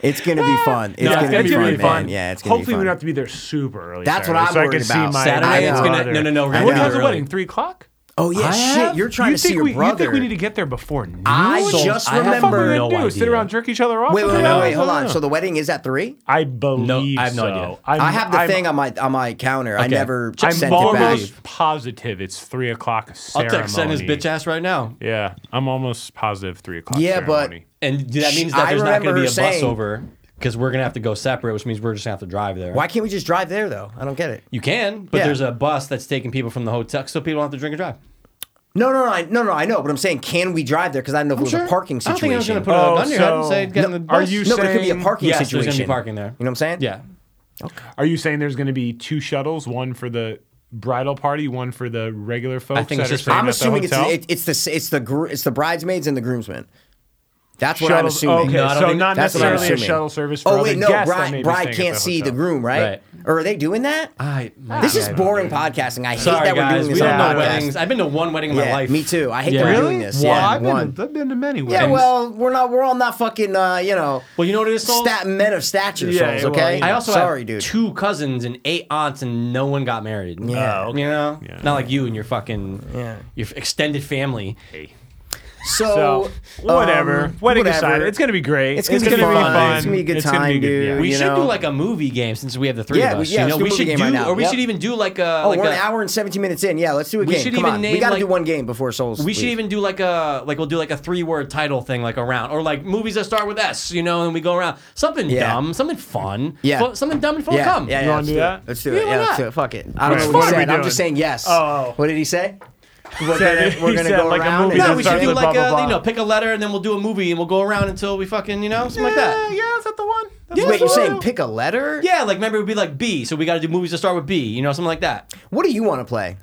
It's gonna be fun. It's No, gonna be fun, really man. Yeah, it's gonna be Hopefully, we fun. don't have to be there super early. That's what Saturday, I'm so I worried can see about. my Saturday, it's gonna- brother. no, no, no, we're gonna What get there time's the early. wedding? Three o'clock. Oh yeah, shit. have- You're trying you to see think your we, brother. You think we need to get there before noon? I So, just I have What the fuck are we remember. gonna no do? Sit idea. around, jerk each other off? Wait, for wait, three wait, wait, hours? wait. Hold I don't on. know. So the wedding is at three. I believe. I have no so. idea. I'm, I have the I'm, thing on my on my counter. I Okay. never I'm sent I'm it back. almost positive it's three o'clock I'll ceremony. text send his bitch ass right now. Yeah, I'm almost positive three o'clock. Yeah, but- ceremony. And that means I that there's not remember going to her be a bus saying- over because we're going to have to go separate, which means we're just going to have to drive there. Why can't we just drive there though? I don't get it. You can, but Yeah. there's a bus that's taking people from the hotel, so people don't have to drink and drive. No, no, no, I, no, no. I know, but I'm saying, can we drive there? Because I don't know if it was a parking I don't think I was situation. going to put Oh, a gun to your head and so- say, get in No, the bus. are you- no, but it could be a saying- parking Yes, there's situation. gonna be parking there. You know what I'm saying? Yeah. Are you saying there's going to be two shuttles, one for the bridal party, one for the regular folks? think it's that are just- staying I'm at the assuming it's hotel? it, it's the s- it's the gr- it's the bridesmaids and the groomsmen. That's what I'm Shuttles- assuming. Okay, No, I don't so think- not That's what I'm necessarily a assuming. shuttle service for Oh other wait, no, guests that may bride, be bride staying at can't the see the hotel. groom, right? Right. Or are they doing that? I, my this is God. boring podcasting. I hate Sorry, that we're guys. doing We this don't on know podcast. weddings. I've been to one wedding in my Yeah, life. me too. I hate Yeah. that we're Really? doing this. Well, yeah, I've, one. been, I've been to many yeah, weddings. well, we're not we're all not fucking uh, you know Well, you know what it is, Sol? stat men of stature Yeah, souls, well, okay? yeah. I also sorry, have dude. two cousins and eight aunts, and no one got married. Yeah. Oh, okay. You know? Yeah. Not like you and your fucking your extended family. Hey. So, So whatever. um, Wedding whatever. aside, it's gonna be great. It's gonna be fun. It's gonna be a good time, dude. yeah. We You should know? do like a movie game since we have the three Yeah, of we- us. yeah, you let's know, do a we movie should game do, right now. or we Yep. should even do like a. Oh, like we're a- an hour and 17 minutes in. Yeah, let's do a We game. should Come even on. we name, got to like- do one game before Souls. We should leaves. even do like a like we'll do like a three word title thing like around or like movies that start with S, you know, and we go around something Yeah. dumb, something fun, Yeah. fu- something dumb and fun. yeah, come, Yeah, yeah, You wanna let's do it. that? Let's do Yeah, it. why Yeah, let's not? do it. Fuck it. I don't Alright, know what he what are we said. I'm just doing? saying yes. Oh. What did he say? What said- did- we're he gonna said go like a around movie and that No, then we should starts start do with the- like blah, a, blah, you blah. know pick a letter and then we'll do a movie and we'll go around until we fucking you know something like that. Yeah, is that the one? That's Yeah, the Wait, you're one. saying pick a letter? Yeah, like maybe it would be like B, so we got to do movies that start with B, you know, something like that. What do you want to play?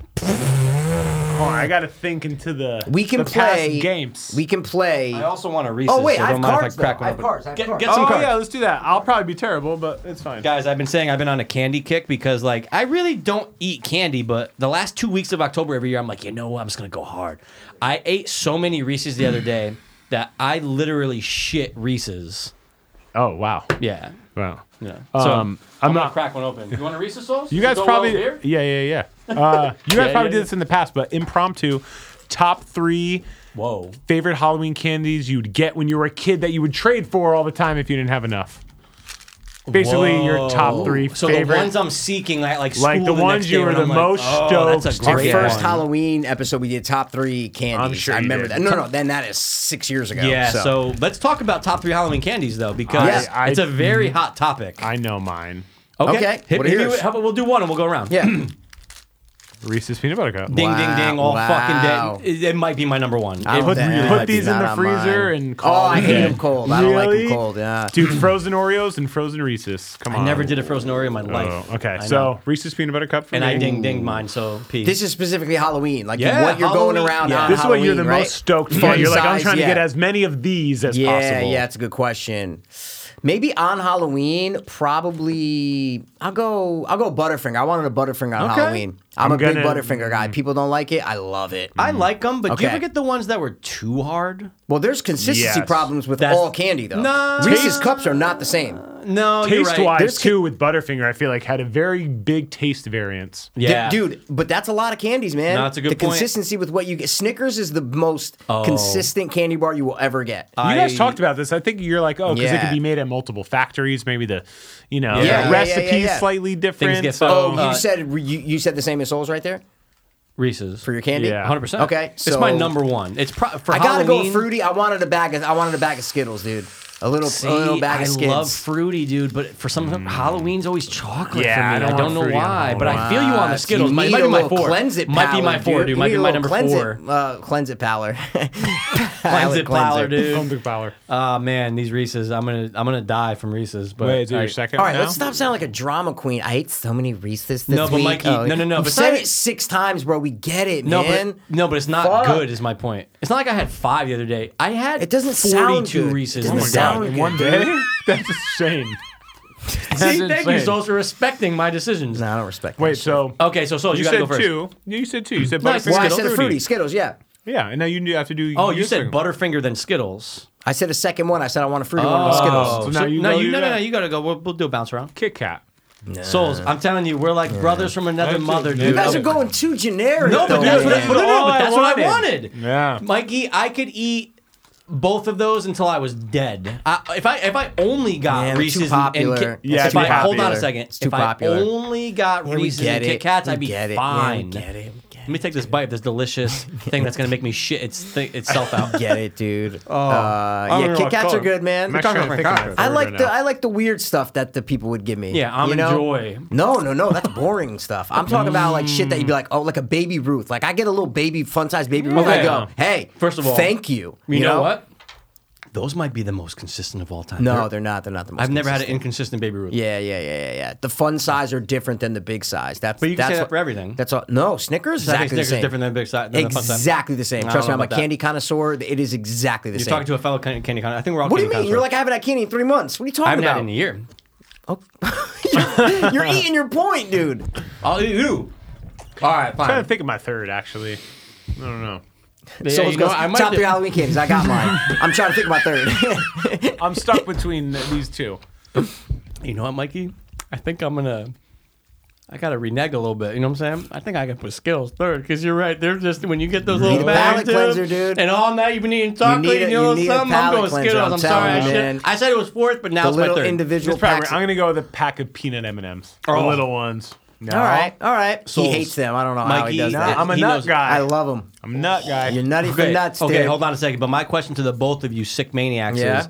Hold on, I gotta think into the We can the past play games. We can play. I also want to Reese's. Oh wait, so I have don't mind cards. If though. I crack I one have open. cards. I have Get- cards. get some Oh cards. yeah, let's do that. I'll probably be terrible, but it's fine. Guys, I've been saying I've been on a candy kick because like I really don't eat candy, but the last two weeks of October every year, I'm like, you know what, I'm just gonna go hard. I ate so many Reese's the other day that I literally shit Reese's. Oh wow, Yeah. wow. Yeah. So Um, I'm, I'm gonna not- crack one open. You want a Reese's sauce? You guys Go probably, well with beer? yeah, yeah, yeah. Uh, you guys Yeah, probably yeah, did this in the past, but impromptu, top three Whoa. favorite Halloween candies you'd get when you were a kid that you would trade for all the time if you didn't have enough. Basically, your top three So favorite. the ones I'm seeking at like school Like the next ones you day were when the I'm like, most oh, that's a stoked to Our great get. first one. Halloween episode, we did top three candies. I'm sure I you remember did. that. No, no, then that is six years ago. Yeah, so. so. let's talk about top three Halloween candies though, because I- it's a I- very hot topic. I know mine. okay, Okay, Hit, what are hit me yours? with- how about we'll do one and we'll go around. yeah, Reese's peanut butter cup. Ding, ding, ding, all Wow. fucking day. It, it might be my number one. I It- don't Put, Damn, I put did these in not the on freezer mine. and Oh, call. I it a hate day. them cold. I don't like them cold, yeah. dude. Frozen Oreos and frozen Reese's. Come on. I never did a frozen Oreo in my life. Oh, okay, I know. so Reese's peanut butter cup. For and I me. ding dinged mine. So peace. this is specifically Halloween. Like Yeah, what you're going Halloween, around yeah. on This is what Halloween, you're the right? most stoked for. Fun You're like, I'm size, trying to yeah. get as many of these as Yeah, possible. yeah, it's a good question. Maybe on Halloween, probably I'll go. I'll go Butterfinger. I wanted a Butterfinger on Okay. Halloween. I'm, I'm a big gonna- Butterfinger guy. People don't like it. I love it. I like them, but do you Okay. ever get the ones that were too hard? well, there's consistency Yes. problems with That's- all candy though. No. Reese's Taste- cups are not the same. No, you're Taste right. wise, There's- too, with Butterfinger, I feel like had a very big taste variance. D- yeah, dude. But that's a lot of candies, man. No, that's a good The point. Oh. consistency with what you get. Snickers is the most consistent candy bar you will ever get. You guys I- talked about this. I think you're like, oh, because it Yeah. could be made at multiple factories. Maybe the, you know, Yeah, yeah, the recipe's yeah, yeah. slightly different. get oh, so you uh, said you, you said the same as Souls right there Reese's for your candy. Yeah. 100. percent Okay, it's my so- number one. It's pro- for I gotta Halloween. go fruity. I wanted a bag. Of, I wanted a bag of Skittles, dude. A little, See, a little bag I of Skittles. love fruity, dude, but for some Halloween's always chocolate Yeah, I for me. Mm. I don't don't, want know fruity on why, but I Halloween. feel you on Uh, the so Skittles. you Might, need might a be my little four. Cleanse it, might be palate, my four, You dude. Might need be a my little number cleanse four. It, uh, cleanse it, Pallor. Cleanse it, Plower, dude. Home Big Power. Oh man, these Reese's. I'm gonna I'm gonna die from Reese's. But Wait, is it I- your second? All right, now? let's stop sounding like a drama queen. I ate so many Reese's this No, but week. Mikey, no, no, no, I've but said not- it six times, bro. We get it, No, man. but no, but it's not Fuck. good. Is my point. It's not like I had five the other day. I had It doesn't sound 42 good. Reese's. It in doesn't Oh my my sound god! diet. good, In one day? That's a shame. See, That's thank you, insane. Souls, for respecting my decisions. No, I don't respect. that Wait, shit. so Okay, so Souls, you, you gotta said go first. two. No, You said two. You said No, I Butterfinger. said well, I Skittles, said a fruity Skittles. Yeah, Yeah, and now you do have to do. Oh, your you said second one. Butterfinger then Skittles. I said a second one. I said I want a fruity one with Oh, Skittles. So now you no, go you, do no, no, that. no, you gotta go. We'll, we'll do a bounce around. Kit Kat. Uh. Souls, I'm telling you, we're like brothers from another That's it. mother, dude. You You guys are going too generic. No, but though, that's what, I, man. but no, no, all but I that's what I wanted. wanted. Yeah. Mikey, I could eat both of those until I was dead. I, if I if I only got Man, they're too Reese's and- popular. and Kit, Yeah, if too I, hold on a popular. second, It's too if popular. I only got Yeah, we Reese's get and it. Kit Kats, We I'd be get it. Yeah, we fine. get it. We get Let me take this bite of this delicious thing that's gonna make me shit its th- itself out. Get it, dude. uh, Oh. don't yeah, know Kit what Kats are color. good, man. I'm actually trying to think of my I favorite like right the now. I like the weird stuff that the people would give me. Yeah, almond you know? joy. No, no, no. That's boring stuff. I'm talking about like shit that you'd be like, oh, like a baby Ruth. Like I get a little baby fun size baby Ruth. I Okay. go, hey, First of all, thank you. You, know, what? Those might be the most consistent of all time. No, They're- they're not. They're not the most. I've never had an consistent. inconsistent baby Ruth. Yeah, yeah, yeah, yeah, yeah. The fun size are different than the big size. That's But you can that's say that what- for everything. That's all. No, Snickers is I think exactly the Snickers same. different than big size. Than the fun size. Exactly the same. I don't Trust me, know I'm a about that. candy connoisseur. It is exactly the You're same. talking to a fellow can- candy con. I think we're all. what do you mean? candy You're connoisseurs. like I haven't had candy in three months. What are you talking I haven't about? had it in a year. You're eating your point, dude. Oh, ew. All right, I'm trying fine. to think of my third actually. I don't know. so So you know, I might top do- three Halloween candies. I got mine. I'm trying to think of my third. I'm stuck between these two. You know what, Mikey? I think I'm gonna. I gotta renege a little bit. You know what I'm saying? I think I can put Skittles third because you're right. They're just when you get those need little a palate bags, cleanser, dude, dude. and all night you've been eating chocolate, need a- and you you know need a something. I'm palate going cleanser, Skittles. I'm I'm, sorry, telling I, you, man. should, I said it was fourth, but now The it's my little third. individual It's probably- packs. I'm gonna go with a pack of peanut M and M's. The Oh. little ones. No. all right, all right. He Souls. hates them. I don't know how he Mikey, does no, that. I'm a He nut knows- guy. I love them. I'm a nut guy. You're nutty for Okay, nuts, okay, dude. hold on a second. But my question to the both of you, sick maniacs, Yeah. is: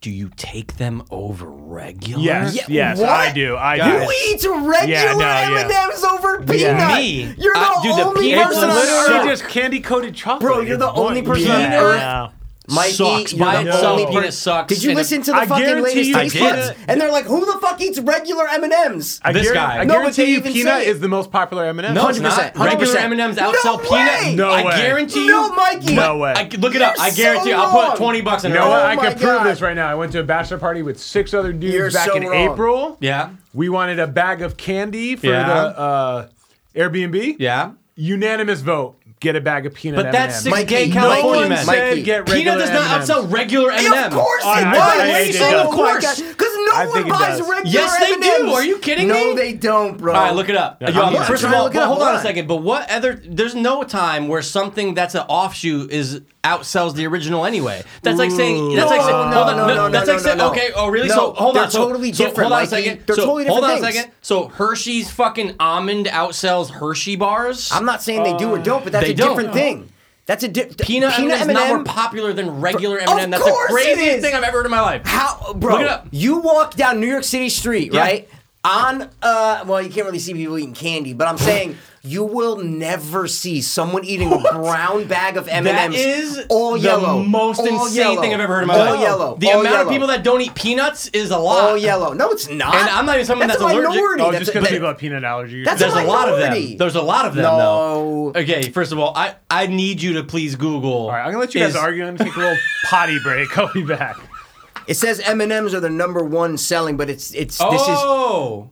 Do you take them over regular? Yes, Yeah, yes, what? I do. I do. Who eats regular Yeah, no, yeah. M&Ms over peanut? Me. You're the I- dude, the only peanut It's person on ones earth. suck. literally just candy coated chocolate. Bro, you're the It's one- only person on Yeah. earth- No. Mikey, sucks. you're By the itself, only per- peanut sucks. Did you And if- listen to the I fucking guarantee latest you- I taste did buds? it. And they're like, "Who the fuck eats regular M and M's?" I This guarant- guy. I No, but guarantee they you, even peanut say it. is the most popular M and M. No, it's not. 100%, 100%. Regular M&Ms No outsell way. peanut. No I way. guarantee you. No, Mikey. No way. I, look it up. You're I guarantee you. so I'll wrong. put 20 bucks in You know it. what? Oh I my can prove God. this right now. I went to a bachelor party with six other dudes You're back so in wrong. April. Yeah. We wanted a bag of candy for Yeah. the uh, Airbnb. Yeah. Unanimous vote. Get a bag of peanut. But that's M&Ms. six Mikey, gay no California one men. said Mikey. get peanut regular does not M&Ms. upsell regular M&Ms. Of course I- it I- does. I- What are I- you it saying? does. Of course, because no I one think it buys does. regular Yes, they do. M&Ms. Are you kidding no, me? No, they don't, bro. All right, look it up. Yeah, Yo, I'm not first of trying to all, look it but up. hold on a Why? second. But what other? There's no time where something that's an offshoot is outsells the original anyway. That's like saying that's like No, saying, no, hold on, no, no, that's no, like no, saying, no. okay, oh really? No, so hold they're on, so- totally so, different, hold on a Mikey. second. They're so, totally hold on different a second. things. So Hershey's fucking almond outsells Hershey bars. I'm not saying they do or don't, but that's They a different don't. thing. That's a di- peanut, M&M's M&M not more popular than regular Of M&M. That's the course it is. craziest thing I've ever heard in my life. How, bro? Look it up. You walk down New York City street, Yeah. right? On, uh, well, you can't really see people eating candy, but I'm saying you will never see someone eating a brown bag of M&Ms. That is all the yellow. most all insane yellow, thing I've ever heard in my all life. yellow. The all amount yellow, of people that don't eat peanuts is a lot. all yellow. No, it's not. And I'm not even someone that's that's a allergic- minority. Oh, that's just because a, people have peanut allergies. That's There's a lot of Minority. them. There's a lot of them, No. though. Okay, first of all, I, I need you to please Google. All right, I'm gonna let you guys is- argue and take a little potty break. I'll be back. it says M&Ms are the number one selling, but it's it's this is Oh.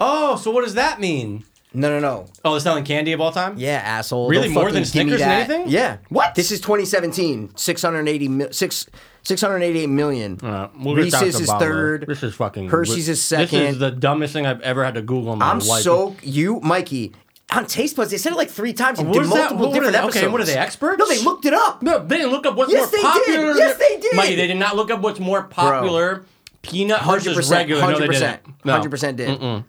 Oh, so what does that mean? no no no. Oh, they're selling candy of all time? Yeah, asshole. Really? Don't More than fucking give me Snickers and that. anything? Yeah. What? This is 2017. 680 mil, six, 688 million. Uh, we'll get down Reese's to is Boblo. third. This is fucking. Hershey's is This second. is the dumbest thing I've ever had to Google in my I'm life. so you, Mikey. On Taste Buds, they said it like three times in What is that? multiple What are different they- episodes. okay, what are they, experts? No, they looked it up. No, they didn't look up what's Yes, more they did. popular. Yes, they did. Mikey, they did not look up what's more popular. Peanut versus 100%. regular. No, they 100%. didn't. No. 100% did.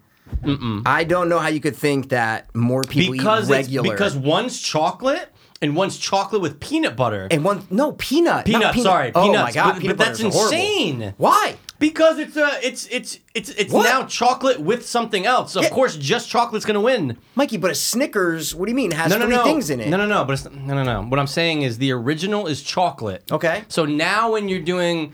I don't know how you could think that more people Because eat it's, regular. because one's chocolate and one's chocolate with peanut butter. and one no peanut, not Peanut, peanut. sorry, oh my peanuts, god, but- peanut but butters that's are horrible. insane. Why? Because it's uh, it's it's it's it's What? now chocolate with something else. Of Yeah. course, just chocolate's gonna win. Mikey, but a Snickers, what do you mean, has No, no, three no. things in it? No, no, no. But it's, no, no, no. What I'm saying is the original is chocolate. Okay. So now when you're doing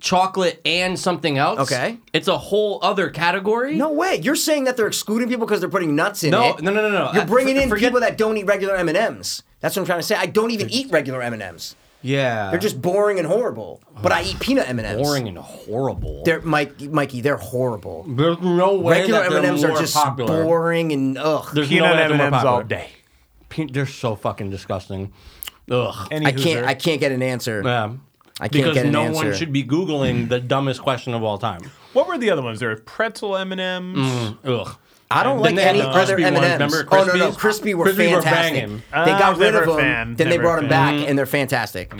chocolate and something else, Okay. it's a whole other category. No way. You're saying that they're excluding people because they're putting nuts in No, it. no, no, no, no. You're I- bringing for- in forget- people that don't eat regular M and M's. That's what I'm trying to say. I don't even eat regular M and M's. Yeah. They're just boring and horrible. But I eat peanut M and M's. boring and horrible. They're Mike, Mikey. They're horrible. There's no way Regular that M they're and M's are more just popular. boring and ugh. There's no Peanut way that they're more M&Ms all popular. day. Pe- they're so fucking disgusting. Ugh. Any I can't. hooser. I can't get an answer. yeah. I can't Because get an no answer. one should be googling the dumbest question of all time. What were the other ones? There were pretzel M and M's. Ugh. I don't Then like they had any the other crispy M and ones. M's. Remember Oh no, no, Crispies? crispy were Crispy were fantastic. banging. Ah, they I got was rid never of a them, fan. then they Never a brought them back, fan. and they're fantastic.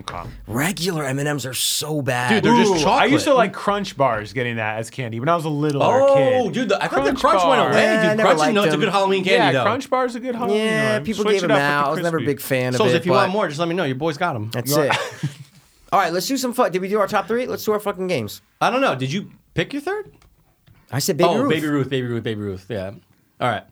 Regular M and M's are so bad. Dude, they're Ooh, just chocolate. I used to chocolate. like Crunch bars getting that as candy when I was a little Oh, kid. dude, the, I thought the crunch went Bar. away. Yeah, I dude, never crunch is liked no, it's a them. good Halloween candy Yeah, though. Crunch bar's a good Halloween. Yeah, one. people Switch gave it them up with the out. I was never a crispy. big fan So of it. if you but want more, just let me know. Your boys got them. that's it. All right, let's do some fun. Did we do our top three? Let's do our fucking games. I don't know. Did you pick your third? I said baby oh, Ruth. Baby Ruth, Baby Ruth, Baby Ruth. Yeah. All right.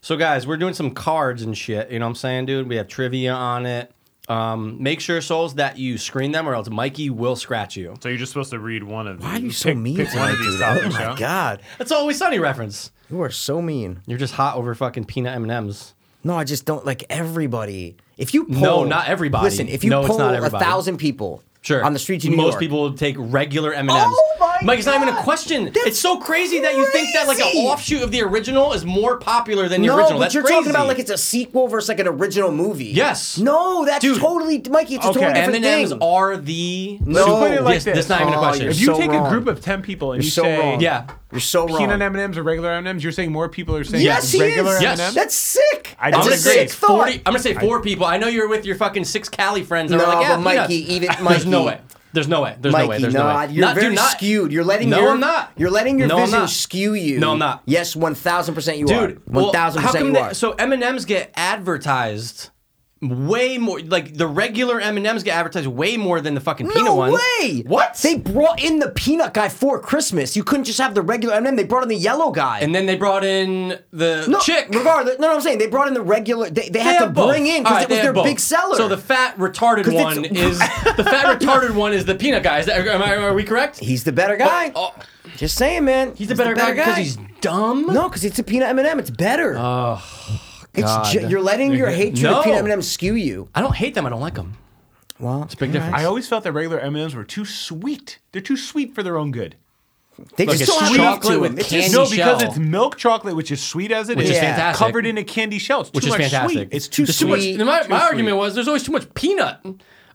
So guys, we're doing some cards and shit. You know what I'm saying, dude? We have trivia on it. Um, make sure, souls, that you screen them, or else Mikey will scratch you. So you're just supposed to read one of these. Why are you so pick, mean Pick one tonight, of these dude? Oh topics, my huh? god, That's always sunny reference. you are so mean. You're just hot over fucking peanut M and M's. No, I just don't like everybody. If you poll, No, not everybody. Listen, if you No, it's poll not a everybody. thousand people Sure. on the streets of New most York, people would take regular M and M's. Oh my Mike, it's not even a God. question. it's so crazy, that you think that like an crazy. offshoot of the original is more popular than the No, original. but That's you're crazy. talking about like it's a sequel versus like an original movie. Yes. No, that's Dude. totally Mikey. It's a Okay. totally different M&Ms thing. are the No. Let's put it like Yes, this. that's not even a Oh, question. you're If you so take wrong. a group of ten people and You're you so say wrong. yeah. You're so wrong. peanut M and M's or regular M and M's, you're saying more people are saying yes, he regular is. Yes. M&Ms? That's sick. I that's a I'm don't gonna disagree. say sick it's thought. forty. I'm gonna say four people. I know you're with your fucking six Cali friends. that were No, like, yeah, but Mikey, peanuts. even- there's no Mikey. way. There's no way. There's Mikey, no way. There's no, no way. you're Not- do very not- skewed. You're letting No, your I'm not. You're letting your No, I'm vision not. skew you. No, I'm not. Yes, one thousand percent you are. dude. one well, thousand how percent come you they- are. So M and M's get advertised way more. Like the regular M and M's get advertised way more than the fucking peanut no ones. way! What? They brought in the peanut guy for Christmas. You couldn't just have the regular M&M. They brought in the yellow guy. and then they brought in the no, chick. Regardless, no, no, I'm saying they brought in the regular. They, they They had to have both. bring in All because right, it they was have their both. big seller. So the fat retarded 'Cause one it's- is the fat retarded one is the peanut guy. Is that, am I, are we correct? he's the better guy. Oh, Just saying, man. he's a better, guy because he's dumb. no, because it's a peanut M&M. It's better. Oh, it's ju- you're letting your hatred No. of peanut M&M skew you. I don't hate them. I don't like them. Well, Big difference. I always felt that regular M and M's were too sweet. They're too sweet for their own good. they just it's don't have chocolate to with them. It's candy. just- no, shell. because it's milk chocolate, which is sweet as it is, Which is fantastic. covered in a candy shell. It's too which is much fantastic. sweet. It's too Just sweet. sweet. And my, Too my sweet. argument was there's always too much peanut.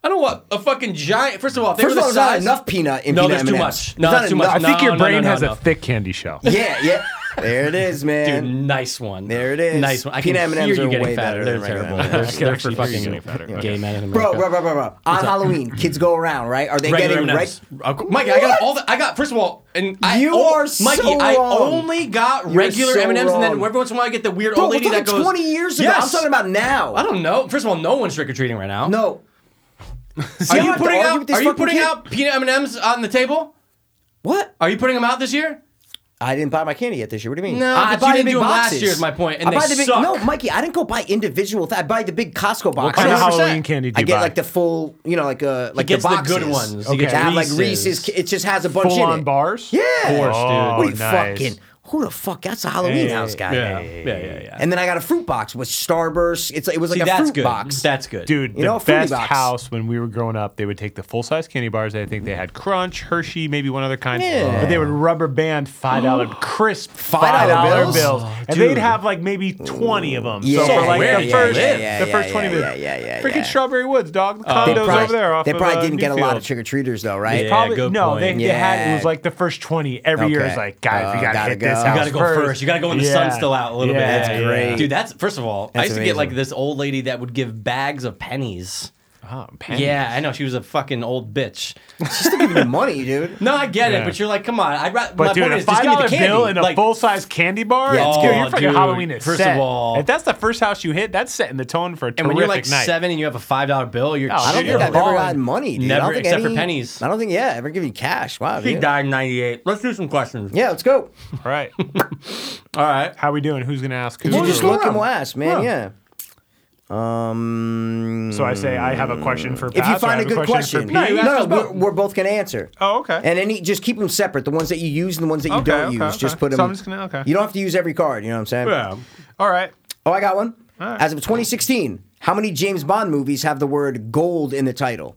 I don't want a fucking giant. First of all, if they First were of the all, there's not size- enough peanut in No, peanut there's too M&Ms. much. There's No, not it's too enough. much. I No, think your no, brain no, has no, no. a thick candy shell. Yeah, yeah. There it is, Dude, man. nice one. There it is. Nice one. I Peanut can M&Ms hear you are getting way fatter. better They're than regular terrible. M&Ms. They're, I can they're actually for hear you fucking getting fatter. gay men in Bro, America. bro, bro, bro, bro. On Halloween, kids go around, right? Are they Regular getting M&Ms. right? Uh, Mike, I got all the. I got first of all, and I You o- are Mikey. so I wrong. only got You're regular so M&Ms, and then wrong. every once in a while I get the weird Bro, old we're lady talking that goes. 20 years ago. I'm Yes. talking about now. I don't know. First of all, no one's trick or treating right now. No. See, Are I you have to putting argue with out? this Are you fucking putting kid. out peanut M&Ms on the table? What? Are you putting them out this year? I didn't buy my candy yet this year. What do you mean? No, I but you buy didn't the do big it last boxes. year is my point, and I buy they the big, suck. No, Mikey, I didn't go buy individual. Th- I buy the big Costco box. What kind of 100%. Halloween candy I do you get buy? like the full, you know, like uh, like gets the the boxes. good ones. He Okay. gets That have, like Reese's. Reese's. It just has a bunch full in on it. bars. Yeah. course, dude. What are you nice. fucking? Who the fuck? That's a Halloween Hey. house guy. Oh, Yeah, yeah, yeah, yeah. And then I got a fruit box with Starburst. It's it was like See, a that's fruit good. box. That's good, Dude, You the know, a fruity best box. house when we were growing up, they would take the full size candy bars. I think they had Crunch, Hershey, maybe one other kind. Yeah. But they would rubber band five dollar crisp Five five dollar dollar bills? bills, and they'd have like maybe twenty of them. Yeah. so for like Where do the you first, live? Yeah, the yeah, first yeah, twenty yeah, minutes, yeah, yeah, freaking yeah. Uh, Strawberry Woods, dog. The They condos probably, over there. Off they of, probably uh, didn't get a lot of Newfield. trick or treaters though, right? Yeah, Probably good no. point. They, they had it was Yeah. like the first twenty every year. Okay. It's like guys, Uh, we gotta, gotta hit go. this You house. You gotta go first. You gotta go when the Yeah. sun's still out a little Yeah, bit. yeah. great. Dude, that's first of all, I That's used to get like amazing. this old lady that would give bags of pennies. Oh, pennies. Yeah, I know she was a fucking old bitch. Just giving you money, dude. No, I get it, Yeah. but you're like, come on. I'd rather. But my dude, point a is, just five give me dollar the candy. bill and a like, full size candy bar. Yeah, it's dude, good. your fucking Dude, Halloween is first set. of all- if that's the first house you hit, that's setting the tone for a terrific and when you're like night. seven and you have a five dollar bill, you're. Oh, I don't Dude, think you're I've ever balling. gotten money, dude. I Never- don't think except for any- pennies. I don't think yeah, ever give you cash. Wow, He dude. died in '98. Let's do some questions. Yeah, let's go. All right, All right. how we doing? Who's gonna ask? Who? You just look around. and last, man. Yeah. Yeah. Um. so I say I have a question for. If Pat, you so I find a have good question, for No, no, you Pete. asked no, us both. we're, we're both gonna answer. Oh, okay. And any, just keep them separate. The ones that you use and the ones that you Okay, don't okay, use. Just okay. put them. So I'm just gonna- okay. You don't have to use every card. You know what I'm saying? Yeah. All right. Oh, I got one. right. As of 2016, how many James Bond movies have the word gold in the title?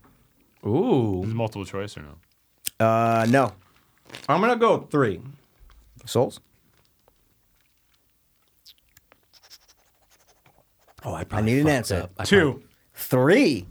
Ooh. Is multiple choice or no? Uh, no. I'm gonna go with three. Souls? Oh, I I probably need an fucked answer. up. I probably- Two. Three.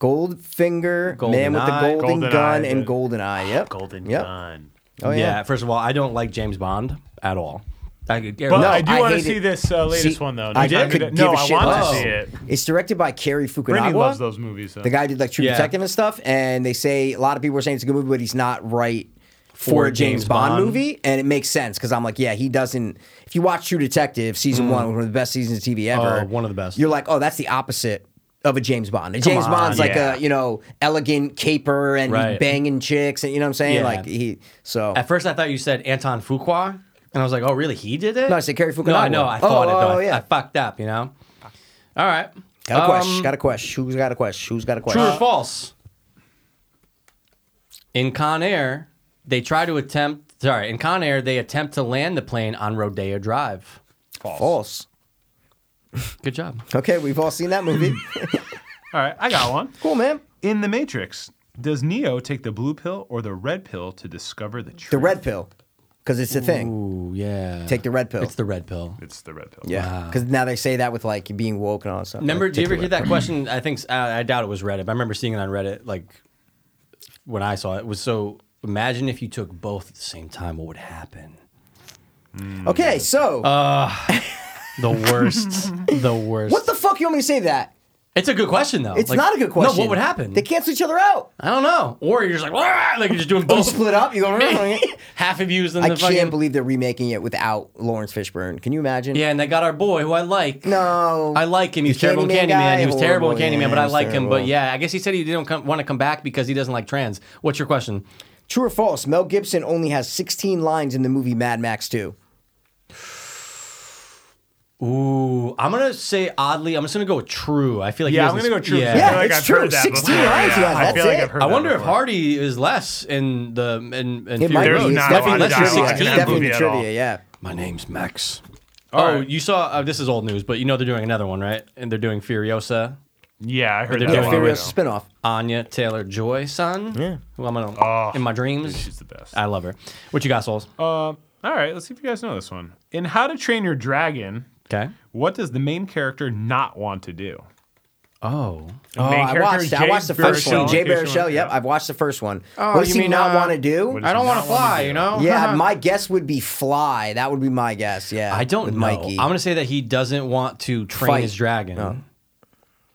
Goldfinger, Golden Man with Eye, the Golden Golden Gun, Eye, and dude. Golden Eye. Yep. Golden yep. gun. Oh, yeah. yeah. First of all, I don't like James Bond at all. I could But No, I do I want hate to see it. this uh, latest See, one though. I Next time could we do- give no, a I shit want less. to see it. It's directed by Kerry Fukunaga. Brittany loves those movies. Though. The guy did like True Yeah. Detective and stuff, and they say a lot of people are saying it's a good movie, but he's not right for a James, Bond, movie, and it makes sense because I'm like, yeah, he doesn't. If you watch True Detective season one, one of the best seasons of TV ever, Mm. Oh, one of the best. you're like, oh, that's the opposite. Of a James Bond. And James on, Bond's like yeah. a, you know, elegant caper and he's Right. banging chicks and you know what I'm saying? Yeah. Like he so At first, I thought you said Anton Fuqua, and I was like, "Oh, really? He did it?" No, I said Cary Fukunaga. No, I know. I Oh, thought it. Though. oh, I- yeah. I fucked up. You know. All right. Got a question. Um, got a question. Who's got a question? Who's got a question? True or false? In Con Air, they try to attempt. Sorry, in Con Air, they attempt to land the plane on Rodeo Drive. False. Good job. Okay, we've all seen that movie. All right, I got one. cool, man. In The Matrix, Does Neo take the blue pill or the red pill to discover the truth? The red pill, because it's a thing. Ooh, yeah. Take the red pill. It's the red pill. It's the red pill. yeah, because now they say that with like being woke and all that stuff. Remember? Like, Do you take ever the hear red that question? I think uh, I, I doubt it was Reddit, but I remember seeing it on Reddit. Like when I saw it, it was so. Imagine if you took both at the same time. What would happen? pill. Okay, so Uh, The worst. the worst. what the fuck you want me to say that? It's a good question though. It's Like, not a good question. No, what would happen? They cancel each other out. I don't know. Or you're just like, "Wah!" like you're just doing You both. Oh, split up. You go. Half of you is in I the can't Oh. fucking. believe they're remaking it without Lawrence Fishburne. Can you imagine? yeah, and they got our boy who I like. No. I like him. He's The terrible in Candyman guy? Candyman. He was terrible in Horrible. Candyman, Yeah, but I he's like him. But terrible. yeah, I guess he said he didn't come, want to come back because he doesn't like trans. What's your question? True or false? Mel Gibson only has 16 lines in the movie Mad Max 2. Ooh, I'm gonna say oddly. I'm just gonna go with true. I feel like he Yeah, I'm doesn't- gonna go true. Yeah. I feel Yeah, like it's I've true. heard that 16 before. lines, Yeah, guys, I that's feel like it. I've heard I that wonder if before. Hardy is less in the in, in It Fury might Road. be. There's It's not a definitely lot of the trivia. dialogue It's in that definitely movie the at trivia, all. yeah. My name's Max. oh, you saw uh, this is old news, but you know they're doing another one, right? And they're doing Furiosa, Yeah, I heard They're that. doing a Yeah, while ago. Furious spinoff. Oh, Anya Taylor Joy, son. Yeah, who I'm gonna Oh, in my dreams. Ah. She's the best. I love her. What you got, souls? Uh, all right, let's see if you guys know this one. In How to Train Your Dragon, Okay. what does the main character not want to do? Oh, The Oh, main I character watched. is I Jay watched the first Baruchel, one. Jay in case you Baruchel. want- Yep, yeah. I've watched the first one. what does you he mean, not uh, want to do? What does I don't he want to not wanna fly. do? You know. Yeah, my guess would be fly. That would be my guess. Yeah, I don't with know. Mikey. I'm gonna say that he doesn't want to train Fight. his dragon.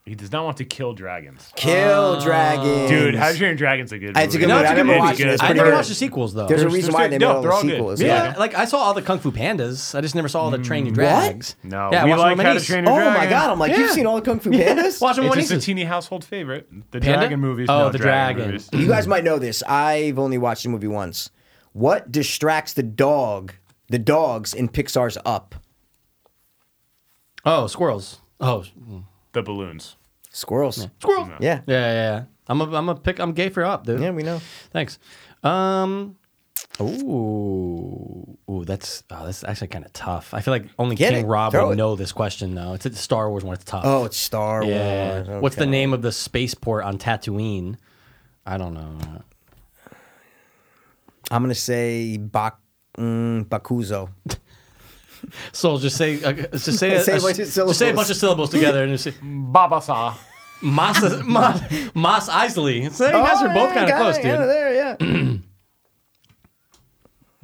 He does not want to kill dragons. Oh. kill dragon. Dude, How to Train Your Dragon's a good. It's a movie. good No, movie. it's I a good remember movie. watching it. It's I pretty never good. watched the sequels though. There's a There's- reason there's why good- they made no, all they're the all good. sequels. Yeah. Yeah. Yeah, like I saw all the Kung Fu Pandas. I just never saw all the Train Your Dragons. Mm. No, yeah, I we watched like them How to with my Train niece. Your Oh my Dragon. god! I'm like, you've Yeah. seen all the Kung Fu Pandas? Watch them with my It's just a nieces. teeny household favorite. The Panda? dragon movies. Oh, no, the dragon. movies. You guys might know this. I've only watched the movie once. What distracts the dog? The dogs in Pixar's Up. Oh, squirrels. Oh, mm. The balloons. Squirrels. squirrel. Yeah, Yeah. yeah, yeah. I'm a, I'm a pick. I'm gay for up, dude. Yeah, we know. Thanks. Um. Ooh, ooh, that's oh, that's actually kind of tough. I feel like only Get King it. Rob Throw would it. know this question though. It's a Star Wars one. It's tough. Oh, it's Star yeah. Wars. What's the Okay. name of the spaceport on Tatooine? I don't know. I'm gonna say Bak mm, Bakuzo. So just say uh, just say, a, Say a a- bunch of just say a bunch syllables. of syllables together and just say Baba Saw. Moss Moss, Moss Isley. It's like, you guys are Oh, both kind of close, dude. there, yeah.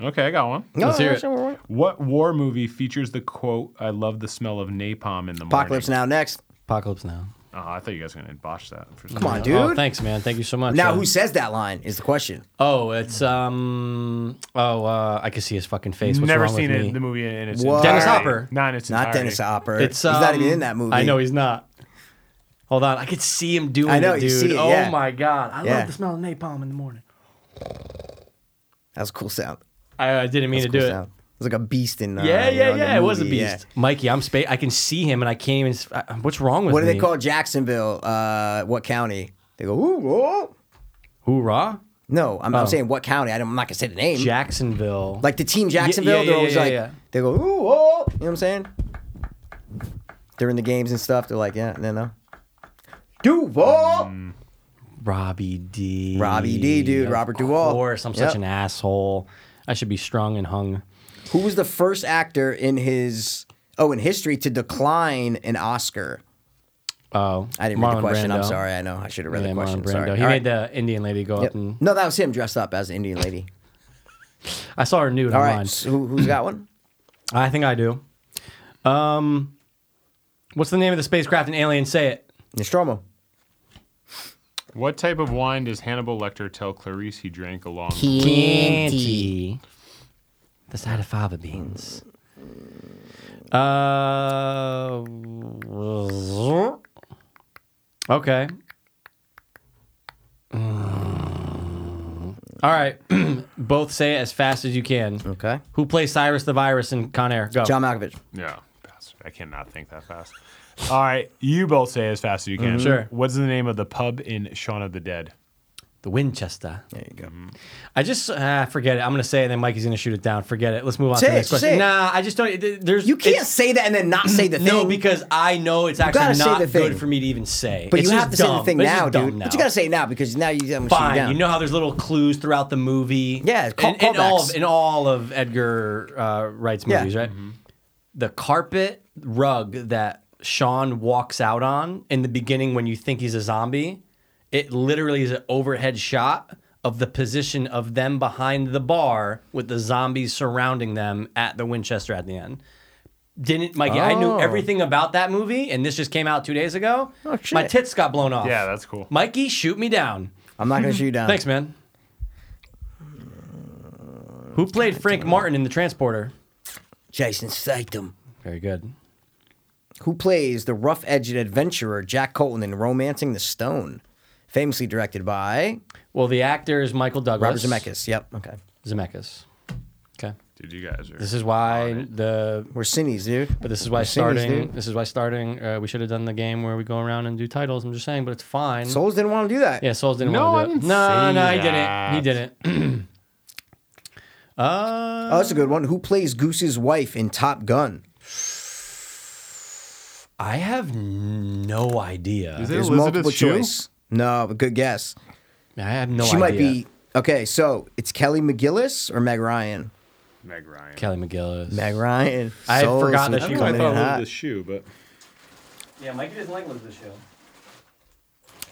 Okay, I got one. No, Let's hear no, it. sure, we're- What war movie features the quote, I love the smell of napalm in the morning? Apocalypse Now next. Apocalypse now. Oh, I thought you guys were going to botch that. For Come on, dude. Oh, thanks, man. Thank you so much. now Uh, who says that line is the question. Oh, it's um. Oh, uh, I can see his fucking face. What's Never wrong seen with it. Me? The movie in its What? Dennis entirety. Hopper. Not in its Not entirety. Dennis Hopper. It's he's not even um, in that movie. I know he's not. Hold on, I could see him doing I know, it, you dude. see it, oh yeah. my god, I Yeah. love the smell of napalm in the morning. That was a cool sound. I, I didn't mean That's a to do cool it. sound. It was like a beast in. Uh, Yeah, you know, yeah, the yeah. It was a movie, beast, yeah. Mikey. I'm spa- I can see him, and I can't even. s- I- What's wrong with What do me? they call Jacksonville? Uh, what county? They go ooh. whoa. Hoorah! No, I'm, I'm Oh. saying what county. I don't, I'm not gonna say the name. Jacksonville. Mm. like the team Jacksonville, yeah, they're yeah, always yeah, like yeah. they go ooh. whoa. You know what I'm saying? During the games and stuff, they're like yeah, no, no. Duval. Mm. Robbie D. Robbie D, dude. Robert Duvall. Of course, I'm Yep. such an asshole. I should be strung and hung. Who was the first actor in his oh in history to decline an Oscar? Oh, I didn't read the question. I'm sorry. I know. I should have read Yeah, the Marlon question. Brando. Sorry. He All made right. the Indian lady go Yep. up and No, that was him dressed up as an Indian lady. I saw her nude All online. right. So who, who's got one? I think I do. Um, what's the name of the spacecraft in Alien? Say it. Nostromo. What type of wine does Hannibal Lecter tell Clarice he drank along? Chianti. The side of fava beans. Uh, okay. Mm. All right. Both say it as fast as you can. Okay. Who plays Cyrus the Virus in Con Air? Go. John Malkovich. Yeah, bastard. I cannot think that fast. All right, you both say as fast as you can. Mm-hmm. Sure. What's the name of the pub in Shaun of the Dead? The Winchester. There you go. I just ah, forget it. I'm gonna say it, and then Mikey's gonna shoot it down. Forget it. Let's move on Say to the next it, question. say it. Nah, I just don't. th- There's You can't it's- say that and then not say the thing. No, because I know it's gotta actually say not the thing. good for me to even say. but It's you just have to say the dumb. thing But it's just now, dumb dude. now. But you gotta say it now because now you, I'm gonna shoot you Fine. down. You know how there's little clues throughout the movie. Yeah, it's call- in, in all callbacks. of, in all of Edgar uh, Wright's Yeah. movies, right? Mm-hmm. The carpet rug that Sean walks out on in the beginning when you think he's a zombie, it literally is an overhead shot of the position of them behind the bar with the zombies surrounding them at the Winchester at the end. Didn't Mikey? I knew Oh. everything about that movie, and this just came out two days ago. Oh, shit. My tits got blown off. Yeah, that's cool. Mikey, shoot me down. I'm not gonna shoot you down. Thanks, man. Who played Frank Martin in The Transporter? Jason Statham. Very good. who plays the rough edged adventurer Jack Colton in Romancing the Stone, famously directed by Well, the actor is Michael Robert Douglas. Zemeckis. Yep. Okay. Zemeckis. Okay. Dude, you guys are. This is why the. We're Cinnies, dude. But this is why We're Cinnies, starting. dude. This is why starting. Uh, we should have done the game where we go around and do titles. I'm just saying, but it's fine. Souls didn't want to do that. yeah, Souls didn't. No, want I to didn't do it. No, say no, he that. didn't. He didn't. uh, Oh, that's a good one. Who plays Goose's wife in Top Gun? I have no idea. Is it There's Elizabeth multiple Shue? choice. No, but good guess. I have no she idea. might be. Okay, so it's Kelly McGillis or Meg Ryan? Meg Ryan. Kelly McGillis. Meg Ryan. I Souls forgot was that I don't she was know. I coming in thought it hot. was the shoe, but Yeah, Mikey doesn't like Liz this show.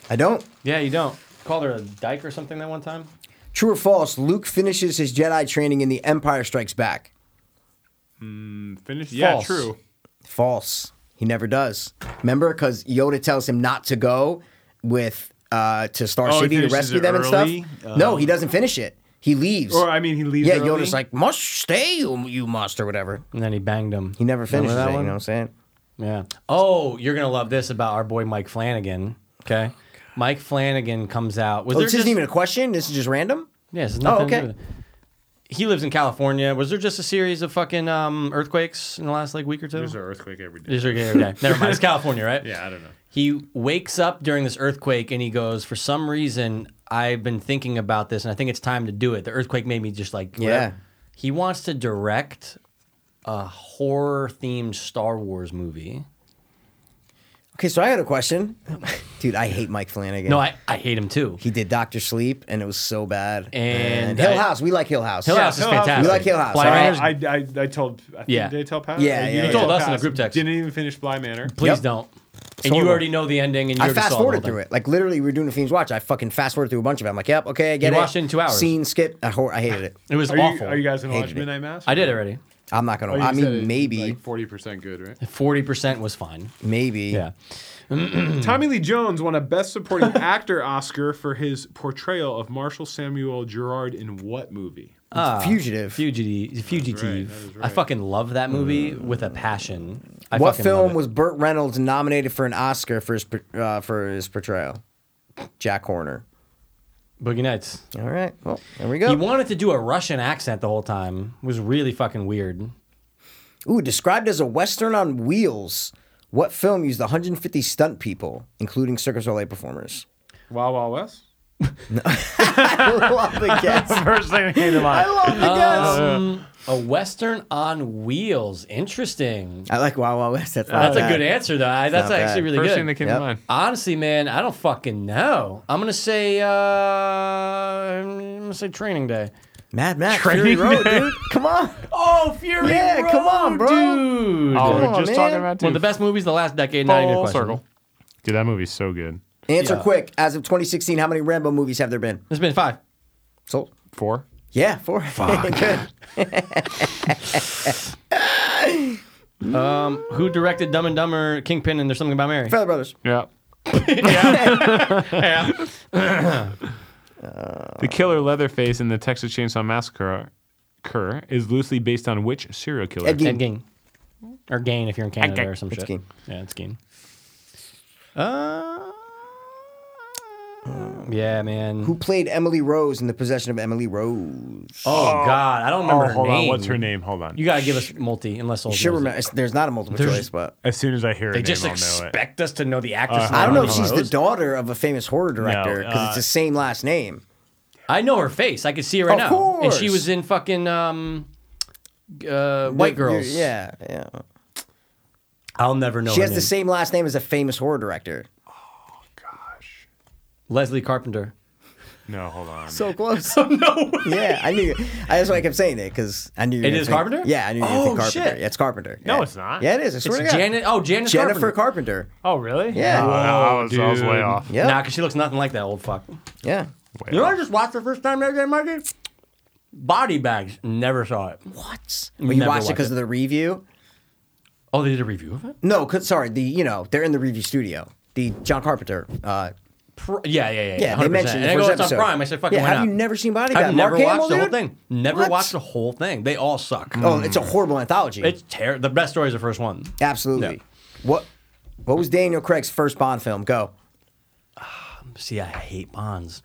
I don't. Yeah, you don't. Called her a dyke or something that one time. True or false? Luke finishes his Jedi training in The Empire Strikes Back. finish. Yeah, False. true. False. He never does. Remember, because Yoda tells him not to go with uh, to Star Oh, he City to finishes rescue it them early? Um, and stuff. no, he doesn't finish it. He leaves. Or I mean, he leaves. yeah, early. Yoda's like, "Must stay, you, you must," or whatever. And then he banged him. He never Remember finishes it. that You one? know what I'm saying? Yeah. Oh, you're gonna love this about our boy Mike Flanagan. Okay. Mike Flanagan comes out. Was Oh, there this isn't just- even a question. This is just random. Yeah, this is nothing. okay. to do with it. He lives in California. Was there just a series of fucking um, earthquakes in the last like week or two? There's an earthquake every day. There's a- yeah, yeah. Never mind. It's California, right? Yeah, I don't know. He wakes up during this earthquake and he goes, For some reason, I've been thinking about this and I think it's time to do it. The earthquake made me just like, whatever. Yeah. He wants to direct a horror themed Star Wars movie. Okay, so I got a question, dude. I hate Mike Flanagan. No, I, I hate him too. he did Doctor Sleep, and it was so bad. And Hill I- House, we like Hill House. Hill Yeah. House is Hill House- fantastic. We like Hill House. Blind Sorry, Manor- I, I, I told. I think, Yeah. Did I tell Pat? Yeah, yeah, didn't yeah. tell Told us in a Pat. group text. Didn't even finish Fly Manor. Please Yep. don't. And horrible. you already know the ending and you I already fast saw the whole forwarded through thing. it. Like literally, we were doing a themes watch. I fucking fast forwarded through a bunch of it. I'm like, yep, okay, I get You it. watched it in two hours. Scene skip. I, hor- I hated it. It was Are you, awful. are you guys gonna watch Hated it. Midnight Mass? I did already. I'm not gonna. Oh, you I said it, mean, maybe, like forty percent good, right? 40% was fine. maybe. Yeah. Tommy Lee Jones won a Best Supporting Actor Oscar for his portrayal of Marshall Samuel Gerard in what movie? Fugitive. Ah, Fugitive. Fugitive. that is I right. fucking love that movie with a passion. I Mm. what fucking love film it. was Burt Reynolds nominated for an Oscar for his per- uh, for his portrayal? Jack Horner. Boogie Nights? All right. Well, there we go. He wanted to do a Russian accent the whole time. It was really fucking weird. Ooh, described as a western on wheels. What film used 150 stunt people, including Circus Soleil performers? Wild Wild West. I love the Uh, guess. First thing that came to I mind. love the guess. Um, a Western on wheels. Interesting. I like Wild Wild West. That's, That's a bad. good answer, though. I, that's not actually bad. really First good. thing that came Yep. to mind. Honestly, man, I don't fucking know. I'm gonna say, uh, I'm gonna say Training Day. Mad Max Fury Road, dude. Come on. Oh, Fury Yeah, Road, come on, bro. dude. Oh, Come we're on, just man. talking about One two. of the best movies of the last decade. Not even a Full question. circle. Dude, that movie's so good. Answer Yeah. quick. As of 2016, how many Rambo movies have there been? There's been five. Sold. Four. Yeah, four. Good. Um, who directed Dumb and Dumber, Kingpin, and There's Something About Mary? Feather Brothers. Yeah. Yeah. The killer Leatherface in the Texas Chainsaw Massacre Cur is loosely based on which serial killer? Ed Gein. Ed Gein. Or Gain if you're in Canada or some It's shit. Gein. Yeah, it's Gain. Uh, Yeah, man. who played Emily Rose in The Possession of Emily Rose. Oh, God, I don't Oh, remember her hold name. on. What's her name? Hold on. You gotta give us multi, unless all Sure, remember, it's- there's not a multiple choice, but as soon as I hear They her just name, I'll know it. expect us to know the actress. Uh, I don't know if Emily she's the daughter of a famous horror director because uh, it's the same last name. I know her face. I can see her right Of now. And she course. was in fucking um, uh, White You're- you're- Girls. Yeah, yeah. Oh, I'll never know. She her has the name. same last name as a famous horror director. Leslie Carpenter. No, hold on. So close. Yeah, I knew. I, that's why I kept saying it because I knew. you were It gonna is think- Carpenter? Yeah, I knew. You were gonna think Oh, Carpenter. shit. Yeah, it's Carpenter. No, Yeah. it's not. Yeah, it is. I swear It's to God. Janet. Oh, Janice Jennifer Carpenter. Oh, Carpenter. oh, really? Yeah. Wow, I, was, I was way dude. off. Yeah. Nah, because she looks nothing like that old fuck. Yeah. Way You know, off. what I just watched the first time that day, Mikey. Body bags. Never saw it. What? Well, you Never watched it watched because it. of the review? Oh, they did a review of it. No, 'cause- sorry. The you know they're in the review studio. The John Carpenter. Uh, Pr- yeah, yeah, yeah. yeah, they 100%. mentioned And I the go, first it's on episode. Prime. I said, fucking yeah, why have not? you never seen Body Bag? I've never Mark watched Hamill, the whole dude? thing. Never What? watched the whole thing. They all suck. Oh, it's a horrible anthology. It's terrible. The best story is the first one. Absolutely. Yeah. What? What was Daniel Craig's first Bond film? Go. See, I hate Bonds.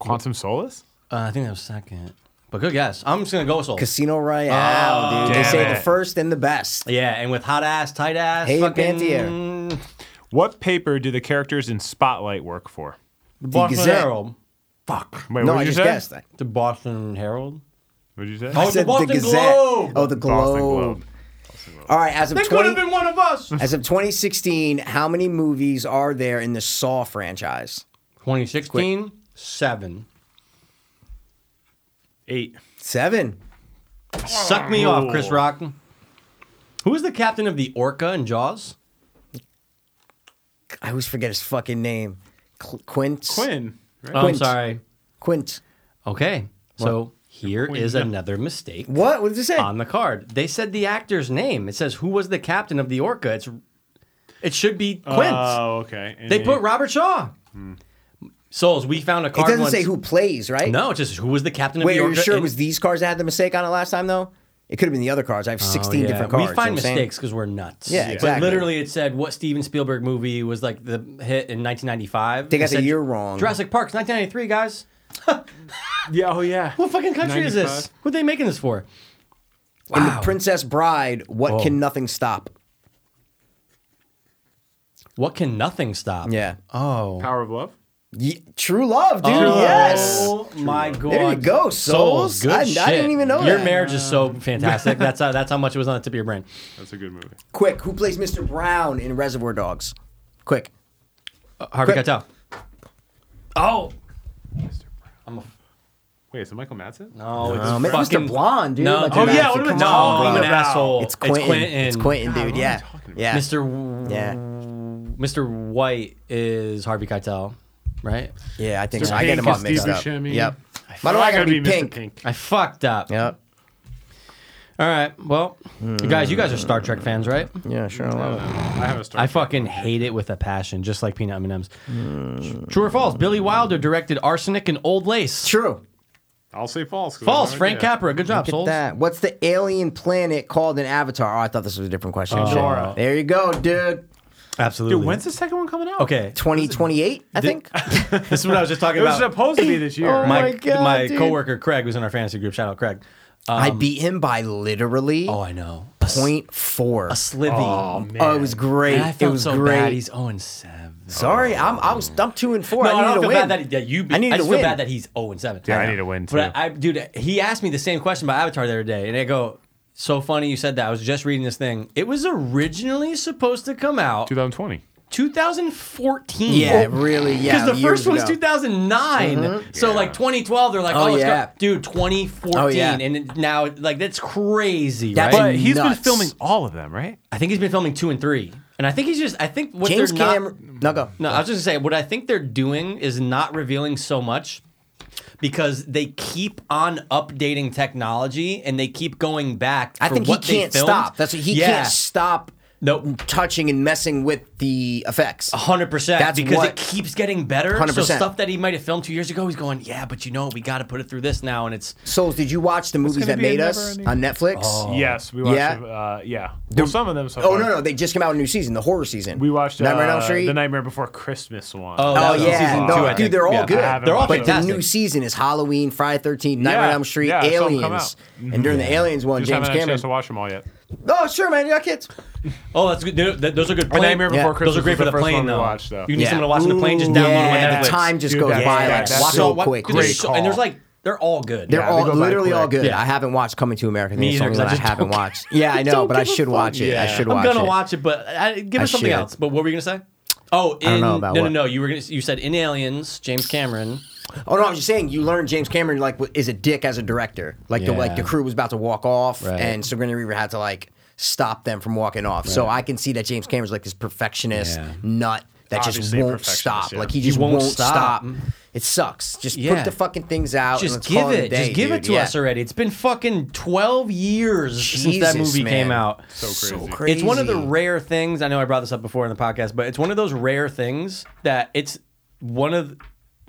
Quantum Solace? Uh, I think that was second. But good guess. I'm just gonna go with Soul. Casino Royale, Oh, dude. They damn say the it. first and the best. Yeah, and with hot ass, tight ass, Hayden fucking Panettiere. What paper do the characters in Spotlight work for? The Boston Gazette. Herald. Fuck. Wait, No, what I did just you say? guessed. I The Boston Herald. What did you say? Oh, said the Boston Globe. Oh, the Boston Globe. All right, as of They could 20, have been one of us. as of 2016, how many movies are there in the Saw franchise? 2016, seven. Eight. Seven. Suck me off, Chris Rock. Who was the captain of the Orca in Jaws? I always forget his fucking name. Qu- Quint. Quinn. Right? Oh, I'm Quint. sorry. Quint. Okay, so here Quint, is no. another mistake What? What did it say? on the card. They said the actor's name. It says who was the captain of the Orca. It's it should be Quint. Oh, okay. And They it- put Robert Shaw. Souls, we found a it card. doesn't once- say who plays, right? No, it's just who was the captain of Wait, the are Orca. you sure it in- was these cards that had the mistake on it last time though? It could have been the other cards. I have 16 Oh, yeah. different cards. We you find know what I'm saying? mistakes because we're nuts. Yeah, exactly. But literally, it said what Steven Spielberg movie was like the hit in 1995. They got It the said year wrong. Jurassic Park's 1993, guys. Yeah. Oh, yeah. What fucking country is this? 95. What are they making this for? In the Princess Bride, what can nothing stop? What can nothing stop? Yeah. Oh. Power of Love. Ye- true love, dude. Oh, Yes. my god. There you go, Souls. Good I- I shit. didn't even know Your that. marriage is so fantastic. that's how, that's how much it was on the tip of your brain. That's a good movie. Quick, who plays Mr. Brown in Reservoir Dogs? Quick. Uh, Harvey Quick. Keitel. Oh. Wait, is it Michael Madsen? No, Oh, it's Um, it's Mr. Blonde, dude. No, Like, oh you're yeah, not- what am I come talking on, about? I'm bro. an asshole. It's Quentin. It's Quentin, dude. Yeah. Yeah. Mr. W- Yeah. Mr. White is Harvey Keitel, right? Yeah, I think Mr. so. I get Pink him all is mixed Steve up. Buscemi. Yep. Why do I gotta be pink? I fucked up. Yep. All right. Well, guys, you guys are Star Trek fans, right? Yeah, sure. I love it. I have a story. I fucking hate it with a passion, just like peanut M&Ms. True or false? Billy Wilder directed Arsenic and Old Lace. True. I'll say false. 'cause I False. have no Frank idea. Capra. Good job, Look at Souls. that. What's the alien planet called in Avatar? Oh, I thought this was a different question. Shit. Pandora. There you go, dude. Absolutely. Dude, when's the second one coming out? okay. 2028, I think. This is what I was just talking It was about. supposed to be this year. Oh right? my, my God, my dude. coworker Craig was in our fantasy group. Shout out Craig. I beat him by literally Oh, I know. A s- point four. a slivy. Oh, it was great. And I felt it was so great. bad. He's 0 and 7. Sorry, I'm I was I'm two and four. No, I I, need don't to feel win. bad that he, that you. Be, I need to I just win. feel bad that he's zero and seven. Yeah, I know. need to win, But too. I, I, dude, he asked me the same question about Avatar the other day, and I go, "So funny you said that." I was just reading this thing. It was originally supposed to come out 2020. 2014. yeah, really, yeah. Because the years first one's ago. 2009, so like 2012, they're like, Oh, "Oh, it's yeah. yeah, dude, 2014," Oh, yeah. and it- now like that's crazy, That's- right? But he's Nuts. been filming all of them, right? I think he's been filming two and three, and I think he's just, I think what James they're not- Cameron. Oh. No go. no, I was just gonna say what I think they're doing is not revealing so much because they keep on updating technology and they keep going back. I for think he what they can't filmed. stop. That's what he Yeah. can't stop Nope. touching and messing with the effects. Hundred percent, That's because what- it keeps getting better. So 100%. stuff that he might have filmed two years ago, he's going, yeah, but you know, we got to put it through this now, and it's Souls, did you watch the movies gonna that be a made us never-ending- on Netflix? Oh. Yes, we watched. Yeah. Yeah, uh, yeah. Well, some of them. So Oh far. no, no, they just came out with a new season, the horror season. We watched uh, Nightmare on Elm Street. the Nightmare Before Christmas one. Oh, Oh That was on yeah, season No, two, I dude, think. they're all Yeah. good. I haven't They're all but the fantastic. new season is Halloween, Friday Thirteenth, Nightmare on Yeah, Elm Street, yeah, some come Aliens, out. Mm-hmm. and during the Aliens one, just James haven't had a Cameron. chance to watch them all yet. Oh sure, man, you got kids. oh, that's good. Dude, th- those are good. Plane. Nightmare Before Yeah. Christmas Those are great was for the the first plane one we though. watched, though. You need Yeah. someone to watch in the plane. Just download yeah, them on the Netflix. time just Dude, goes that's- by yeah, like that's so, so- what- quick. Dude, there's Great so- and there's call. like they're all good. They're Yeah, they all go by literally all quick. good. Yeah. I haven't watched Coming to America. I think Me it's the either, only 'cause I one I, just haven't don't watched. Yeah, I know, but I should watch it. I Yeah. should I'm watch gonna it. watch it, but I, give I us something should. else. But what were you gonna say? Oh, in, don't know about no, what. no, no. You were gonna you said in Aliens, James Cameron. Oh no, I was just saying you learned James Cameron like w- is a dick as a director. Like the like the Yeah. crew was about to walk off, Right. and Sigourney Weaver had to like stop them from walking off. So I can see that James Cameron's like this perfectionist Yeah. nut that Obviously a just won't perfectionist, stop. yeah. Like he just won't won't, stop. stop. It sucks. Just Yeah. put the fucking things out. and Just let's call give it. it, a day, just give it dude. to Yeah. us already. It's been fucking twelve years since that Jesus, movie came man. out. So crazy. crazy. It's one of the rare things. I know I brought this up before in the podcast, but it's one of those rare things that it's one of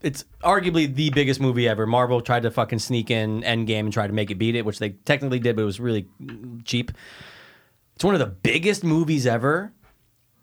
it's arguably the biggest movie ever. Marvel tried to fucking sneak in Endgame and try to make it beat it, which they technically did, but it was really cheap. It's one of the biggest movies ever.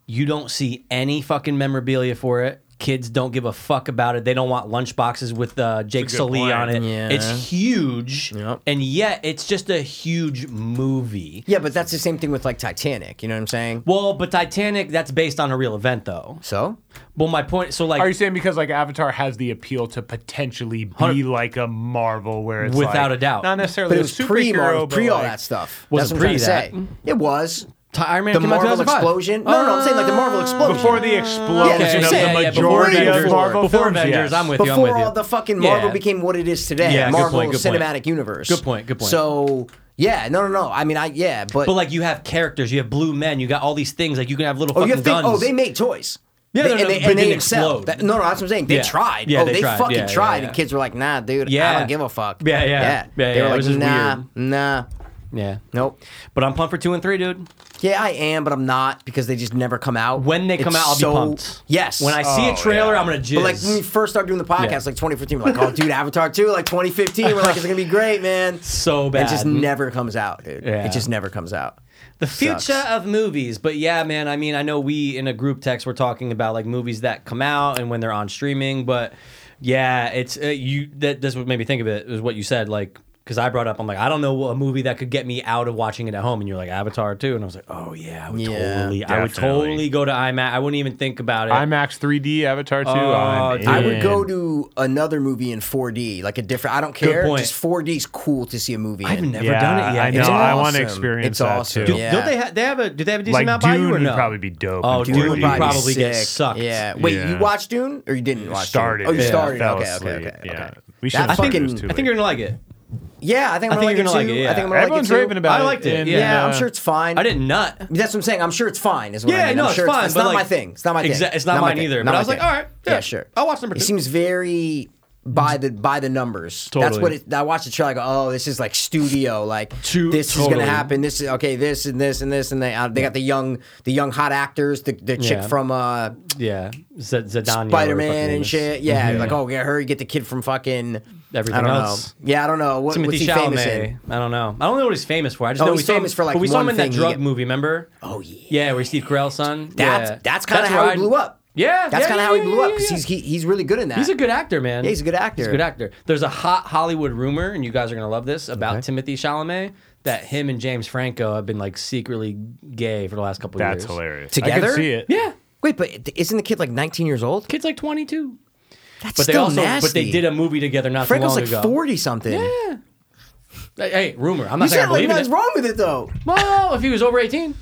You don't see any fucking memorabilia for it. Kids don't give a fuck about it. They don't want lunchboxes with uh, Jake good Sully point. on it. Yeah. It's huge, Yep. and yet it's just a huge movie. yeah, but that's the same thing with like Titanic. You know what I'm saying? Well, but Titanic, that's based on a real event, though. So Well, my point, so like, Are you saying because like Avatar has the appeal to potentially be like a Marvel, where it's Without like, a doubt. not But necessarily it a was pre Marvel, superhero, pre but all like- that stuff. That's Was it what I'm trying pre to say. It was Ti- Iron Man the came out in Marvel 2005. explosion. No, no, no, I'm saying like the Uh, Marvel explosion Before the explosion Yeah, of yeah, yeah, the yeah, before majority of Avengers. Marvel Before films, Avengers, yes. I'm with you. I'm before with you. all the fucking Marvel Yeah. became what it is today. Yeah, good Marvel point, good point. Cinematic Universe. Good point, good point. So yeah, no, no, no. I mean, I yeah, but, But like, you have characters, you have blue men, you got all these things. Like, you can have little oh, fucking you have to think, guns. oh, they made toys. Yeah, they, no, and no, they, and but it they didn't excelled. explode. That- no, no, that's what I'm saying. They Yeah. tried. Yeah, oh, they they, tried. fucking Yeah, yeah, tried, yeah. and kids were like, "Nah, dude, I Yeah. don't give a fuck." Yeah, yeah. yeah. Yeah, they yeah, were it like, was just "Nah, weird." nah, yeah. nope." But I'm pumped for two and three, dude. Yeah, I am, but I'm not because they just never come out. When they come It's out, I'll so- be pumped. Yes, When I see a Oh, trailer, yeah. I'm gonna jizz. But like when we first started doing the podcast, Yeah. like 2015, we're like, oh, dude, Avatar 2, like 2015, we're like, it's gonna be great, man. so bad. It just never comes out, dude. Yeah. It just never comes out. The future Sucks. of movies, but yeah, man. I mean, I know we in a group text we're talking about like movies that come out and when they're on streaming, but yeah, it's uh, you. That that's what made me think of it is what you said, like because I brought up, I'm like, I don't know a movie that could get me out of watching it at home, and you're like Avatar too, and I was like, oh yeah, I would Yeah, totally, I would definitely. totally go to IMAX. I wouldn't even think about it. IMAX 3D Avatar 2. I'm dude. in. I would go to another movie in 4D, like a different. I don't care. point. Just 4D's cool to see a movie. I've in. never Yeah, done it yet. I know. It's I awesome. want to awesome. experience It's that awesome. too. Yeah. Don't they have they have a do they have a decent Like amount by Dune you or would no? probably be dope. Oh, in Dune would 4D. probably probably get sucked. Yeah. Wait, Yeah. you watched Dune or you didn't watch started. Dune? Oh, you it, started. fell okay, okay, asleep, okay, okay. yeah. Yeah. We That should've I think fucked fucking- it was too I think you're gonna like it. yeah, I think I'm I gonna think you're like it gonna like too. it, yeah. I think I'm gonna Everyone's like it too. raving about I it. liked it, and, yeah. Yeah, uh, I'm sure it's fine. I didn't nut. That's what I'm saying. I'm sure it's fine. Is what Yeah, I mean. no, I'm it's sure fine, It's, but not my like- thing. It's not my Exa- thing. it's not my mine thing. either, Not but I my was like, thing. all right, yeah, yeah, sure. I'll watch number It two. seems very by the by the numbers. That's Totally. what it, I watched the trailer. I go, oh, this is like studio. Like Too- this is totally. gonna happen. This is okay. This and this and this and they uh, they got the young the young hot actors. The, the chick Yeah. from uh, Yeah, Z- Zidane, Spider Man and shit. Yeah, like oh, get her. You get the kid from fucking. Mm-hmm. I Everything don't else. know. Yeah, I don't know. What, Timothy what's he famous Chalamet. in? I don't know. I don't know what he's famous for. I just Oh, know he's we saw him- famous for, like, But we saw him one in that thing he drug get- movie. Remember? Oh yeah. Yeah, where Steve Carell's son. That's yeah. that's kind of how where I- he blew up. Yeah, that's yeah, kind of yeah, how he yeah, blew up yeah, because yeah. he's he, he's really good in that. He's a good actor, man. Yeah, he's a good actor. He's a good actor. There's a hot Hollywood rumor, and you guys are gonna love this about Timothy Chalamet that him and James Franco have been like secretly gay for the last couple That's years. hilarious. I Together? can see it. Yeah, Wait, but isn't the kid like 19 years old? kid's like 22. That's But they still also nasty. but they did a movie together not Franco's too like long ago. 40 something. Yeah. Hey, hey, rumor. I'm You not saying said I like believe in nothing's it. wrong with it though. Well, if he was over 18.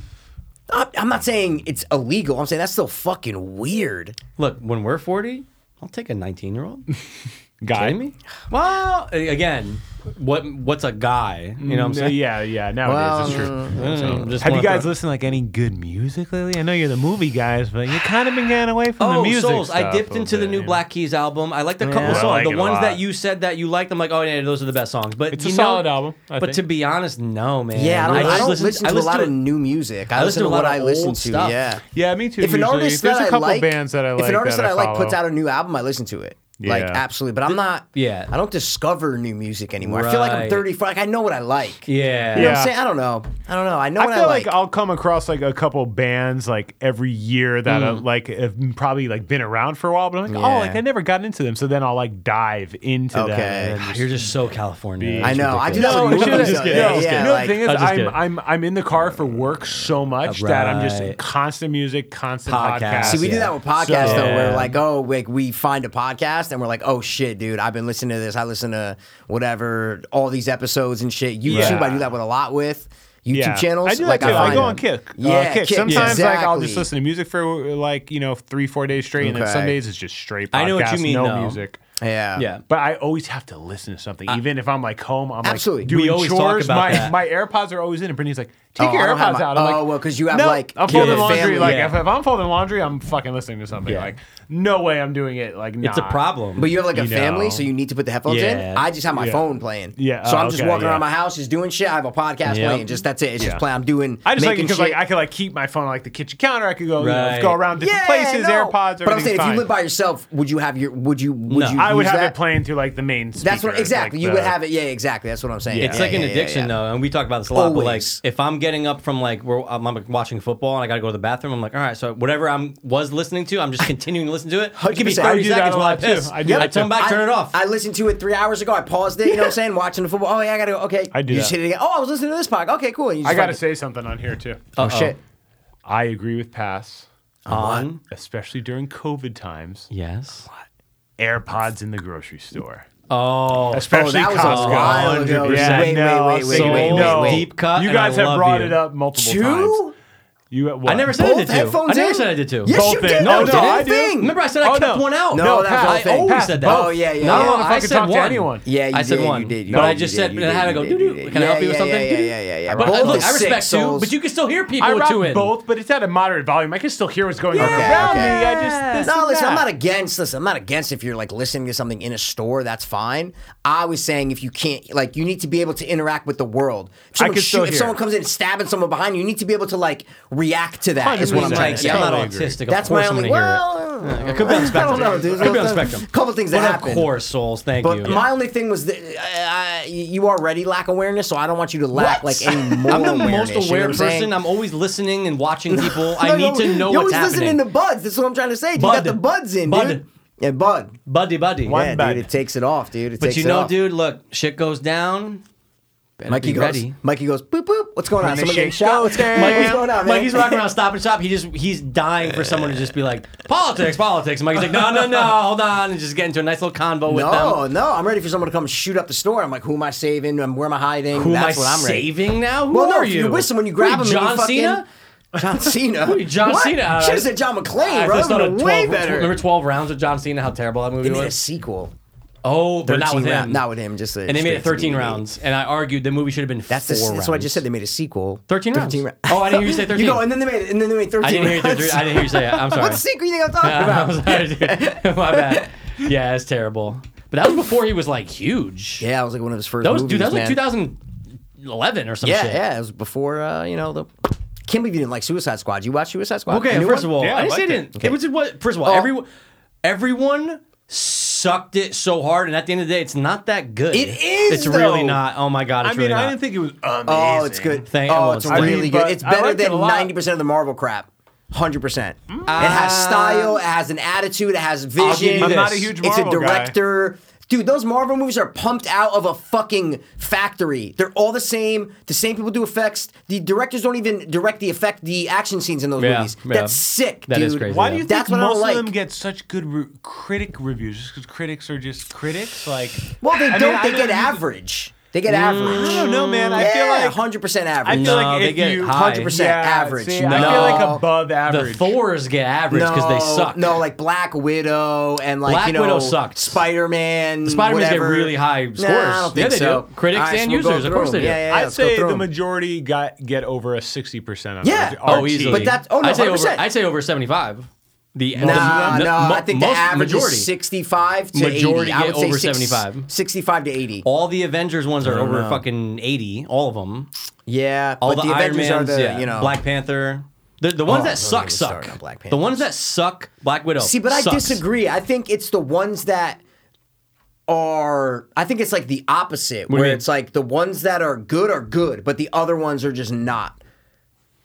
I'm, I'm not saying it's illegal. I'm saying that's still fucking weird. Look, when we're 40, I'll take a 19 year old. guy. me? Well, a- again, what what's a guy? You know what I'm saying? Yeah, yeah. Now it is. It's true. Mm, just Mm, Have you wanna guys throw- listened to like any good music lately? I know you're the movie guys, but you kind of been getting away from the Oh, music. Souls! I stuff dipped a into the bit, new you know? Black Keys album. I liked a couple Yeah. I songs. like the it a ones lot. that you said that you liked, I'm like, oh yeah, those are the best songs. But It's you a know- solid album. I but think. to be honest, no man. Yeah, I don't, I just don't listen I to a lot to of new music. I, I listen to listen to a what lot I of listen old to. stuff. Yeah. Yeah, me too. If an usually. artist there's that a I couple like, bands that I like, if an artist that, I, like puts follow. out a new album, I listen to it. Like Yeah. absolutely, but I'm not. yeah. I don't discover new music anymore. I feel like I'm Right. 34. Like I know what I like. Yeah. You know what Yeah. I'm saying? I don't know. I don't know. I know I what feel I like. like. I'll come across like a couple bands like every year that Mm. uh, like have probably like been around for a while, but I'm like, Yeah. oh, like I never got into them. So then I'll like dive into them. Okay. and God, You're just so California. I It's know. I do ridiculous. that No, with it's movies. just- though. yeah, yeah, it's yeah, You know, like- the thing is, I'll just I'm, get it. I'm I'm in the car for work so much that I'm just Right. constant music, constant Podcasts. podcasts. See, we do Yeah. that with podcasts So- though. We're Yeah. like, oh, like we find a podcast and we're like, oh shit, dude, I've been listening to this. I listen to whatever, all these episodes and shit. YouTube, I do that with a lot with YouTube Yeah. channels. I do like, that too. I, find go them. on kick. uh, Yeah, kick. Kick, Sometimes like I'll exactly. just listen to music for like you know three four days straight, and then Okay. some days it's just straight. Podcasts, I know what you mean, No though. music. Yeah, Yeah. But I always have to listen to something, even if I'm like home. I'm Absolutely. like We doing always talk chores. about my that. my AirPods are always in, and Brittany's like, Oh, "Take your I don't have AirPods my- out." I'm like, oh, well, 'cause you have, "No, like, I'm kids, folding laundry. family." Like Yeah. if, if I'm folding laundry, I'm fucking listening to something. Yeah. Like no way, I'm doing it. Like It's a nah. problem. But you have like a You family, know. so you need to put the headphones Yeah. in. I just have my Yeah. phone playing. Yeah, So oh, I'm just okay, walking yeah. around my house, just doing shit. I have a podcast Yep. playing. Just that's it. It's Yeah. just playing. I'm doing. I just like making because shit. like I could like keep my phone on, like the kitchen counter. I could go you know, Right. go around different yeah, places. no. AirPods. But I'm saying, everything's if you fine. live by yourself, would you have your? Would you? Would No. you? I would use have that? it playing through like uh, the main. Speaker, That's what exactly. you the- would have it. Yeah, exactly. That's what I'm saying. It's Yeah, like an yeah, yeah, addiction, yeah. though, and we talk about this a lot. But like, Always. if I'm getting up from like, where I'm, I'm watching football and I got to go to the bathroom, I'm like, all right, so whatever I'm was listening to, I'm just continuing to listen to it. It could be 100%. I 30 do that seconds a while I lot, too. piss. I do I that, turn too. back, turn it off. I listened to it three hours ago. I paused it. You know what I'm saying? Watching the football. Oh yeah, I gotta go. Okay. I do You that. just hit it again. Oh, I was listening to this podcast. Okay, cool. And you just I gotta fucking- say something on here too. Oh shit. I agree with Pass, Oh, on. especially during COVID times. Yes. AirPods in the grocery store. Oh, Especially that was a Costco. while ago. 100%. Yeah, Wait, no, wait, wait, wait, so- wait, wait, no. wait. Deep cut, You and I guys have love brought you. it up multiple Two. times. You what? I never said I Both did to. I headphones never in? said I did to. Yes, Both you in. did. No, That was no, the I whole do. thing. Remember, I said Oh, I kept no. one out. No, No, that was pass. I the whole thing. always Pass. said Both. that. Oh yeah, yeah. No, yeah. I don't I fucking said talk to one. anyone. Yeah, you I said did, one. You did, you But did, I you just did, said- you and I did, had to you go, did, "Doo-doo." you did. Can I help you with yeah, something? Yeah, yeah, yeah, yeah. But Both look, is I sick, respect you, souls. but you can still hear people I with two rock in. both, but it's at a moderate volume. I can still hear what's going on Okay, around okay. me. I just this no, and listen. I'm that. not against. Listen, I'm not against if you're like listening to something in a store. That's fine. I was saying if you can't, like, you need to be able to interact with the world. If someone, could still if hear. someone comes in stabbing someone behind you, you need to be able to like react to that. Is what I'm 100%. trying to like, say. yeah, I'm not Totally agree. autistic. Of That's course my I'm only. gonna hear it. Well, It could be on the I don't spectrum. know, It dude. could be on the There's spectrum. A couple things that But happen. of course, souls. Thank But you. my only thing was that uh, uh, you already lack awareness, so I don't want you to lack What? like any more I'm the awareness, most you know aware what I'm person. saying? I'm always listening and watching people. I need to know you always what's happening. listening to buds. That's what I'm trying to say. dude. You Bud. got the buds in, Bud. dude. Yeah, bud. buddy, buddy. One Yeah, bud. dude, it takes it off, dude. It But takes you it know, off. dude, look, shit goes down. Better Mikey be goes. ready. Mikey goes. Boop boop. What's going on? the Someone getting shit shot. What's goes down. What's going on, man? Mikey's walking around Stop and Shop. He just he's dying for someone to just be like politics, politics. And Mikey's like, no, no, no, hold on, and just get into a nice little convo with No, them. no. I'm ready for someone to come shoot up the store. I'm like, who am I saving? And where am I hiding? Who That's am I what I'm ready. saving now? Who Well, no, are if you? you're with someone, you grab Who are you, him and you John fucking- Cena. John Cena. you, John what? Cena? Should have said John I McClane, bro. just That thought would've of been 12, way better. Remember Twelve Rounds with John Cena? How terrible that movie They made a was. sequel. Oh, but not with 13 him. round- Not with him. Just and they made it 13 rounds. And I argued the movie should have been That's the, four that's rounds. what I just said. They made a sequel. 13 rounds. rounds. Oh, I didn't hear you say 13. You go, and then they made and then they made 13 I didn't hear you. rounds. I didn't hear you say it. I'm sorry. what sequel you think I'm talking about? I'm sorry, dude. My bad. Yeah, it's terrible. But that was before he was like huge. Yeah, it was like one of his first That was movies, dude. That was like man. 2011 or some Yeah, shit. yeah. It was before, uh, you know, the... Can't believe you didn't like Suicide Squad. You watched Suicide Squad? Okay, The new first one? of all, Yeah, I I didn't say liked it it. didn't. It was what? First of all, Oh. everyone, everyone sucked it so hard, and at the end of the day, it's not that good. It is, It's really though. not. Oh my god, I it's mean, really I not. didn't think it was amazing. Oh, it's good. Thank- oh, well, it's it's not. really I mean, good. but It's I better liked it than a lot. 90% of the Marvel crap. 100%. it has style, it has an attitude, it has Ah. give vision. you I'm not this. a huge Marvel It's a guy. director. Dude, those Marvel movies are pumped out of a fucking factory. They're all the same. The same people do effects. The directors don't even direct the effect, the action scenes in those Yeah, movies. yeah. That's sick, That dude. is crazy, Why do you That's think what I most don't like. of them get such good re- critic reviews? Just because critics are just critics, like well, they I mean, don't. I they get know you- average. They get average. I don't know, man. I feel like hundred percent I average. feel No, like they if get you high. 100% average. see, I feel No. like above The average. Thors get average because they suck. No, like Black Widow and like Black you know Widow sucked. Spider Man. Spider-Mans get really high Nah, scores. I don't Yeah, think they so. do. Critics All right, and so we'll go users, of through course they them. do. Yeah, yeah, I'd let's go say through the them. majority got get over a sixty percent. Yeah. Oh, easily. But that's- oh, no, I'd say over. 100%. I'd say over seventy-five. The Nah, no, the- the- mo- I think the most- average majority. is 65 to 80. Majority I get would say over six- 75. 65 to 80. All the Avengers ones are over know. fucking eighty. All of them. Yeah, All but the, the, Iron Avengers Mans, are the, yeah. you know. Black Panther. The, the ones Oh, that don't suck even suck. start on Black the Panthers. ones that suck, Black Widow. See, but I sucks. disagree. I think it's the ones that are I think it's like the opposite do you where mean? it's like the ones that are good are good, but the other ones are just not.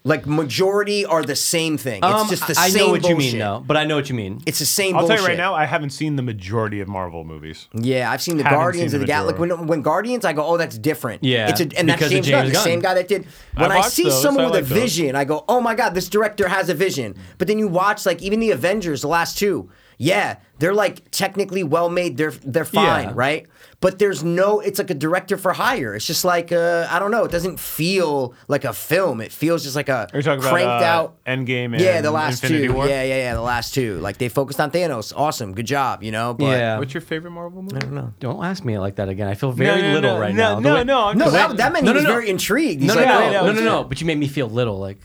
Like majority are the same thing. It's Um, just the I I same know what you mean, bullshit. though. But I know what you mean. It's the same I'll bullshit. tell you right now, I haven't seen the majority of Marvel movies. Yeah, I've seen the Haven't Guardians seen of the the Galaxy. Like majority. when, when Guardians, I go, oh, that's different. Yeah, it's a, and that's because of James, James Gunn, the Gunn. same guy that did. When I, watched see those, someone I with a like those. vision, I go, oh my god, this director has a vision. But then you watch like even the Avengers, the last two. Yeah, they're like technically well made. They're they're fine, Yeah. right? But there's no. It's like a director for hire. It's just like uh, I don't know. It doesn't feel like a film. It feels just like a Are you talking about, cranked uh, out Endgame and yeah, the last Infinity two. War? Yeah, yeah, yeah, the last two. Like they focused on Thanos. Awesome, good job. You know, but yeah. your favorite Marvel movie? Don't ask me like that again. I feel very no, little no, right no, now. The No, way- no, No, no. that, that meant no, he was no, no. very intrigued. He's No, no, like, no, oh, no, no, it's- no, But you made me feel little. Like,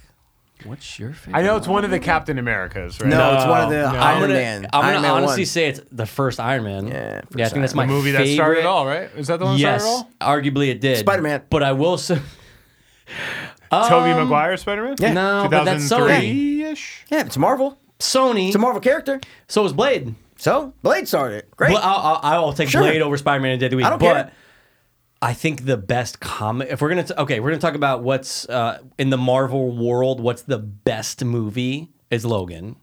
what's your favorite? I know it's one of the Captain Americas, right? no, it's one of the Iron I'm gonna, Man. I'm gonna Iron Man honestly 1. say it's the first Iron Man. Yeah, first yeah. I think that's my the movie favorite. that started it all, right? Is that the one that Yes, started arguably it did. Spider-Man. But I will say, it all? Tobey Maguire Spider Man? Yeah. No, but that's Sony. 2003 ish? yeah, it's Marvel. Sony. It's a Marvel character. So is Blade. So Blade started. Great. Well, I'll, I'll, I'll take Sure. Blade over Spider Man and Day of the Week. I don't but care. I think the best comic. If we're gonna t- okay, we're gonna talk about what's uh, in the Marvel world. What's the best movie is Logan.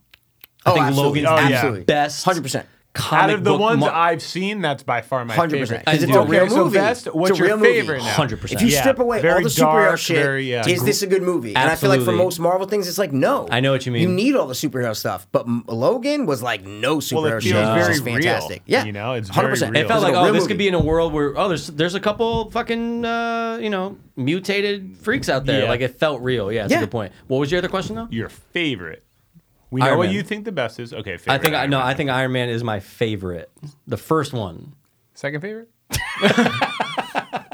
I Oh, think absolutely. Logan's Oh, the yeah. Absolutely. best 100%. Out comic of the book ones mo- I've seen, that's by far my 100%. favorite. Because it's Okay, a real so movie. best, what's It's a your real movie. favorite now? 100%. If you Yeah, strip away all very the superhero dark, shit, very, yeah. is this a good movie? And I feel like for Absolutely. most Marvel things, it's like no. I know what you mean. You need all the superhero stuff, but M- Logan was like no superhero Well, it shit. feels which very is fantastic. real. Yeah, You know, it's very 100%. real. It felt was like, a oh, real this movie. could be in a world where oh, there's there's a couple fucking uh, you know mutated freaks out there. Yeah. Like it felt real. Yeah, that's Yeah. a good point. What was your other question though? Your favorite. We know Iron what Man. you think the best is. Okay, favorite. I think I Iron no, Man. I think Iron Man is my favorite. The first one. Second favorite?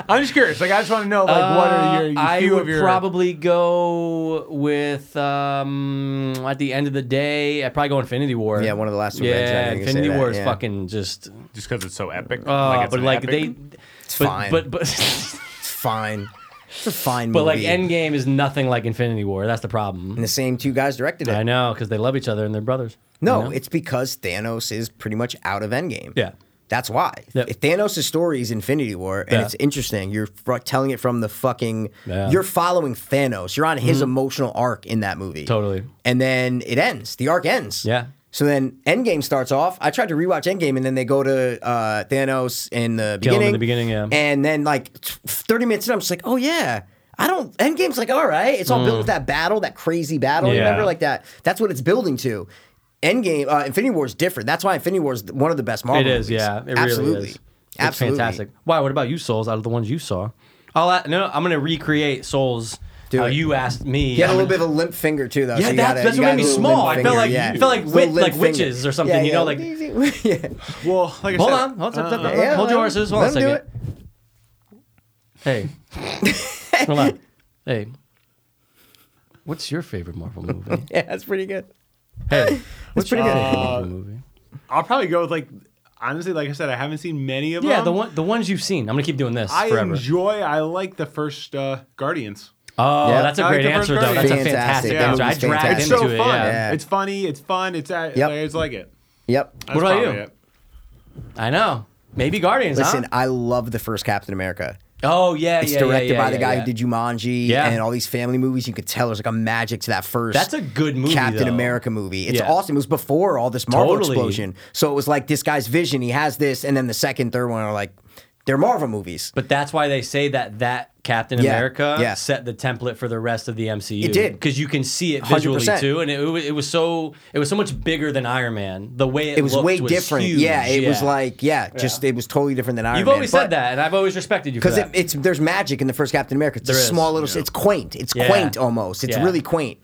I'm just curious. Like, I just want to know, like, what are your, Uh, I few would of your. probably go with um, at the end of the day. I'd probably go Infinity War. Yeah, one of the last two Yeah, Reds, I know you can say Infinity that, War is yeah. fucking just. just because it's so epic. Uh, like, it's but an like epic- they, It's but, fine. but but it's fine. It's a fine but like movie. Endgame is nothing like Infinity War. That's the problem. and the same two guys directed it. I know because they love each other and they're brothers. No, it's because Thanos is pretty much out of Endgame. Yeah. That's why. Yep. If Thanos' story is Infinity War and Yeah. it's interesting, you're fr- telling it from the fucking. Yeah. Mm-hmm. You're following Thanos. You're on his emotional arc in that movie. Totally. And then it ends. The arc ends. Yeah. So then Endgame starts off. I tried to rewatch Endgame and then they go to uh, Thanos in the Kill him beginning. in the beginning, yeah. And then like t- 30 minutes in, I'm just like, oh yeah. I don't. Endgame's like, all right, it's all built with that battle, that crazy battle. Mm. Yeah. Remember, like that. That's what it's building to. Endgame, uh, Infinity War is different. That's why Infinity War is one of the best Marvel. It is, movies. yeah. It really absolutely, is. It's absolutely fantastic. Why? What about you, Souls? Out of the ones you saw, I'll a- no, no, I'm gonna recreate Souls. Do how it. you asked me. You had a I'm little bit of a limp finger too, though. Yeah, so you that's- gotta- that's you what gotta made me do a small. limp I felt finger, like- yeah. I felt like Little wit- limp like finger. witches or something, Yeah, you yeah. know, like- yeah. Well, like I Hold said, on. Hold, on, hold, on, Uh, yeah, let hold your him- horses. Hold on let a him do second. Hey. hold on. Hey. What's your favorite Marvel movie? Uh, yeah, that's pretty good. Hey. That's pretty good. Marvel movie. I'll probably go with like honestly, like I said, I haven't seen many of Yeah, them. the one the ones you've seen. I'm gonna keep doing this I forever. enjoy. I like the first uh, Guardians. oh, Yeah. that's a I like great the first answer though. Guardian. That's a Fantastic. fantastic That answer. I movie's dragged fantastic. It's into so it. fun. Yeah. Yeah. It's funny. It's fun. It's uh, at, Yep. like, I just like it. Yep. That's What about probably you? it. I know. Maybe Guardians. Listen, huh? I love the first Captain America. Oh yeah, It's yeah, yeah, directed yeah, by the yeah, guy yeah. who did Jumanji Yeah. and all these family movies. You could tell there's like a magic to that first. That's a good movie, Captain though. America movie. It's Yeah. awesome. It was before all this Marvel Totally. explosion, so it was like this guy's vision. He has this, and then the second, third one are like They're Marvel movies. But that's why they say that that Captain Yeah, America yeah. set the template for the rest of the MCU. It did. because you can see it visually 100%. too, and it, wa- it was so it was so much bigger than Iron Man. The way it, It was looked way different. huge. Yeah, it was like yeah, just it was totally different than Iron you've Man. always But- said that, and I've always respected you for because it, that. it's there's magic in the first Captain America. It's a There is, small little. It's quaint. It's Yeah. quaint almost. It's Yeah. really quaint.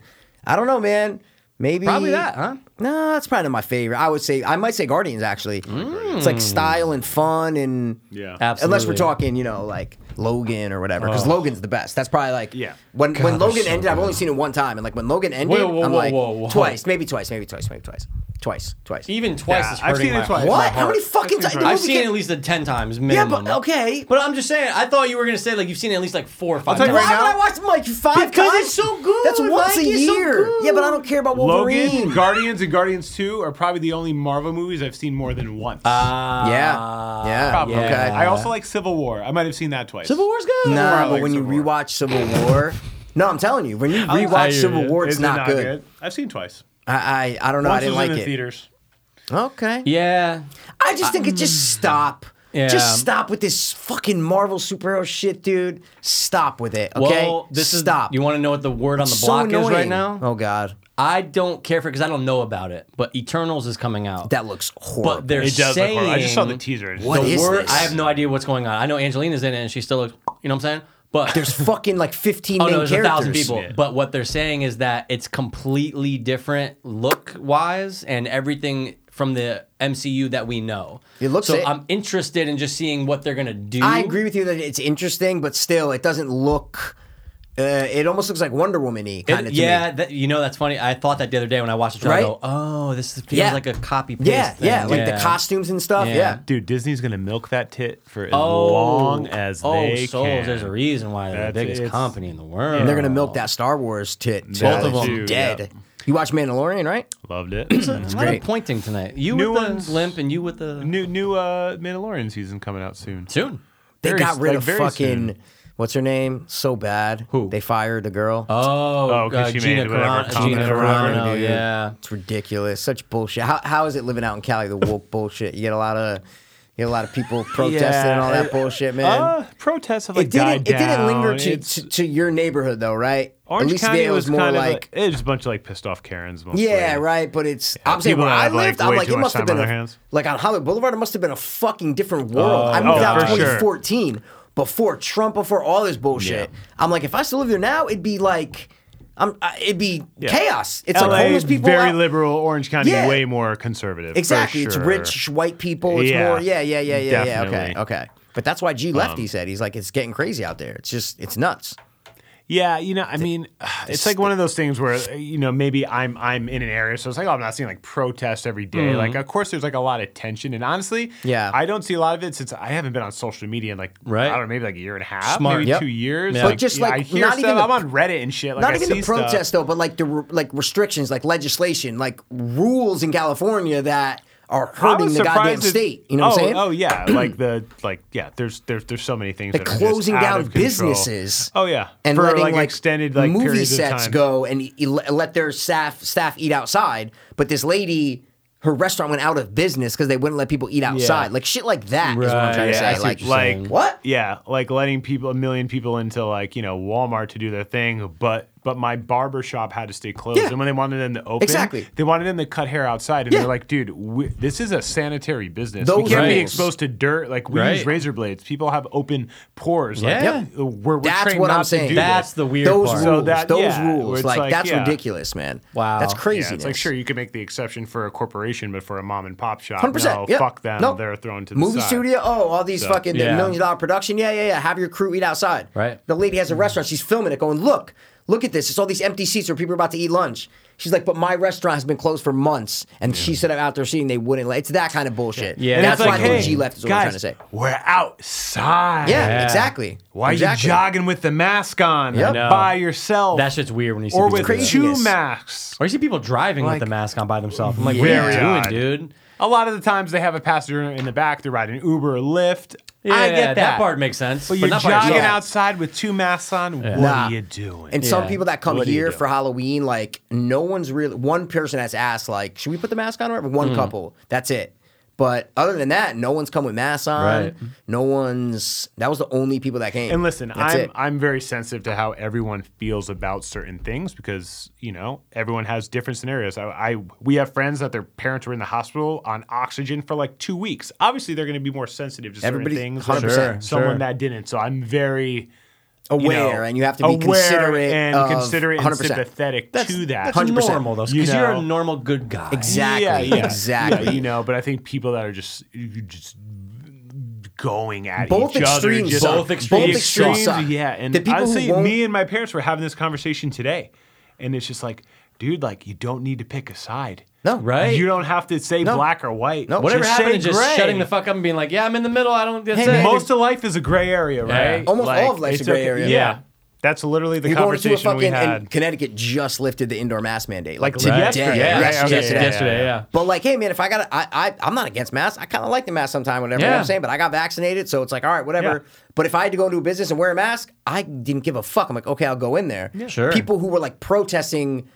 I don't know, man. Maybe Probably that, huh? No, that's probably my favorite. I would say I might say Guardians actually. Mm. It's like style and fun and Yeah. Absolutely. Unless we're talking, you know, like Logan or whatever, because Oh. Logan's the best. That's probably like Yeah. When when they're Logan so ended, I've only seen it one time, and like when Logan ended, Whoa, whoa, I'm whoa, like whoa, whoa. twice, maybe twice, maybe twice, maybe twice, twice, twice. even twice Yeah, is I've hurting seen it my- twice. my what? How heart. many fucking times? I've seen it at least a ten times Yeah, minimum. but okay. But I'm just saying, I thought you were gonna say like you've seen it at least like four or five. tell you times. right Why would I watch them like five Because times? it's so good, That's once Mike, a it's so year. good. yeah, but I don't care about Wolverine. Logan, Guardians, and Guardians 2 are probably the only Marvel movies I've seen more than once. Ah, Yeah. Yeah. Probably. Uh, Okay. I also like Civil War. I might have seen that twice. Civil War's good. nah, War, I but like when you Civil War. rewatch Civil War, no, I'm telling you, when you I rewatch hear Civil you. War, it's Is it not, good. I've seen twice. I, I I don't know. I Once was didn't like in the it. theaters. Okay. Yeah. Mm. I just think it just stop. Yeah. Just stop with this fucking Marvel superhero shit, dude. Stop with it. Okay. Well, this is stop. You want to know what the word on the so block is right annoying. now? Oh god, I don't care for it because I don't know about it. But Eternals is coming out. that looks horrible. but they're It does look saying horrible. I just saw the teaser. I just- What the is word. this? I have no idea what's going on. I know Angelina's in it and she still looks. You know what I'm saying? But there's fucking like 15 oh main no, there's a characters. thousand people. But what they're saying is that it's completely different look wise and everything from the MCU that we know. It looks so. it. I'm interested in just seeing what they're gonna do. I agree with you that it's interesting, but still, it doesn't look. Uh, it almost looks like Wonder Woman y It- kind of. yeah, that, you know that's funny. I thought that the other day when I watched the trailer. I Right? go, oh, this feels Yeah. like a copy paste. Yeah, thing. yeah, like the costumes and stuff. Yeah. Yeah. Dude, Disney's gonna milk that tit for as Oh, long as oh, they souls. can. There's a reason why they're the That's- biggest it's- company in the world. And they're gonna Oh. milk that Star Wars tit. Both Yeah, of they them. do, dead. yeah. You watch Mandalorian, right? Loved it. A lot of great. pointing tonight. You New with ones. the limp and you with the new new uh, Mandalorian season coming out soon. soon. They Very- got rid like, of very fucking soon. what's her name? So bad. Who? They fired the girl. Oh, Oh, 'cause uh, she Gina made whatever Carano. comment Gina or whatever, Carano. dude. Yeah. It's ridiculous. Such bullshit. How, how is it living out in Cali? The woke bullshit. You get a lot of you get a lot of people protesting and all that bullshit, man. Uh, protests have like it didn't. died It didn't linger down. to, It's- to, to your neighborhood though, right? Orange At least County there it was, was more kind like of a, it was just a bunch of like pissed off Karens. Mostly. yeah, right. But it's I'm saying people where I have, like, lived, I'm way like too it much must have time been on a, their hands. like on Hollywood Boulevard. It must have been a fucking different world. Oh, I moved oh, out in for sure. 2014 before Trump, before all this bullshit. Yeah. I'm like, if I still live there now, it'd be like, I'm I, it'd be chaos. It's LA, like homeless people. very out- liberal. Orange County, Yeah. way more conservative. for Exactly. It's sure. rich white people. It's Yeah. more. Yeah, yeah, yeah, yeah, yeah. Okay, Definitely. Um, okay. But that's why G left. he said he's like, it's getting crazy out there. It's just, it's nuts. Yeah, you know, I mean, it's like one of those things where uh, you know maybe I'm I'm in an area, so it's like oh, I'm not seeing like protests every day. Like, of course, there's like a lot of tension, and honestly, Mm-hmm. Yeah. I don't see a lot of it since I haven't been on social media in like Right. I don't know, maybe like a year and a half, Smart. maybe Yep. two years. But just, yeah, like, I hear not stuff. even the- I'm on Reddit and shit. Like, not I even see the stuff. protest though, but like the re- like restrictions, like legislation, like rules in California that are I hurting was the goddamn surprised that- state. You know what oh, I'm saying? Oh yeah, like the like yeah. There's there's there's so many things. They're that are just closing out down of control. businesses Oh yeah, and for letting like, like, extended like movie periods of sets time. go and e- le- let their staff staff eat outside. But this lady, her restaurant went out of business because they wouldn't let people eat outside. Like shit, like that is what I'm Right, trying yeah, I to see say. what Like you're saying. like what? Yeah, like letting people a million people into like you know Walmart to do their thing, but but my barber shop had to stay closed. Yeah. And when they wanted them to open, Exactly. they wanted them to cut hair outside, and Yeah. they're like, dude, we, this is a sanitary business. we Those can't be rules. exposed to dirt. Like we Right. use razor blades. People have open pores. Like, Yeah. Yep. we're, we're That's trained what not I'm to saying. do That's this. the weird those part. rules, So that- those yeah, where rules, it's like, like, that's yeah. ridiculous, man. Wow. that's Yeah, it's crazy. Yeah, it's like sure you can make the exception for a corporation, but for a mom and pop shop, Hundred percent. Uh, no, yep. fuck them. Nope. They're thrown to the movie side. studio. Oh, all these fucking Yeah. million dollar production. Yeah, yeah, yeah. Have your crew eat outside. Right. The lady has a restaurant. She's filming it, going, look, look at this. It's all these empty seats where people are about to eat lunch. She's like, but my restaurant has been closed for months, and she said I'm out there seeing they wouldn't. let It's that kind of bullshit. Yeah. And And that's it's why like, I hey, think G left is what I'm trying to guys, say. we're outside. Yeah, exactly. Why exactly. are you jogging with the mask on Yep. I know. by yourself? That shit's weird when you see or people with do that. two Craziness. masks. Or you see people driving Like- with the mask on by themselves. I'm like, what are you Yeah. doing, dude? A lot of the times they have a passenger in the back. They're riding Uber or Lyft. I Yeah, get that. part makes sense. But you're not by jogging yourself. outside with two masks on. What Nah. are you doing? And some Yeah. people that come What do you here do? for Halloween, Hmm. like no one's really. One person has asked, like, should we put the mask on? Or whatever?" one couple. That's it. But other than that, no one's come with masks on. Right. No one's. That was the only people that came. And listen, That's I'm it. I'm very sensitive to how everyone feels about certain things because you know everyone has different scenarios. I, I we have friends that their parents were in the hospital on oxygen for like two weeks. Obviously, they're going to be more sensitive to Everybody's certain things. 100%, than someone sure. that didn't. So I'm very you aware, know, and you have to be aware considerate and of considerate and 100%. sympathetic to that. That's 100%. normal though, because You you are know. a normal good guy. Exactly. Yeah, yeah. Exactly. Yeah, you know, but I think people that are just you just going at Both each other, extremes just- suck. Both extremes Both extremes extremes, suck. Yeah, and The people who honestly, won't- me and my parents were having this conversation today, and it's just like, dude, like you don't need to pick a side. No. Right? You don't have to say No. black or white. No. Whatever Just happened to say just gray. shutting the fuck up and being like, yeah, I'm in the middle. I don't. That's Hey, man, it. Most of life is a gray area, Yeah. right? Almost all of life's a it's gray okay- area. Yeah. Yeah. That's literally the You're going to a conversation we fucking had. and Connecticut just lifted the indoor mask mandate. Like, Like, today. right? yesterday. Yeah, Yeah, yeah, okay, yesterday, yeah, yesterday, yeah. yeah. But like, hey man, if I got, I, I, I'm not against masks. I kind of like the mask sometime, whatever. You know what Yeah. I'm saying, but I got vaccinated, so it's like, all right, whatever. Yeah. But if I had to go into a business and wear a mask, I didn't give a fuck. I'm like, okay, I'll go in there. Sure. People who were like protesting,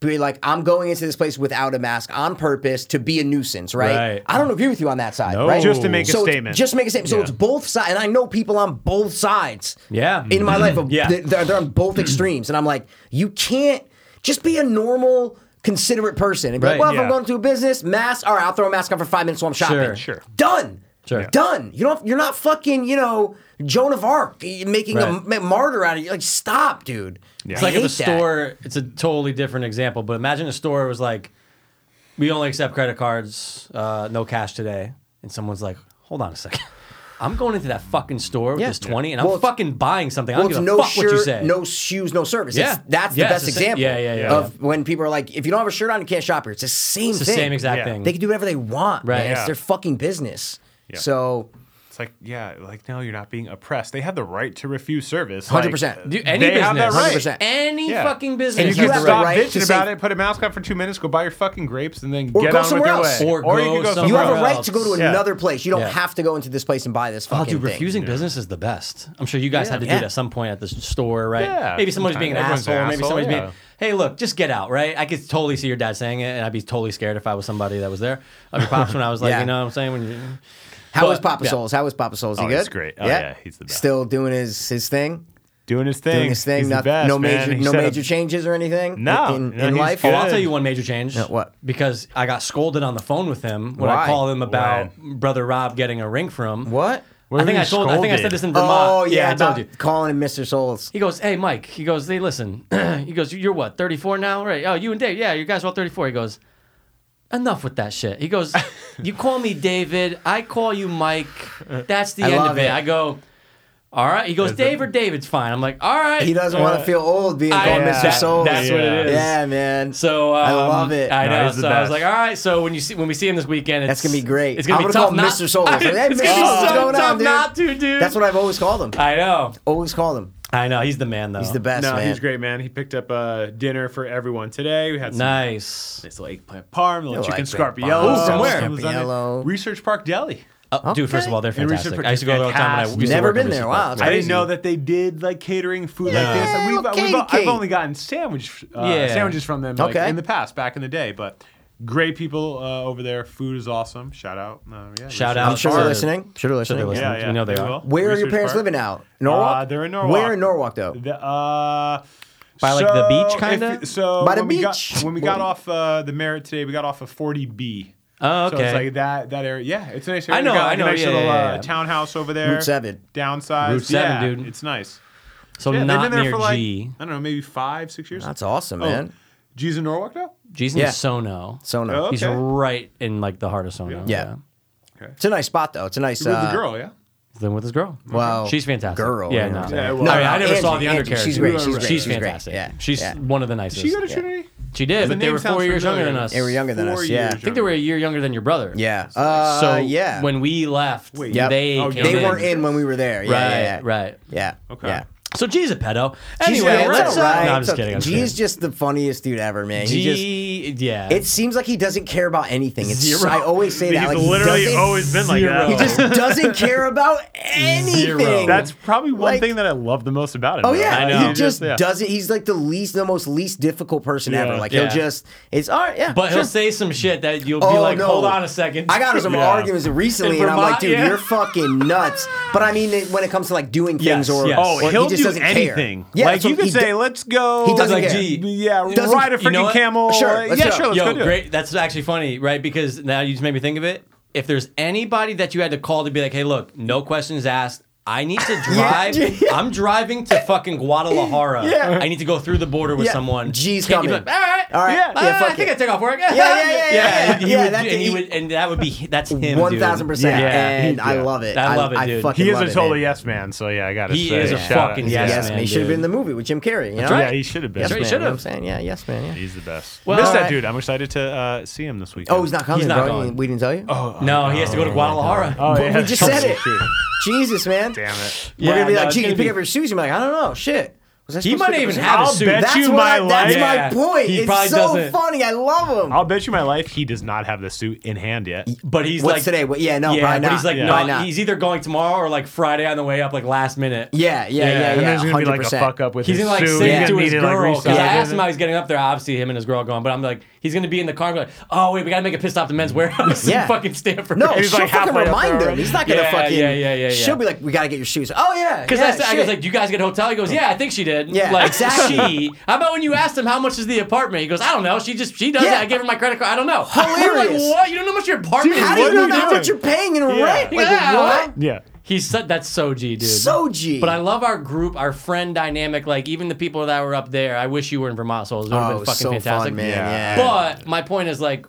be like, I'm going into this place without a mask on purpose to be a nuisance, right? Right. I don't agree with you on that side, right? Just to make a So it's- statement. Just to make a statement. So it's both sides, and I know people on both sides Yeah. in my life. Of, Yeah. they- they're, they're on both extremes, and I'm like, you can't just be a normal, considerate person and be like, Right, well, if yeah. I'm going to a business, mask. All right, I'll throw a mask on for five minutes while I'm shopping. Sure. Sure. Done. Sure. Done. You don't. You're not fucking. You know, Joan of Arc eh, making a Right. ma- martyr out of you. Like, stop, dude. It's I like if a hate that. store, it's a totally different example, but imagine a store was like, we only accept credit cards, uh, no cash today. And someone's like, hold on a second. I'm going into that fucking store with Yeah. this 20 and Well, I'm it's- fucking buying something. Well, I it's don't give no a fuck shirt, what you say. no shoes, no service. It's- Yeah. that's Yeah, the it's best the same- example. yeah, yeah, yeah, Of when people are like, if you don't have a shirt on, you can't shop here. It's the same it's the thing. same exact Yeah. thing. They can do whatever they want. Right. man. It's Yeah. their fucking business. So It's like, yeah, like no, you're not being oppressed. They have the right to refuse service. 100%. Like, Do any they business. have that right. 100%. Any Yeah. fucking business. And you You can have has the the stop right to bitching about say- it, put a mask on for two minutes, go buy your fucking grapes, and then Or get go on somewhere with your else. way. Or you go can go somewhere you somewhere have a else. right else. to go to Yeah. another place. You don't Yeah. have to go into this place and buy this Oh, fucking dude, thing. refusing business is the best. I'm sure you guys had to do Yeah. it at some point at the s- store, right? Yeah, Maybe somebody's being an everyone's asshole. an maybe asshole, somebody's yeah. being, hey, look, just get out, right? I could totally see your dad saying it, and I'd be totally scared if I was somebody that was there. Of your pops when I was like, Yeah. you know what I'm saying? When you, How But- was Papa yeah. Souls? How was Papa Souls? He Oh, good? he's great. Oh, yeah, he's the best. Still doing his his thing. Doing his thing. Doing his thing. He's the Noth- best, no man. major He no set a- major changes or anything. No, In, in, no, in he's life. Oh, good. I'll tell you one major change. what? Because I got scolded on the phone with him when Why? I called him about brother Rob getting a ring from. What? Where I think were I you told. I think I scolded? said this in Vermont. Oh yeah, I told about you. calling him Mr. Souls. He goes, hey, Mike. He goes, hey, listen. he goes, you're what, 34 now? Right. Oh, you and Dave. Yeah, you guys are all 34. He goes, enough with that shit. He goes, you call me David. I call you Mike. That's the I end love of it. it. I go, all right. He goes, Dave or David's fine. I'm like, all right. He doesn't Uh, want to feel old being I- called yeah, Mr. that- Souls. that's what it is. Yeah, man. So um, I love it. I No, know. he's the so I was best. like, all right. So when you see when we see him this weekend, it's, That's gonna be great. It's gonna I'm gonna be tough. call not, Mr. Soul. Hey, it's Mr. Soul, gonna be what's so going on, tough dude? not to, dude. That's what I've always called him. I know. Always called him. I know. He's the man, though. He's the best No, man. he's great, man. He picked up uh, dinner for everyone today. We had some Nice, nice little eggplant parm, little chicken eggplant scarpiello. parm. Ooh, from where? Scarpiello. It was on at Research Park Deli. dude. First of all, they're And Reese's fantastic. Pieces I used to go there all the time. When I fantastic. used to Never work at been there. Reese's Wow, Pieces. that's I crazy. didn't know that they did like catering food like this. Yeah, And we've, little we've, kitty I've cake. only gotten sandwich uh, Yeah. sandwiches from them like, Okay. in the past, back in the day. But great people uh, over there. Food is awesome. Shout out. Uh, yeah, Shout out. Reese's I'm sure they're to- listening. Sure they're Sure listening. they're Yeah, yeah. We know they are. will. Where are your Research parents Park. living now? Norwalk. Uh, they're in Norwalk. Oh. Where in Norwalk though? The, uh, By, like, the beach, kinda? if- So By the when we got- beach. when we got off uh, the merit today, we got off a 40B. Oh, So okay. it's like that that area. Yeah, it's a nice area. I know, We got, I like, know, A nice yeah, little yeah, yeah. Uh, townhouse over there. Route 7. Downsized. Route 7, yeah, dude. It's nice. So Yeah, they've not been there near for like G. I don't know, maybe five, six years. That's awesome, Oh, man. G's in Norwalk now. G's in Yeah. Sono. So no. Oh. He's Okay. right in like the heart of Sono. Yeah. It's a nice spot though. It's a nice. With uh, the girl, yeah. He's living with his girl. Wow. she's fantastic. Girl, Yeah, you know no. what I'm saying? Yeah, Yeah, I, well, mean, I never Angie, saw the Angie, undercarriage. she's great, she's great, she's great. fantastic. Yeah, She's yeah. one of the nicest. She got a Yeah. Trinity. She did, The but they name were sounds four years familiar. younger than us. They were younger than Four us, yeah. years I I think they were a year younger than your brother. Yeah. Uh, So yeah. when we left, Wait. Yep. they Oh, came they in. weren't in when we were there. Yeah, Right, yeah, yeah. right. Yeah. Okay. Yeah. So G's a pedo. Anyway, It's let's. all uh, right. no, I'm It's just okay. kidding. I'm just G's kidding. just the funniest dude ever, man. He just G, yeah. It seems like he doesn't care about anything. It's Zero. I always say that. He's like, he literally doesn't- always been like Zero. that. He just doesn't care about anything. That's probably one Like- thing that I love the most about him. Oh though. yeah, I know. he just yeah. doesn't. He's like the least, the most least difficult person ever. Like Yeah. he'll just, it's all right, yeah. but sure. he'll say some shit that you'll be Oh, like, no. hold on a second. I got into some Yeah. arguments recently, In and I'm like, Vermont, dude, yeah. you're fucking nuts. But I mean, it- when it comes to like doing Yes, things or, yes. or Oh, he'll he just do doesn't anything. care. Yeah, like that's what you could he say, do- "Let's go." He doesn't like, care. G. Yeah, Doesn't- ride a freaking You know what? camel. Sure, Uh, let's yeah, do it. sure. Let's Yo, go do great. That's actually funny, right? Because now you just made me think of it. If there's anybody that you had to call to be like, hey, look, no questions asked. I need to drive. I'm driving to fucking Guadalajara. Yeah. I need to go through the border with Yeah. someone. G's Can't you be coming. Like, All right. All right. Yeah. Ah, Yeah, fuck I think it. I take off work. yeah, yeah, yeah, yeah, and he yeah, would, that's- and, he he- would, and that would be that's him. dude. One thousand percent, Yeah. and I love it. I love it, I, dude. fucking He is love a it, total man. yes man. So yeah, I gotta He say, is a shout out. fucking Yeah. yes, Yes, man, man. He should have dude. been in the movie with Jim Carrey. You know? Yeah, he should have been. Yes, right, he man, should you know what have. I'm saying, yeah, yes, man. Yeah. He's the best. Well- Miss that Alright. dude. I'm excited to uh, see him this week. Oh, he's not coming, bro. not You- going. We didn't tell you. Oh, No, he has to go to Guadalajara. Oh, But we yeah. just said it. Jesus, man. Damn it. We're gonna be Yeah, no, like, it's gee, you gonna pick be- up your shoes. You're like, I don't know, shit. Was I He supposed might to not pick up even my have a I'll suit. bet That's you what my I, that's life. Yeah. my point. He probably it's so doesn't- funny. I love him. I'll bet you my life he does not have the suit in hand yet. But he's What's like today? What, yeah, no, Yeah, probably but not. he's like, yeah. no, Probably not. he's either going tomorrow or like Friday on the way up, like last minute. yeah, yeah, Yeah, yeah, yeah. and there's gonna 100%. be like a fuck up with He's his gonna like suit. say He's to gonna his need to, like, girl. 'cause resize I it. asked him how he's getting up there. Obviously, him and his girl are going, but I'm like, he's gonna be in the car. And be like, oh wait, we gotta make a pissed off the men's warehouse. Yeah. in fucking Stanford. No, He's she'll like fucking halfway up there remind him. already. He's not gonna Yeah, fucking. yeah, yeah, yeah, yeah. She'll be like, we gotta get your shoes. Oh yeah, Because yeah, that's I was shit. like, "Do you guys get a hotel?" He goes, "Yeah, I think she did." Yeah, like, exactly. She. How about when you asked him how much is the apartment? He goes, "I don't know. She just she does Yeah. it. I gave her my credit card. I don't know." I'm like, Hilarious. what? You don't know how much your apartment How is? do you What know are how doing? much you're paying in rent? Like Yeah. what? Yeah. He's so, that's so G, dude. So G. But I love our group, our friend dynamic. Like even the people that were up there. I wish you were in Vermont, so it would have Oh, it been was fucking so fun, fantastic, man. Yeah. But my point is like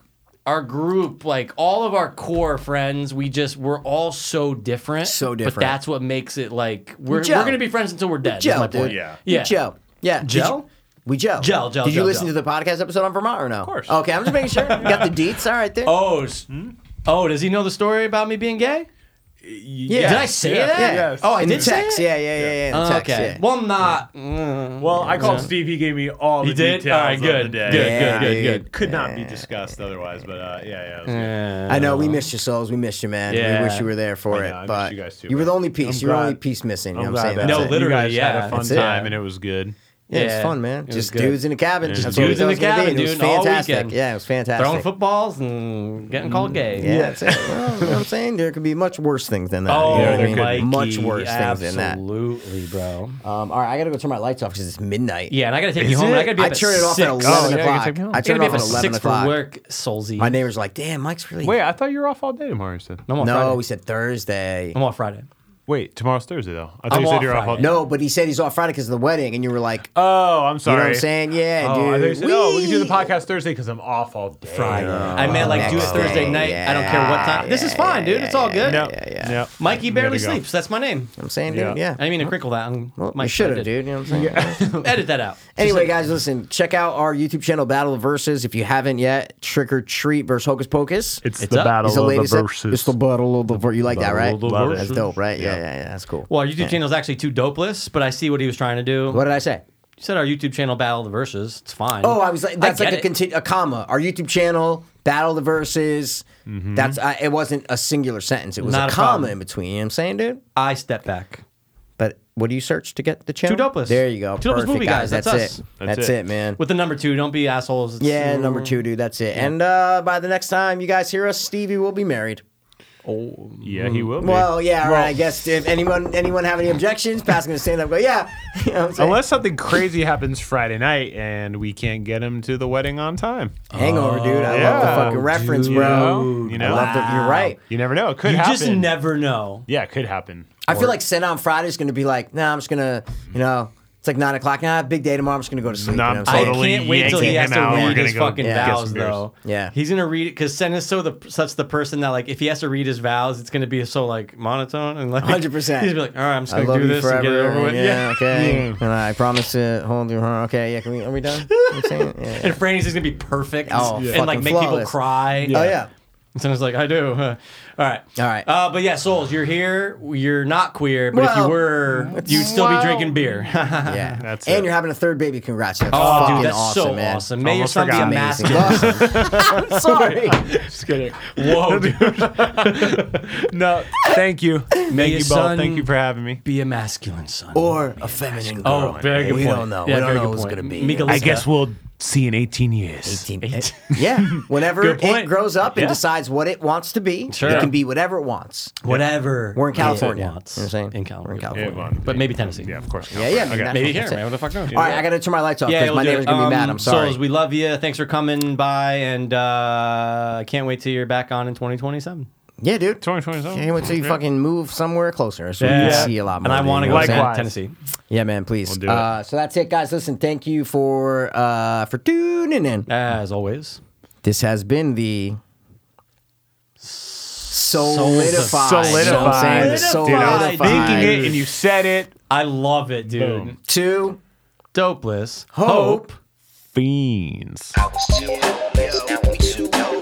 our group, like all of our core friends, we just we're all so different. So But different. that's what makes it like we're gel. we're gonna be friends until we're dead. is my Joe, point. dude. Yeah. Yeah. Joe. Yeah. Did Gel? you- We Joe. Gel, gel, Did you gel, listen gel. to the podcast episode on Vermont or no? Of course. Okay, I'm just making sure. You got the deets. All right, there. Oh, s- oh, does he know the story about me being gay? yeah. Did I say that? Yeah. Oh, I in did the text. say it? Yeah, yeah, yeah, yeah. In the Oh, text, okay. yeah. Well, I'm not. Well, I called Steve. He gave me all the He did? details All right, of good, the day. good, Yeah, good, good, dude. good. Could not be discussed otherwise, but uh, yeah, yeah. it was good. I know we missed your souls. We missed you, man. Yeah. We wish you were there for I it. know, I miss but you guys too, were man. the only piece. I'm you were the glad- only piece missing. You know I'm what glad I'm saying? that's No, it. literally, you guys yeah. had a fun That's it. time and it was good. Yeah, it Yeah. was fun, man. It was Just good. dudes in the cabin. Just That's what we dudes in thought it the was gonna cabin, be, and dude, all It was fantastic. weekend. Yeah, it was fantastic. Throwing footballs and getting called gay. Yeah, that's it. Well, you know what I'm saying? There could be much worse things than that. Oh, you know what I there mean? could be. Much worse things absolutely, than that. bro. Um, all right, I gotta go turn my lights off because it's midnight. Yeah, and I gotta take you home. and I gotta be I up at turn it off six. at Oh, yeah, eleven you gotta take me o'clock. I home. I gotta turn be it off up at at eleven six for o'clock. work, Solzy. My neighbor's like, "Damn, Mike's really." Wait, I thought you were off all day tomorrow. You said. I'm off no, Friday. we said Thursday. I'm off Friday. Wait, tomorrow's Thursday though. I thought I'm you off said you're off Friday. all day. No, but he said he's off Friday because of the wedding, and you were like, Oh, I'm "You sorry. know what I'm saying? Yeah, Oh, I dude. thought you said, oh, we can do the Wee." podcast Thursday because I'm off all day. Friday. I Oh, meant like do it next Thursday day, night. I don't care what time. this is yeah, fine, dude. yeah, it's all yeah, good. No, Yeah, yeah, yeah. yeah. Mikey Gotta barely go. sleeps. That's my name. I'm saying, dude. Yeah. Yeah. I didn't mean to crinkle that. I'm- Well, Mike you should did. have, dude. You know what I'm saying? Edit that out. Anyway, guys, listen, check out our YouTube channel, Battle of Verses. If you haven't yet, Trick or Treat versus Hocus Pocus. It's, It's the up. battle It's the of latest. the ep- verses. it's the Battle of the Verses. You like that, Battle right? of the Love it. That's Verses. dope, right? Yeah, yeah, yeah. That's cool. Well, our YouTube channel is actually too dopeless, but I see what he was trying to do. What did I say? You said our YouTube channel Battle of the Verses. It's fine. Oh, I was like, that's I like get a, conti- a comma. Our YouTube channel, Battle of the Verses. Mm-hmm. That's I, it wasn't a singular sentence. It was Not a a comma problem. in between. You know what I'm saying, dude? I step back. But what do you search to get the channel? Two Dopeless. There you go. Two Dopeless Perfect, Movie Guys. guys. That's, That's us. it. That's That's, it. it. man. With the number two, don't be assholes. It's- yeah, number two, dude. That's it. And uh, by the next time you guys hear us, Stevie will be married. yeah, he will. Be. Well, yeah, all right. I guess if anyone anyone have any objections, Pat's gonna stand up. and Go, yeah. You know what I'm saying? Unless something crazy happens Friday night and we can't get him to the wedding on time. Hangover, dude. I love Yeah, the fucking reference, You bro. know? You I know? love the, you're right. You never know. It could You happen. just never know. yeah, it could happen. I feel like send on Friday's gonna be like, nah, I'm just gonna, you know, it's like nine o'clock. Nah, big day tomorrow. I'm just gonna go to sleep. Nah, you know I'm what I'm saying? totally I can't wait till he yanking has him to out. We're read gonna his go fucking get some vows, beers. though. Yeah. he's gonna read it because Sen is so the such the person that like if he has to read his vows, it's gonna be so like monotone and like 100%. He's gonna be like, all right, I'm just I gonna love do you this and forever. get it over with. yeah, Yeah. okay. And I promise to hold you. huh? Okay, yeah. Can we? Are we done? You know what I'm saying? Yeah, yeah. And Franny's is gonna be perfect Oh, and like fucking make people flawless. cry. Oh yeah. And I was like, I do. All right. All right. Uh, but yeah, Souls, you're here. You're not queer, but if Well, you were, you'd still well- be drinking beer. yeah. That's and it. you're having a third baby. Congrats. That's oh, fucking dude, that's awesome, so man. awesome. May your Almost son be forgot. a Amazing. masculine. I'm sorry. Just kidding. Whoa, dude. No, thank you. May Thank your you both. son Thank you for having me. be a masculine son. or a feminine girl. Oh, very good we point. don't know. Yeah, we don't very know good who's point. going to be. Mika I Liska. guess we'll see in 18 years. 18. eh, yeah. Whenever Good it point. grows up and Yeah. decides what it wants to be, Sure. it can be whatever it wants. whatever. We're in it California. wants. You know what I'm saying? in We're in California. California. But maybe Tennessee. Yeah, of course. Yeah, yeah. I mean, that's Maybe what here, I'm saying. man. What the fuck knows? All right, I got to turn my lights off because we'll my do neighbor's it. going to be mad. Um, I'm sorry. Souls, we love you. Thanks for coming by, and uh, I can't wait till you're back on in 2027. yeah, dude. 2027. Can't wait till you fucking move somewhere closer so we Yeah. can see a lot more. And I of you, want to you go know what I'm saying? to Likewise. Tennessee. Yeah, man, please. do it. uh, so that's it, guys. Listen, thank you for uh, for tuning in. As always. This has been the solidified. Solidified. You know what I'm saying? The Solidified. solidified. Thinking it and you said it. I love it, dude. Two. Dopeless. Hope. Fiends. I was too hopeless, now I'm too hopeless.